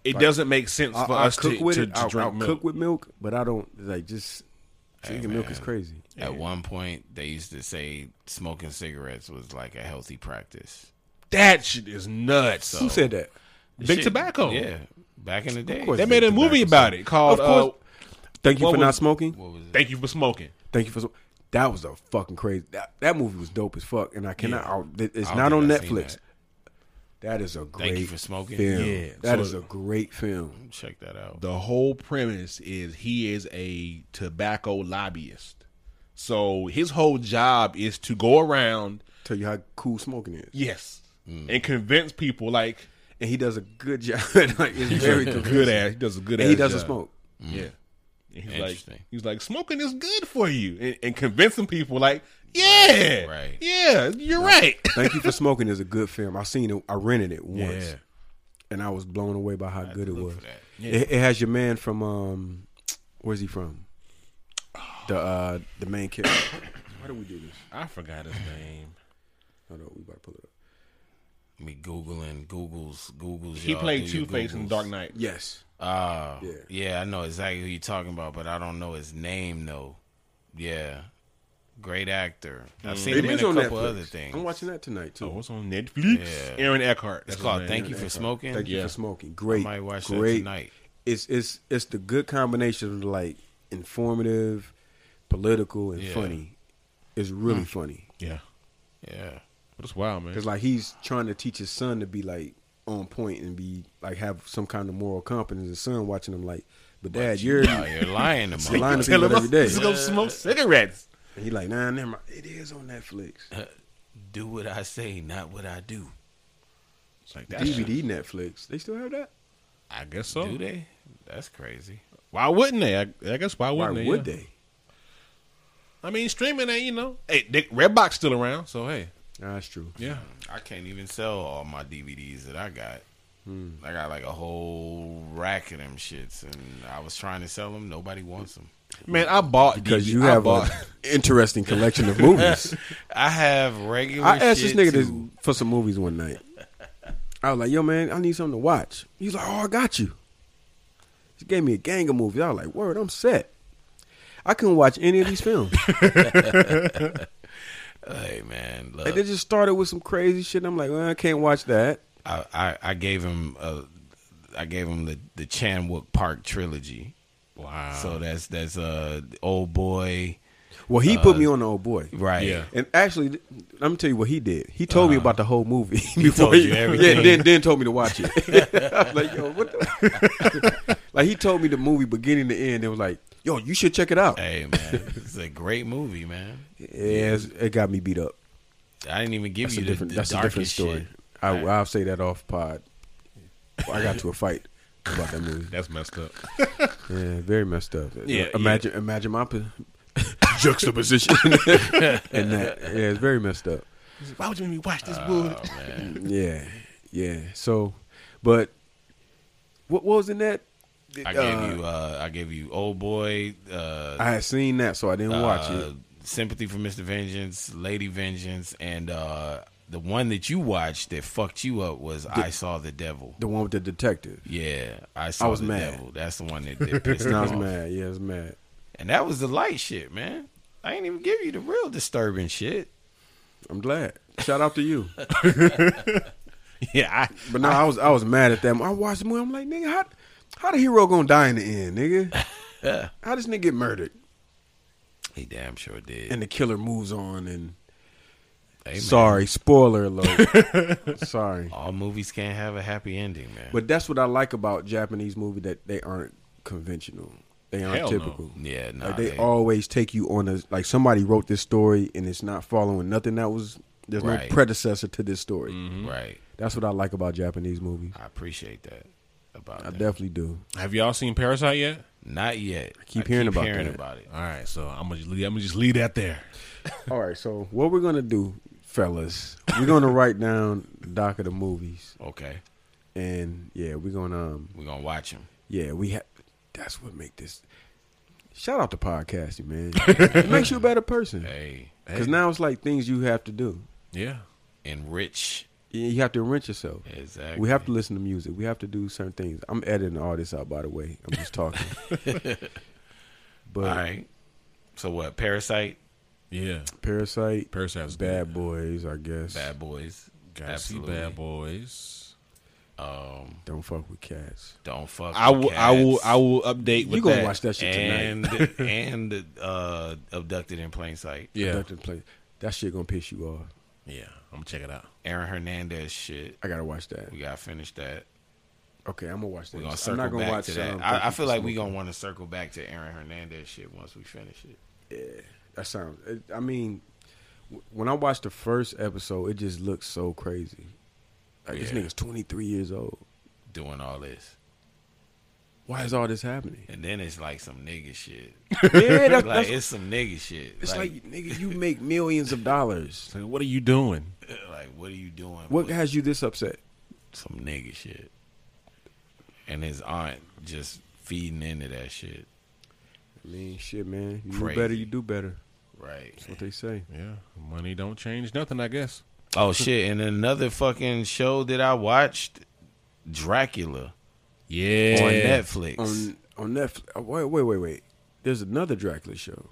it doesn't make sense I, for I us cook to, with to, it. to I'll, drink I'll milk. cook with milk, but I don't like just drinking milk is crazy. At one point, they used to say smoking cigarettes was like a healthy practice. that shit is nuts. Who said that? The Big tobacco. Yeah, back in the day. course. They made a Big movie about it called Of course. uh, Thank you What for not was- smoking. What was it? "Thank You for Smoking." Thank you for. So- that was a fucking crazy. That, that movie was dope as fuck, and I cannot. Yeah. I'll- it- it's I don't not on think I've seen Netflix. that. that is a great you for smoking. film. Yeah, that so- is a great film. Check that out. the whole premise is he is a tobacco lobbyist. So his whole job is to go around, Tell you how cool smoking is, yes, and convince people like and he does a good job. like, it's very a good, good ass. He does a good and ass. he doesn't job. smoke. Yeah, And he's like, Interesting. he's like, smoking is good for you, and, and convincing people like, yeah, Right. yeah, you're right. Thank You for Smoking is a good film. I seen it. I rented it once, Yeah. and I was blown away by how good it look was. for that. It, it has your man from um, where's he from? The uh, the main character. Why do we do this? I forgot his name. Hold on, we about to pull it up. Me googling Google's Google's. He y'all, played do Two your Face in Googles. Dark Knight. Yes, Ah, Yeah. yeah. I know exactly who you're talking about, but I don't know his name though. Yeah, great actor. Mm. I've seen him in a couple other things. I'm watching that tonight too. Oh, what's on Netflix? Yeah. Aaron Eckhart. It's That's called his name. Thank You for Smoking. Thank you Yeah. for smoking. Great, might watch that great. tonight. It's it's it's the good combination of like informative, political, and Yeah. Hmm. funny. It's really funny Yeah, Yeah, but it's wild, man. because like he's trying to teach his son to be like on point and be like have some kind of moral competence. His son watching him like, but dad, you're oh, you're lying to You're me. lying to Tell people him every day. Let's go smoke cigarettes. And he like, nah, never mind. It is on Netflix, Do what I say, not what I do. It's like that's- DVD Netflix. They still have that. I guess so. Do they? That's crazy. Why wouldn't they? I, I guess why Why wouldn't they? would yeah. they? I mean, streaming ain't you know. Hey, they, Redbox still around, so hey, Nah, that's true. yeah. I can't even sell all my DVDs that I got. Hmm. I got like a whole rack of them shits, and I was trying to sell them. Nobody wants them. Man, I bought Because DVD. you I have bought- an interesting collection of movies. I have regular. I asked this shit nigga this too. for some movies one night. I was like, "Yo, man, I need something to watch." He's like, "Oh, I got you." He gave me a gang of movies. I was like, "Word, I'm set." I couldn't watch any of these films. Hey man, look, like, they just started with some crazy shit. and I'm like, well, "I can't watch that." I, I I gave him a, I gave him the the Chan Wook Park trilogy. wow. So that's that's uh old boy, Well, he put me on the old boy, right? Yeah. And actually, th- let me tell you what he did. He told me about the whole movie before told Uh-huh. he, you everything. Yeah, then then told me to watch it. I was like, yo, what? The? like he told me the movie beginning to end. It was like, yo, you should check it out. Hey man, it's a great movie, man. Yeah, it's- it got me beat up. I didn't even give That's a you the, different. the That's a darkest different story. shit. I, I'll say that off pod. I got to a fight about that movie. that's messed up. Yeah, very messed up. Yeah, imagine, imagine my po- juxtaposition. and that, yeah, it's very messed up. Why would you make me watch this wood? Yeah, yeah. So, but what, what was in that? Uh, I gave you uh I gave you old boy, uh, I had seen that, so I didn't watch uh, it. Sympathy for Mr. Vengeance, Lady Vengeance, and uh the one that you watched that fucked you up was I Saw the Devil. The one with the detective. Yeah, I saw was the mad. devil. That's the one that, that pissed me And I was off. mad. Yeah, I was mad. And that was the light shit, man. I ain't even give you the real disturbing shit. I'm glad. Shout out to you. yeah, I, But no, I was I was mad at them. I watched the movie. I'm like, nigga, how how the hero gonna die in the end, nigga? How this nigga get murdered? He damn sure did. And the killer moves on. And Hey, man, sorry, spoiler alert. sorry, all movies can't have a happy ending, man. but that's what I like about Japanese movie that they aren't conventional. They aren't Hell no. typical. yeah, no, Like they, always take you on a like somebody wrote this story and it's not following nothing that was there's Right. Mm-hmm. no predecessor to this story. right. That's what I like about Japanese movies. I appreciate that about I that. definitely do. have y'all seen Parasite yet? Not yet. I keep hearing about that. it. All right, so I'm gonna just leave, I'm gonna just leave that there. All right, so what we're gonna do, fellas, we're gonna write down the doc of the movies, Okay, and yeah, we're gonna um, we're gonna watch him. yeah, we have. That's what make this. Shout out to podcasting, man. it makes you a better person Hey, because now it's like things you have to do. Yeah, enrich. You you have to wrench yourself. Exactly. We have to listen to music. We have to do certain things. I'm editing all this out, by the way. I'm just talking. but All right. So what? Parasite, yeah. Parasite, Parasite's Bad Boys, I guess. Bad Boys. Gotta Absolutely. see Bad Boys. Um, Don't fuck with cats. don't fuck. I with will. I will. cats. I will update. With You gonna that. watch that shit tonight? and and uh, abducted in plain sight. Yeah, Abducted Place. That shit gonna piss you off. yeah. I'm gonna check it out. Aaron Hernandez shit. I gotta watch that. We gotta finish that. Okay, I'm gonna watch that. We're gonna I'm circle not gonna back watch to that. um, I, I Thank You for feel like we Smoking. gonna want to circle back to Aaron Hernandez shit once we finish it. That sounds. It, I mean, w- when I watched the first episode, it just looks so crazy. Like this Yeah. nigga's 23 years old. Doing all this. why is all this happening? And then it's like some nigga shit. yeah, that's, Like that's, it's some nigga shit. it's like, like, nigga, you make millions of dollars. It's like, what are you doing? uh, like, what are you doing? What with has you this upset? some nigga shit. And his aunt just feeding into that shit. I mean, shit, man. You Crazy. do better, you do better. Right. That's what they say. Yeah, money don't change nothing, I guess. Oh shit! And another fucking show that I watched, Dracula Yeah, on Netflix. On on Netflix. uh, Wait, wait, wait, wait. There's another Dracula show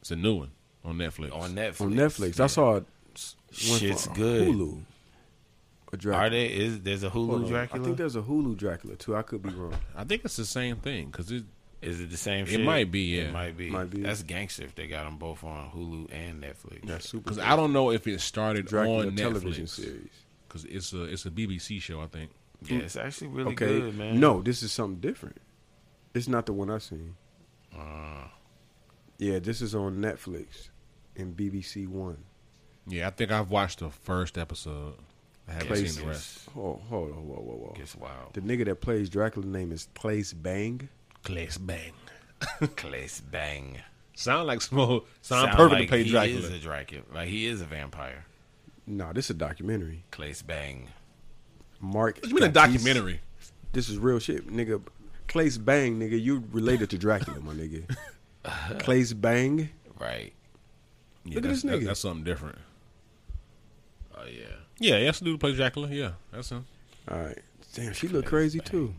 it's a new one on Netflix. on Netflix. on Netflix. I saw it. s- one Shit's for good. Hulu. A Dracula. Are they? Is there's a Hold Hulu on. Dracula? I think there's a Hulu Dracula too. I could be wrong. I think it's the same thing because it. Is it the same? It shit? might be, yeah. It might be. Might be. That's gangster if they got them both on Hulu and Netflix. That's super. Because good. I don't know if it started Dracula on television Netflix series. because it's a it's a BBC show I think. yeah, it's actually really Okay, good, man. no, this is something different. It's not the one I seen. Uh, Yeah, this is on Netflix and BBC One. Yeah, I think I've watched the first episode. I haven't Places. seen the rest. Oh, hold on, whoa, whoa, whoa. Gets wild. The nigga that plays Dracula name is Place Bang. Class bang. Class bang. Sound like some old, sound, Sound perfect like to play he Is Dracula. a Dracula. Like he is a vampire. Nah, this is a documentary. Class bang. Mark. What you mean a Gatiss. documentary? This is real shit, nigga. Place Bang, nigga. You related to Dracula, my nigga. Place Bang. Right. Yeah, Look at that's, this that- nigga. that's something different. Oh yeah. Yeah, that's the dude who plays Dracula. Yeah, that's him. All right. Damn, she look Claes crazy Bang. too.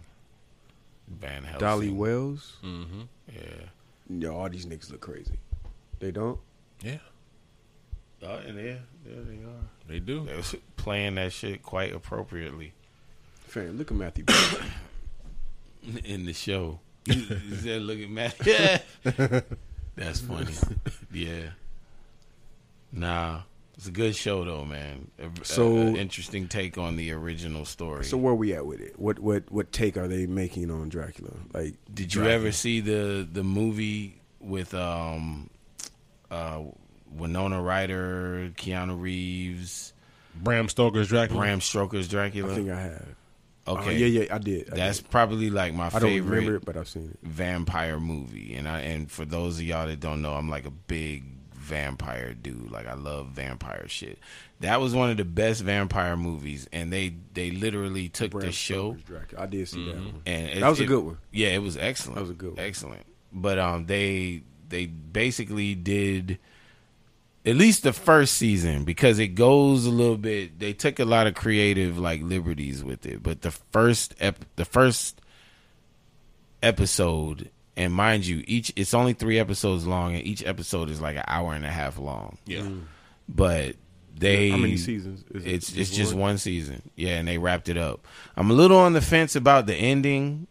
Van Helsing. Dolly Wells. Mm-hmm. Yeah. Yo, all these niggas look crazy. They don't. Yeah, Oh, and yeah, there they are. they do. They was playing that shit quite appropriately Fam, look at Matthew. Broderick. in the show. Is that looking mad? Yeah. That's funny. Yeah. Nah. It's a good show though, man. A- a- So- a interesting take on the original story. so where we at with it? What what what take are they making on Dracula? Like, Did you ever see the the movie with um uh Winona Ryder, Keanu Reeves, Bram Stoker's Dracula. Bram Stoker's Mm. I Dracula? think I have. okay, Oh, yeah, yeah, I did. I that's did. probably like my I don't remember favorite it, but I've seen it. vampire movie. And I and for those of y'all that don't know, I'm like a big vampire dude. Like I love vampire shit. That was one of the best vampire movies, and they they literally took the show. Mm-hmm. Stoker's Dracula. I did see that one. and it- That was a it- good one. Yeah, it was excellent. That was a good one. excellent. But um, they they basically did at least the first season because it goes a little bit. They took a lot of creative like liberties with it, but the first ep- the first episode, and mind you, each it's only three episodes long, and each episode is like an hour and a half long. Yeah, But they How many seasons? Is it's it's just one season. Yeah, and they wrapped it up. I'm a little on the fence about the ending.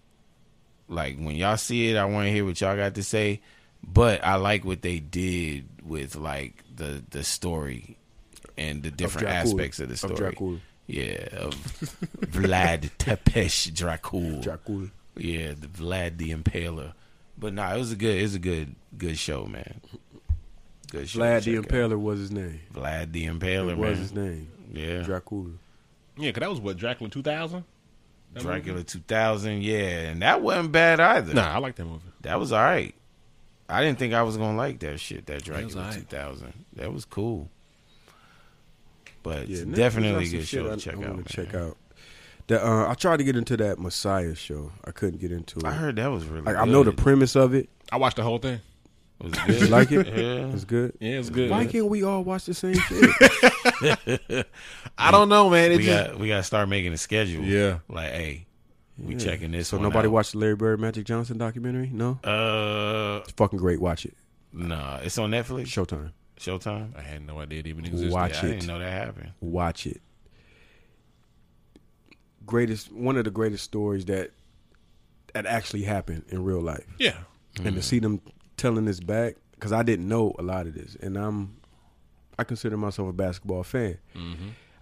Like when y'all see it, I want to hear what y'all got to say. But I like what they did with like the the story and the different Dracul. aspects of the Of story. Dracul. yeah, of Vlad Tepesh Dracul. Dracula. yeah, the Vlad the Impaler. But nah, it was a good it was a good good show, man. Good show. Vlad to the check out. Impaler was his name. Vlad the Impaler, It was man. his name. Yeah. Dracula. yeah, because that was what Dracula two thousand. Dracula 2000, yeah, and that wasn't bad either. Nah, I like that movie. That was all right. I didn't think I was gonna like that shit. That was Dracula all right. 2000, that was cool. But Yeah, it's Netflix definitely got a some good shit show I- to check I out. wanna man. Check out. The, uh, I tried to get into that Messiah show. I couldn't get into it. I heard that was really. like, I know the good. premise of it. I watched the whole thing. It was You good. like it? Yeah. It's good. Yeah, it's good. Why can't we all watch the same shit? I don't know, man. It we just, got we got to start making a schedule. Yeah. like hey, we checking this. so one nobody out. watched the Larry Bird Magic Johnson documentary? No? Uh, It's fucking great. Watch it. nah, it's on Netflix. Showtime. Showtime. I had no idea it even existed. Yeah, Watch I it. didn't know that happened. Watch it. Greatest one of the greatest stories that that actually happened in real life. Yeah, and to see them telling this back because I didn't know a lot of this, and I'm I consider myself a basketball fan.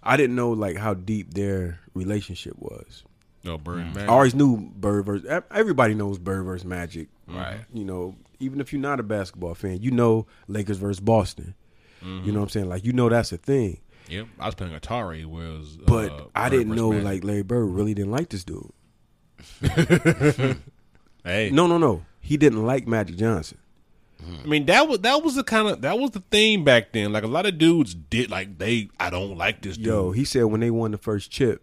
I didn't know like how deep their relationship was. no Bird I Man. always knew Bird versus ev- everybody knows Bird versus Magic, Right. You know, even if you're not a basketball fan, you know Lakers versus Boston. You know what I'm saying? Like you know that's a thing. Yep, I was playing Atari, where it was. But uh, I Bird didn't versus know Magic. like Larry Bird really didn't like this dude. Hey, No, no, no. He didn't like Magic Johnson. I mean that was that was the kind of that was the thing back then. Like a lot of dudes did like they I don't like this dude. Yo, he said when they won the first chip,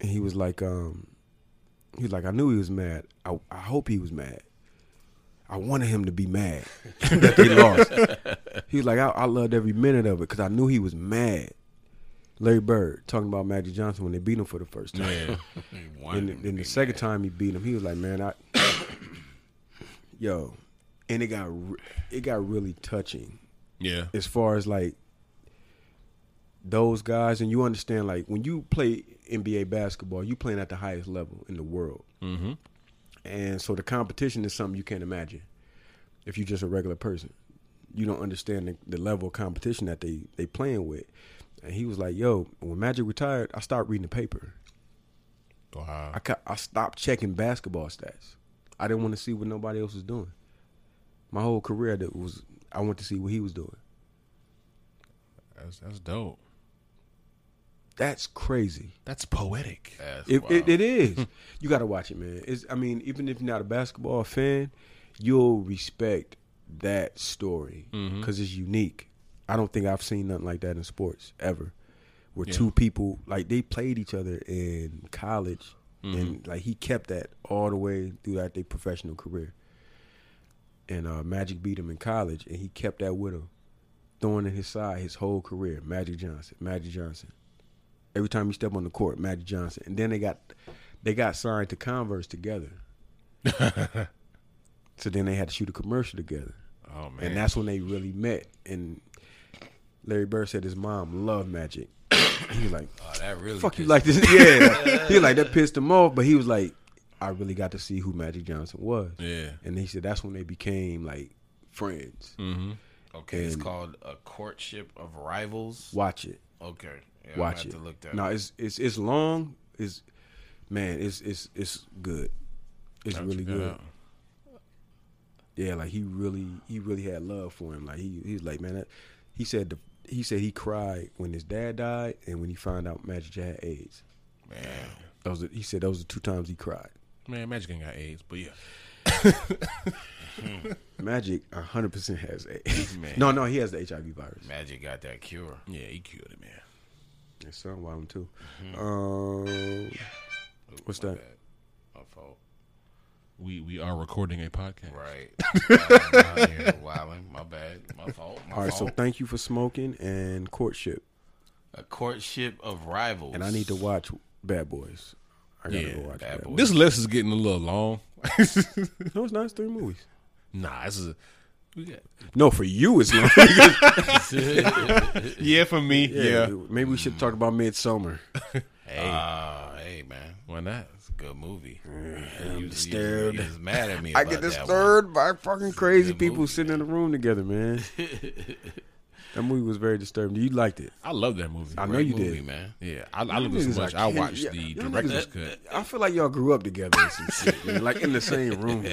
and he was like, um, he was like, I knew he was mad. I, I hope he was mad. I wanted him to be mad that they lost. He was like, I, I loved every minute of it because I knew he was mad. Larry Bird talking about Magic Johnson when they beat him for the first time. Yeah. And then the second time he beat him, he was like, "Man, I, yo," and it got re- it got really touching yeah. as far as like those guys, and you understand like when you play NBA basketball, you playing at the highest level in the world, Mm-hmm. and so the competition is something you can't imagine if you're just a regular person. You don't understand the, the level of competition that they they playing with. And he was like, "Yo, when Magic retired, I stopped reading the paper." Wow. I, ca- I stopped checking basketball stats. I didn't want to see what nobody else was doing. My whole career that was I wanted to see what he was doing. That's that's dope. That's crazy. That's poetic. That's It, wild. it, it is. you got to watch it, man. It's, I mean, even if you're not a basketball fan, you'll respect that story Mm-hmm. because it's unique. I don't think I've seen nothing like that in sports ever, where two people like they played each other in college, Mm-hmm. and like he kept that all the way throughout their professional career. And uh, Magic beat him in college, and he kept that with him, throwing in his side his whole career. Magic Johnson, Magic Johnson. Every time you step on the court, Magic Johnson. And then they got they got signed to Converse together. so then they had to shoot a commercial together. Oh man. And that's when they really met. And Larry Bird said his mom loved Magic. he was like, Oh, that really fuck you pissed- like this. Yeah. he was like, that pissed him off. But he was like, I really got to see who Magic Johnson was. yeah. And he said that's when they became like friends. Mm-hmm. Okay, it's And- called a courtship of rivals. Watch it. Okay, yeah, I'm Watch gonna have it. To look that no, up. it's it's it's long. It's man, it's it's it's good. It's really good. Yeah, like he really he really had love for him. Like he he was like man, that, he said the, he said he cried when his dad died and when he found out Magic had AIDS. Man. Those are, he said those are two times he cried. Man, Magic ain't got AIDS, but yeah. Magic hundred percent has AIDS. Man. no, no, he has the HIV virus. Magic got that cure. Yeah, he killed it, man. It's something wild one, too. Mm-hmm. Um, Ooh, What's my that? bad. My fault. We we are recording a podcast. Right. I'm out here wilding. My bad. My fault. My all right, so fault. thank you for smoking and courtship. a courtship of rivals. And I need to watch Bad Boys. I gotta Yeah, go watch Bad Bad, Boys. Boys. This list is getting a little long. No, it's not. It's three movies. nah, this is a, we got, No, for you, it's not. Yeah, for me. Yeah. Maybe we should talk about Midsummer. Hey, Ah, hey man, why not? it's a good movie. I'm disturbed. You, was mad at me. I about get that disturbed by fucking crazy good people movie, sitting in a room together, man. that movie was very disturbing. You liked it. I love that movie. I One. know Great you movie, did. man. Yeah, I, I love it niggas so much. are I kidding. watched Yeah, the y'all niggas director's are- cut. I feel like y'all grew up together or some shit, man. Like in the same room.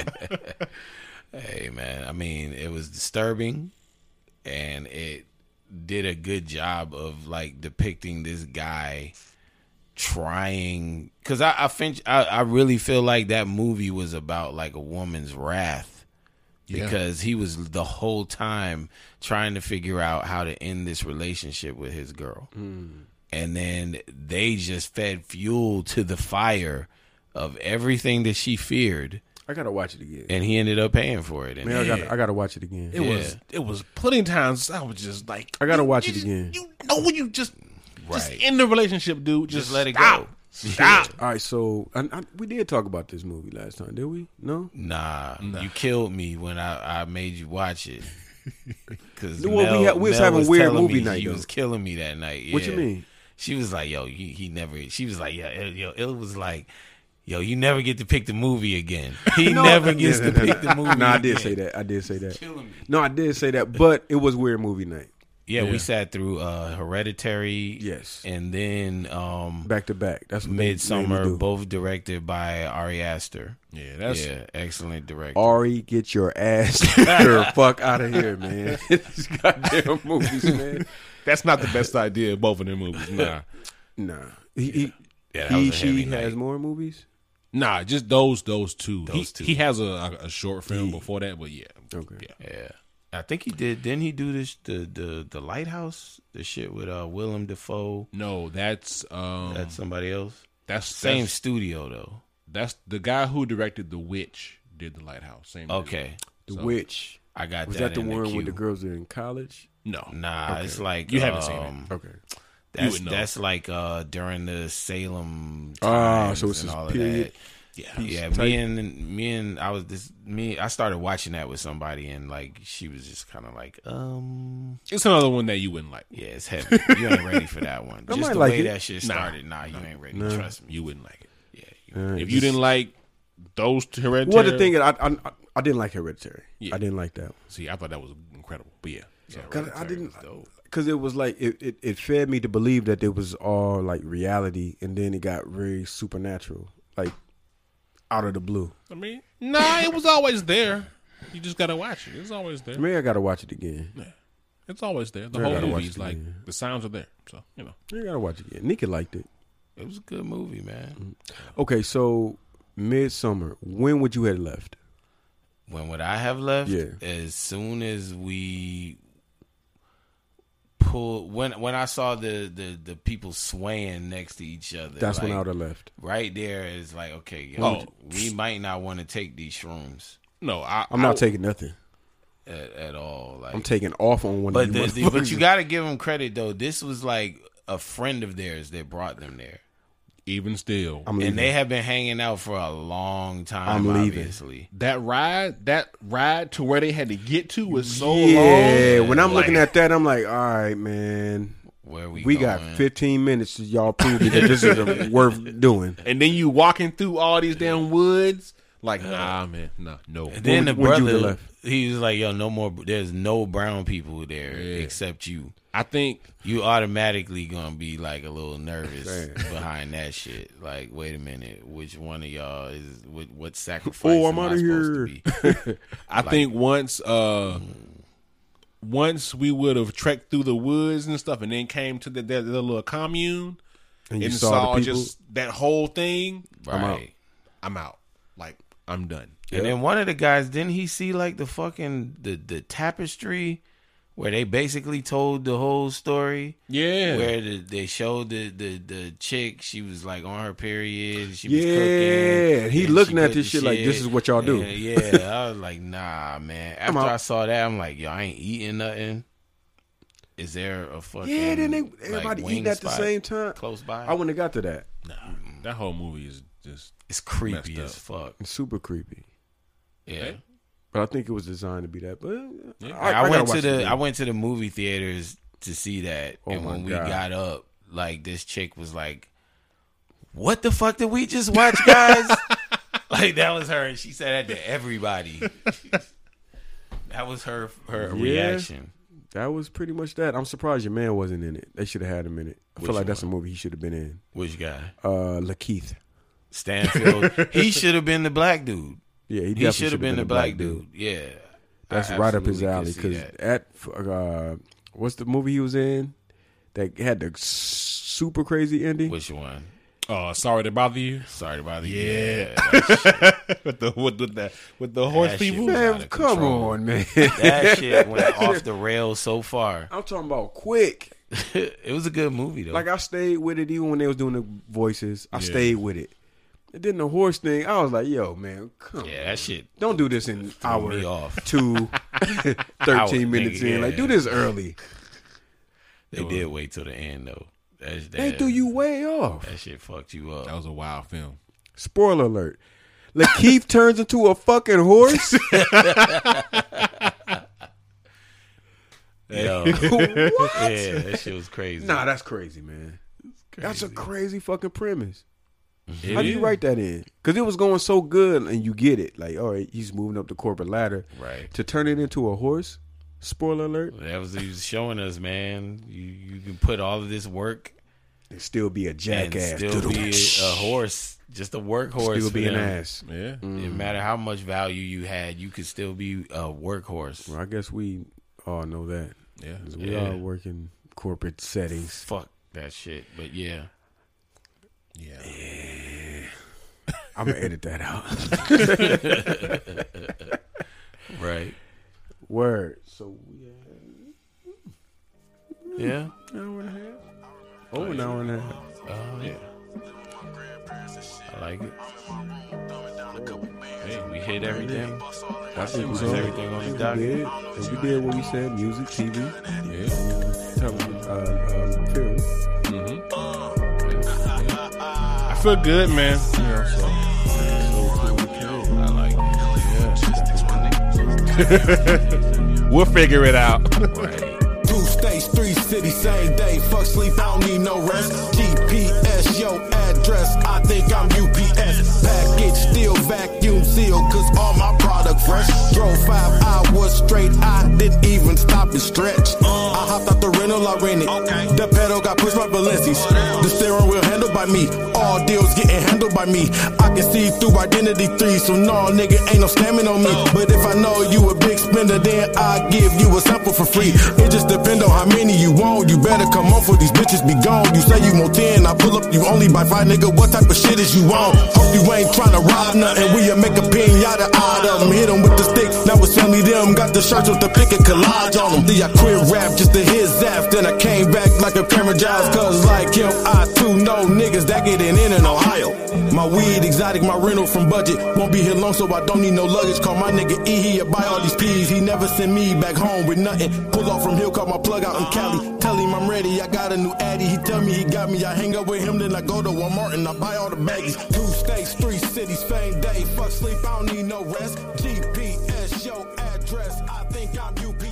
Hey man, I mean, it was disturbing, and it did a good job of like depicting this guy trying because I I, think, I I really feel like that movie was about like a woman's wrath Yeah. because he was the whole time trying to figure out how to end this relationship with his girl. And then they just fed fuel to the fire of everything that she feared, I gotta watch it again. and he ended up paying for it. And Man, I gotta, I gotta watch it again. It was it was plenty of times I was just like I gotta watch you it just- again. You know when you just just Right. end the relationship, dude. Just, Just let it stop. go. Stop. All right, so I, I, we did talk about this movie last time, did we? No. Nah, you killed me when I, I made you watch it. Because Well, we ha- we was having weird movie night, You though. was killing me that night. What you yeah. mean? She was like, "Yo, he, he never." She was like, "Yeah, it, yo, it was like, yo, you never get to pick the movie again. He never gets Yeah, to yeah, pick the movie." No, I again. did say that. I did say that. Killing me. No, I did say that, but it was weird movie night. Yeah, Yeah. we sat through uh Hereditary. Yes. and then um Back to back. That's what they made me Midsummer, do. both directed by Ari Aster. Yeah, that's yeah, excellent director. Ari, get your ass the fuck out of here, man. These goddamn movies, man. that's not the best idea of both of them movies. Nah. Nah. He, he, Yeah, that he was a she heavy has night. more movies? Nah, just those those two. he, Those two. he has a, a, a short film before that, but yeah, Okay. yeah. Yeah. I think he did. Didn't he do this the the the lighthouse the shit with uh Willem Dafoe? No, that's um, That's that's somebody else. that's Same That's, studio though. that's the guy who directed The Witch. Did the lighthouse? Same. dude. Okay, The Witch. I got Was that that, the in the one queue. with the girls that are in college? No, Nah, it's like You haven't seen it. um, Okay. That's would know. that's like uh during the Salem. Ah, times so it's and this all of period yeah, That. Yeah, type- me and me and I was this me. I started watching that with somebody, and like she was just kind of like, um, it's another one that you wouldn't like. yeah, it's heavy. you ain't ready for that one. I just might the like way it. that shit Nah. started. Nah, you ain't ready. Trust me. You wouldn't like it Yeah, you- All right, if you Uh, just- didn't like those two hereditary. Well, the thing is, I, I I didn't like Hereditary. Yeah. I didn't like that. See, I thought that was incredible, but yeah, so, Cause I didn't dope. because it was like it, it it fed me to believe that it was all like reality, and then it got very supernatural, like out of the blue. I mean, nah, it was always there. You just gotta watch it. It's always there. Maybe I gotta watch it again. It's always there. The Yeah, I whole gotta watch movie's it like again. the sounds are there. So you know, Maybe I gotta watch it again. Nika liked it. it was a good movie, man. Okay, so midsummer. When would you have left? When would I have left? Yeah. As soon as we pull when when I saw the the the people swaying next to each other. That's when I like, would have left. right there is like, okay, yo, Oh. we might not want to take these shrooms no, I, I'm I- not taking nothing. at, at all. Like, I'm taking off on one. but of you the, the- but you got to give them credit though. This was like a friend of theirs that brought them there, Even still, I'm leaving. and they have been hanging out for a long time. I'm leaving. Obviously, that ride, that ride to where they had to get to was so yeah, long. when I'm Like- looking at that, I'm like, all right, man. where we We got going? 15 minutes to y'all prove that this is a- worth doing. and then you walking through all these damn woods. Like, nah, man, nah, no. And then What the would- what you brother, left? he was like, "Yo, no more. There's no brown people there except you. I think You automatically gonna be like a little nervous behind that shit. Like, wait a minute, which one of y'all is what, what sacrifice? Oh, I'm am I outta supposed To be? I think once uh once we would have trekked through the woods and stuff, and then came to the, their, their little commune And and, you saw, saw, the people. just that whole thing. right. I'm out. Like I'm done. And then one of the guys, didn't he see like the fucking the the tapestry where they basically told the whole story? Yeah, Where the, they showed the, the the chick, she was like on her period. She was Yeah, cooking. and he and looking she at cooked this the shit like, this is what y'all do. And yeah, I was like, nah, man. After out. I saw that, I'm like, yo, I ain't eating nothing. Is there a fucking yeah, then they, like, everybody wing eating at the spot same time. close by? I wouldn't have got to that. that whole movie is just it's messed creepy as up. fuck. It's super creepy. Yeah. But I think it was designed to be that. But uh, I, gotta went watch to it the again. I went to the movie theaters to see that, Oh and my when we God. got up, like this chick was like, "What the fuck did we just watch, guys?" like that was her, and she said that to everybody. that was her her Yeah. reaction. that was pretty much that. I'm surprised your man wasn't in it. They should have had him in it. I feel like that's a movie he should have been in. Which guy? Uh, Lakeith. Stanfield. he should have been the black dude. Yeah, he, He definitely should have been, the black dude. Yeah, That's I right up his alley. absolutely could Because see that. at uh, what's the movie he was in that had the super crazy ending? which one? uh sorry to bother you. Sorry about the Yeah. that shit- with the with, with the with the horse That shit people. was Man, out of come control. on, man. that shit went off the rails so far. I'm talking about quick. it was a good movie though. Like I stayed with it even when they was doing the voices. I Yeah. stayed with it. And then the horse thing, I was like, yo, man, come yeah, on. that shit Don't do this in threw me hour off. two, 13 Hour, minutes nigga, in. Like, yeah. do this early. They did wait till the end though. That's, that, They threw you way off. That shit fucked you up. That was a wild film. Spoiler alert. Lakeith turns into a fucking horse? Yo. what? yeah, that shit was crazy. Nah, that's crazy, man. That's a crazy fucking premise. It How do you is. write that in? Because it was going so good, and you get it. Like, all right, he's moving up the corporate ladder. Right. To turn it into a horse. Spoiler alert. That was he was showing us, man. You you can put all of this work And still be a and jackass. still be a, a horse, just a workhorse. Still for be an them. ass. Yeah. No matter how much value you had, you could still be a workhorse. Well, I guess we all know that. Yeah. 'cause We Yeah. all work in corporate settings. Fuck that shit. But yeah, Yeah. I I'm gonna edit that out. Right. Word. So Yeah. hour and a half. Over an hour and a half. Oh yeah. I like it. Hey, we hit everything. I think we Is did. everything on the We docket? did. And we did what we said: music, TV, Yeah. television, uh, um, film. I feel good, man. You know, so. I like it. We'll figure it out. Two states, three cities, same day. Fuck sleep, I don't need no rest. GPS, yo address. I think I'm UPS. Package still vacuum sealed, cause all my product fresh. Drove five hours straight, I didn't even stop and stretch. I hopped out the rental, I rented. The pedal got pushed by Balenci's. The steering wheel handled by me. All deals getting handled by me. I can see through identity three, so no nigga ain't no scamming on me. But if I know you a big spender, then I give you a sample for free. It just depend on how many you want. You better come off with these bitches be gone. You say you want 10, I pull up you only by five, nigga. What type of shit is you on? Hope you ain't tryna rob nothing. We'll make a pinata out of 'em. Hit 'em with the stick, now it's family them. Got the shirts with the pick and collage on them. Then I quit rap just to hit Zaf. Then I came back like a camera jive. Cause like him, I too know niggas that getting in in Ohio. My weed exotic, my rental from budget. Won't be here long, so I don't need no luggage. Call my nigga E, he'll buy all these peas. He never send me back home with nothing. Pull off from Hill, call my plug out in Cali. Tell him I'm ready, I got a new Addy. He tell me he got me, I hang up with him, then I go to Walmart and I buy all the baggies. Two states, three cities, same day. Fuck sleep, I don't need no rest. GPS, yo address, I think I'm UPS.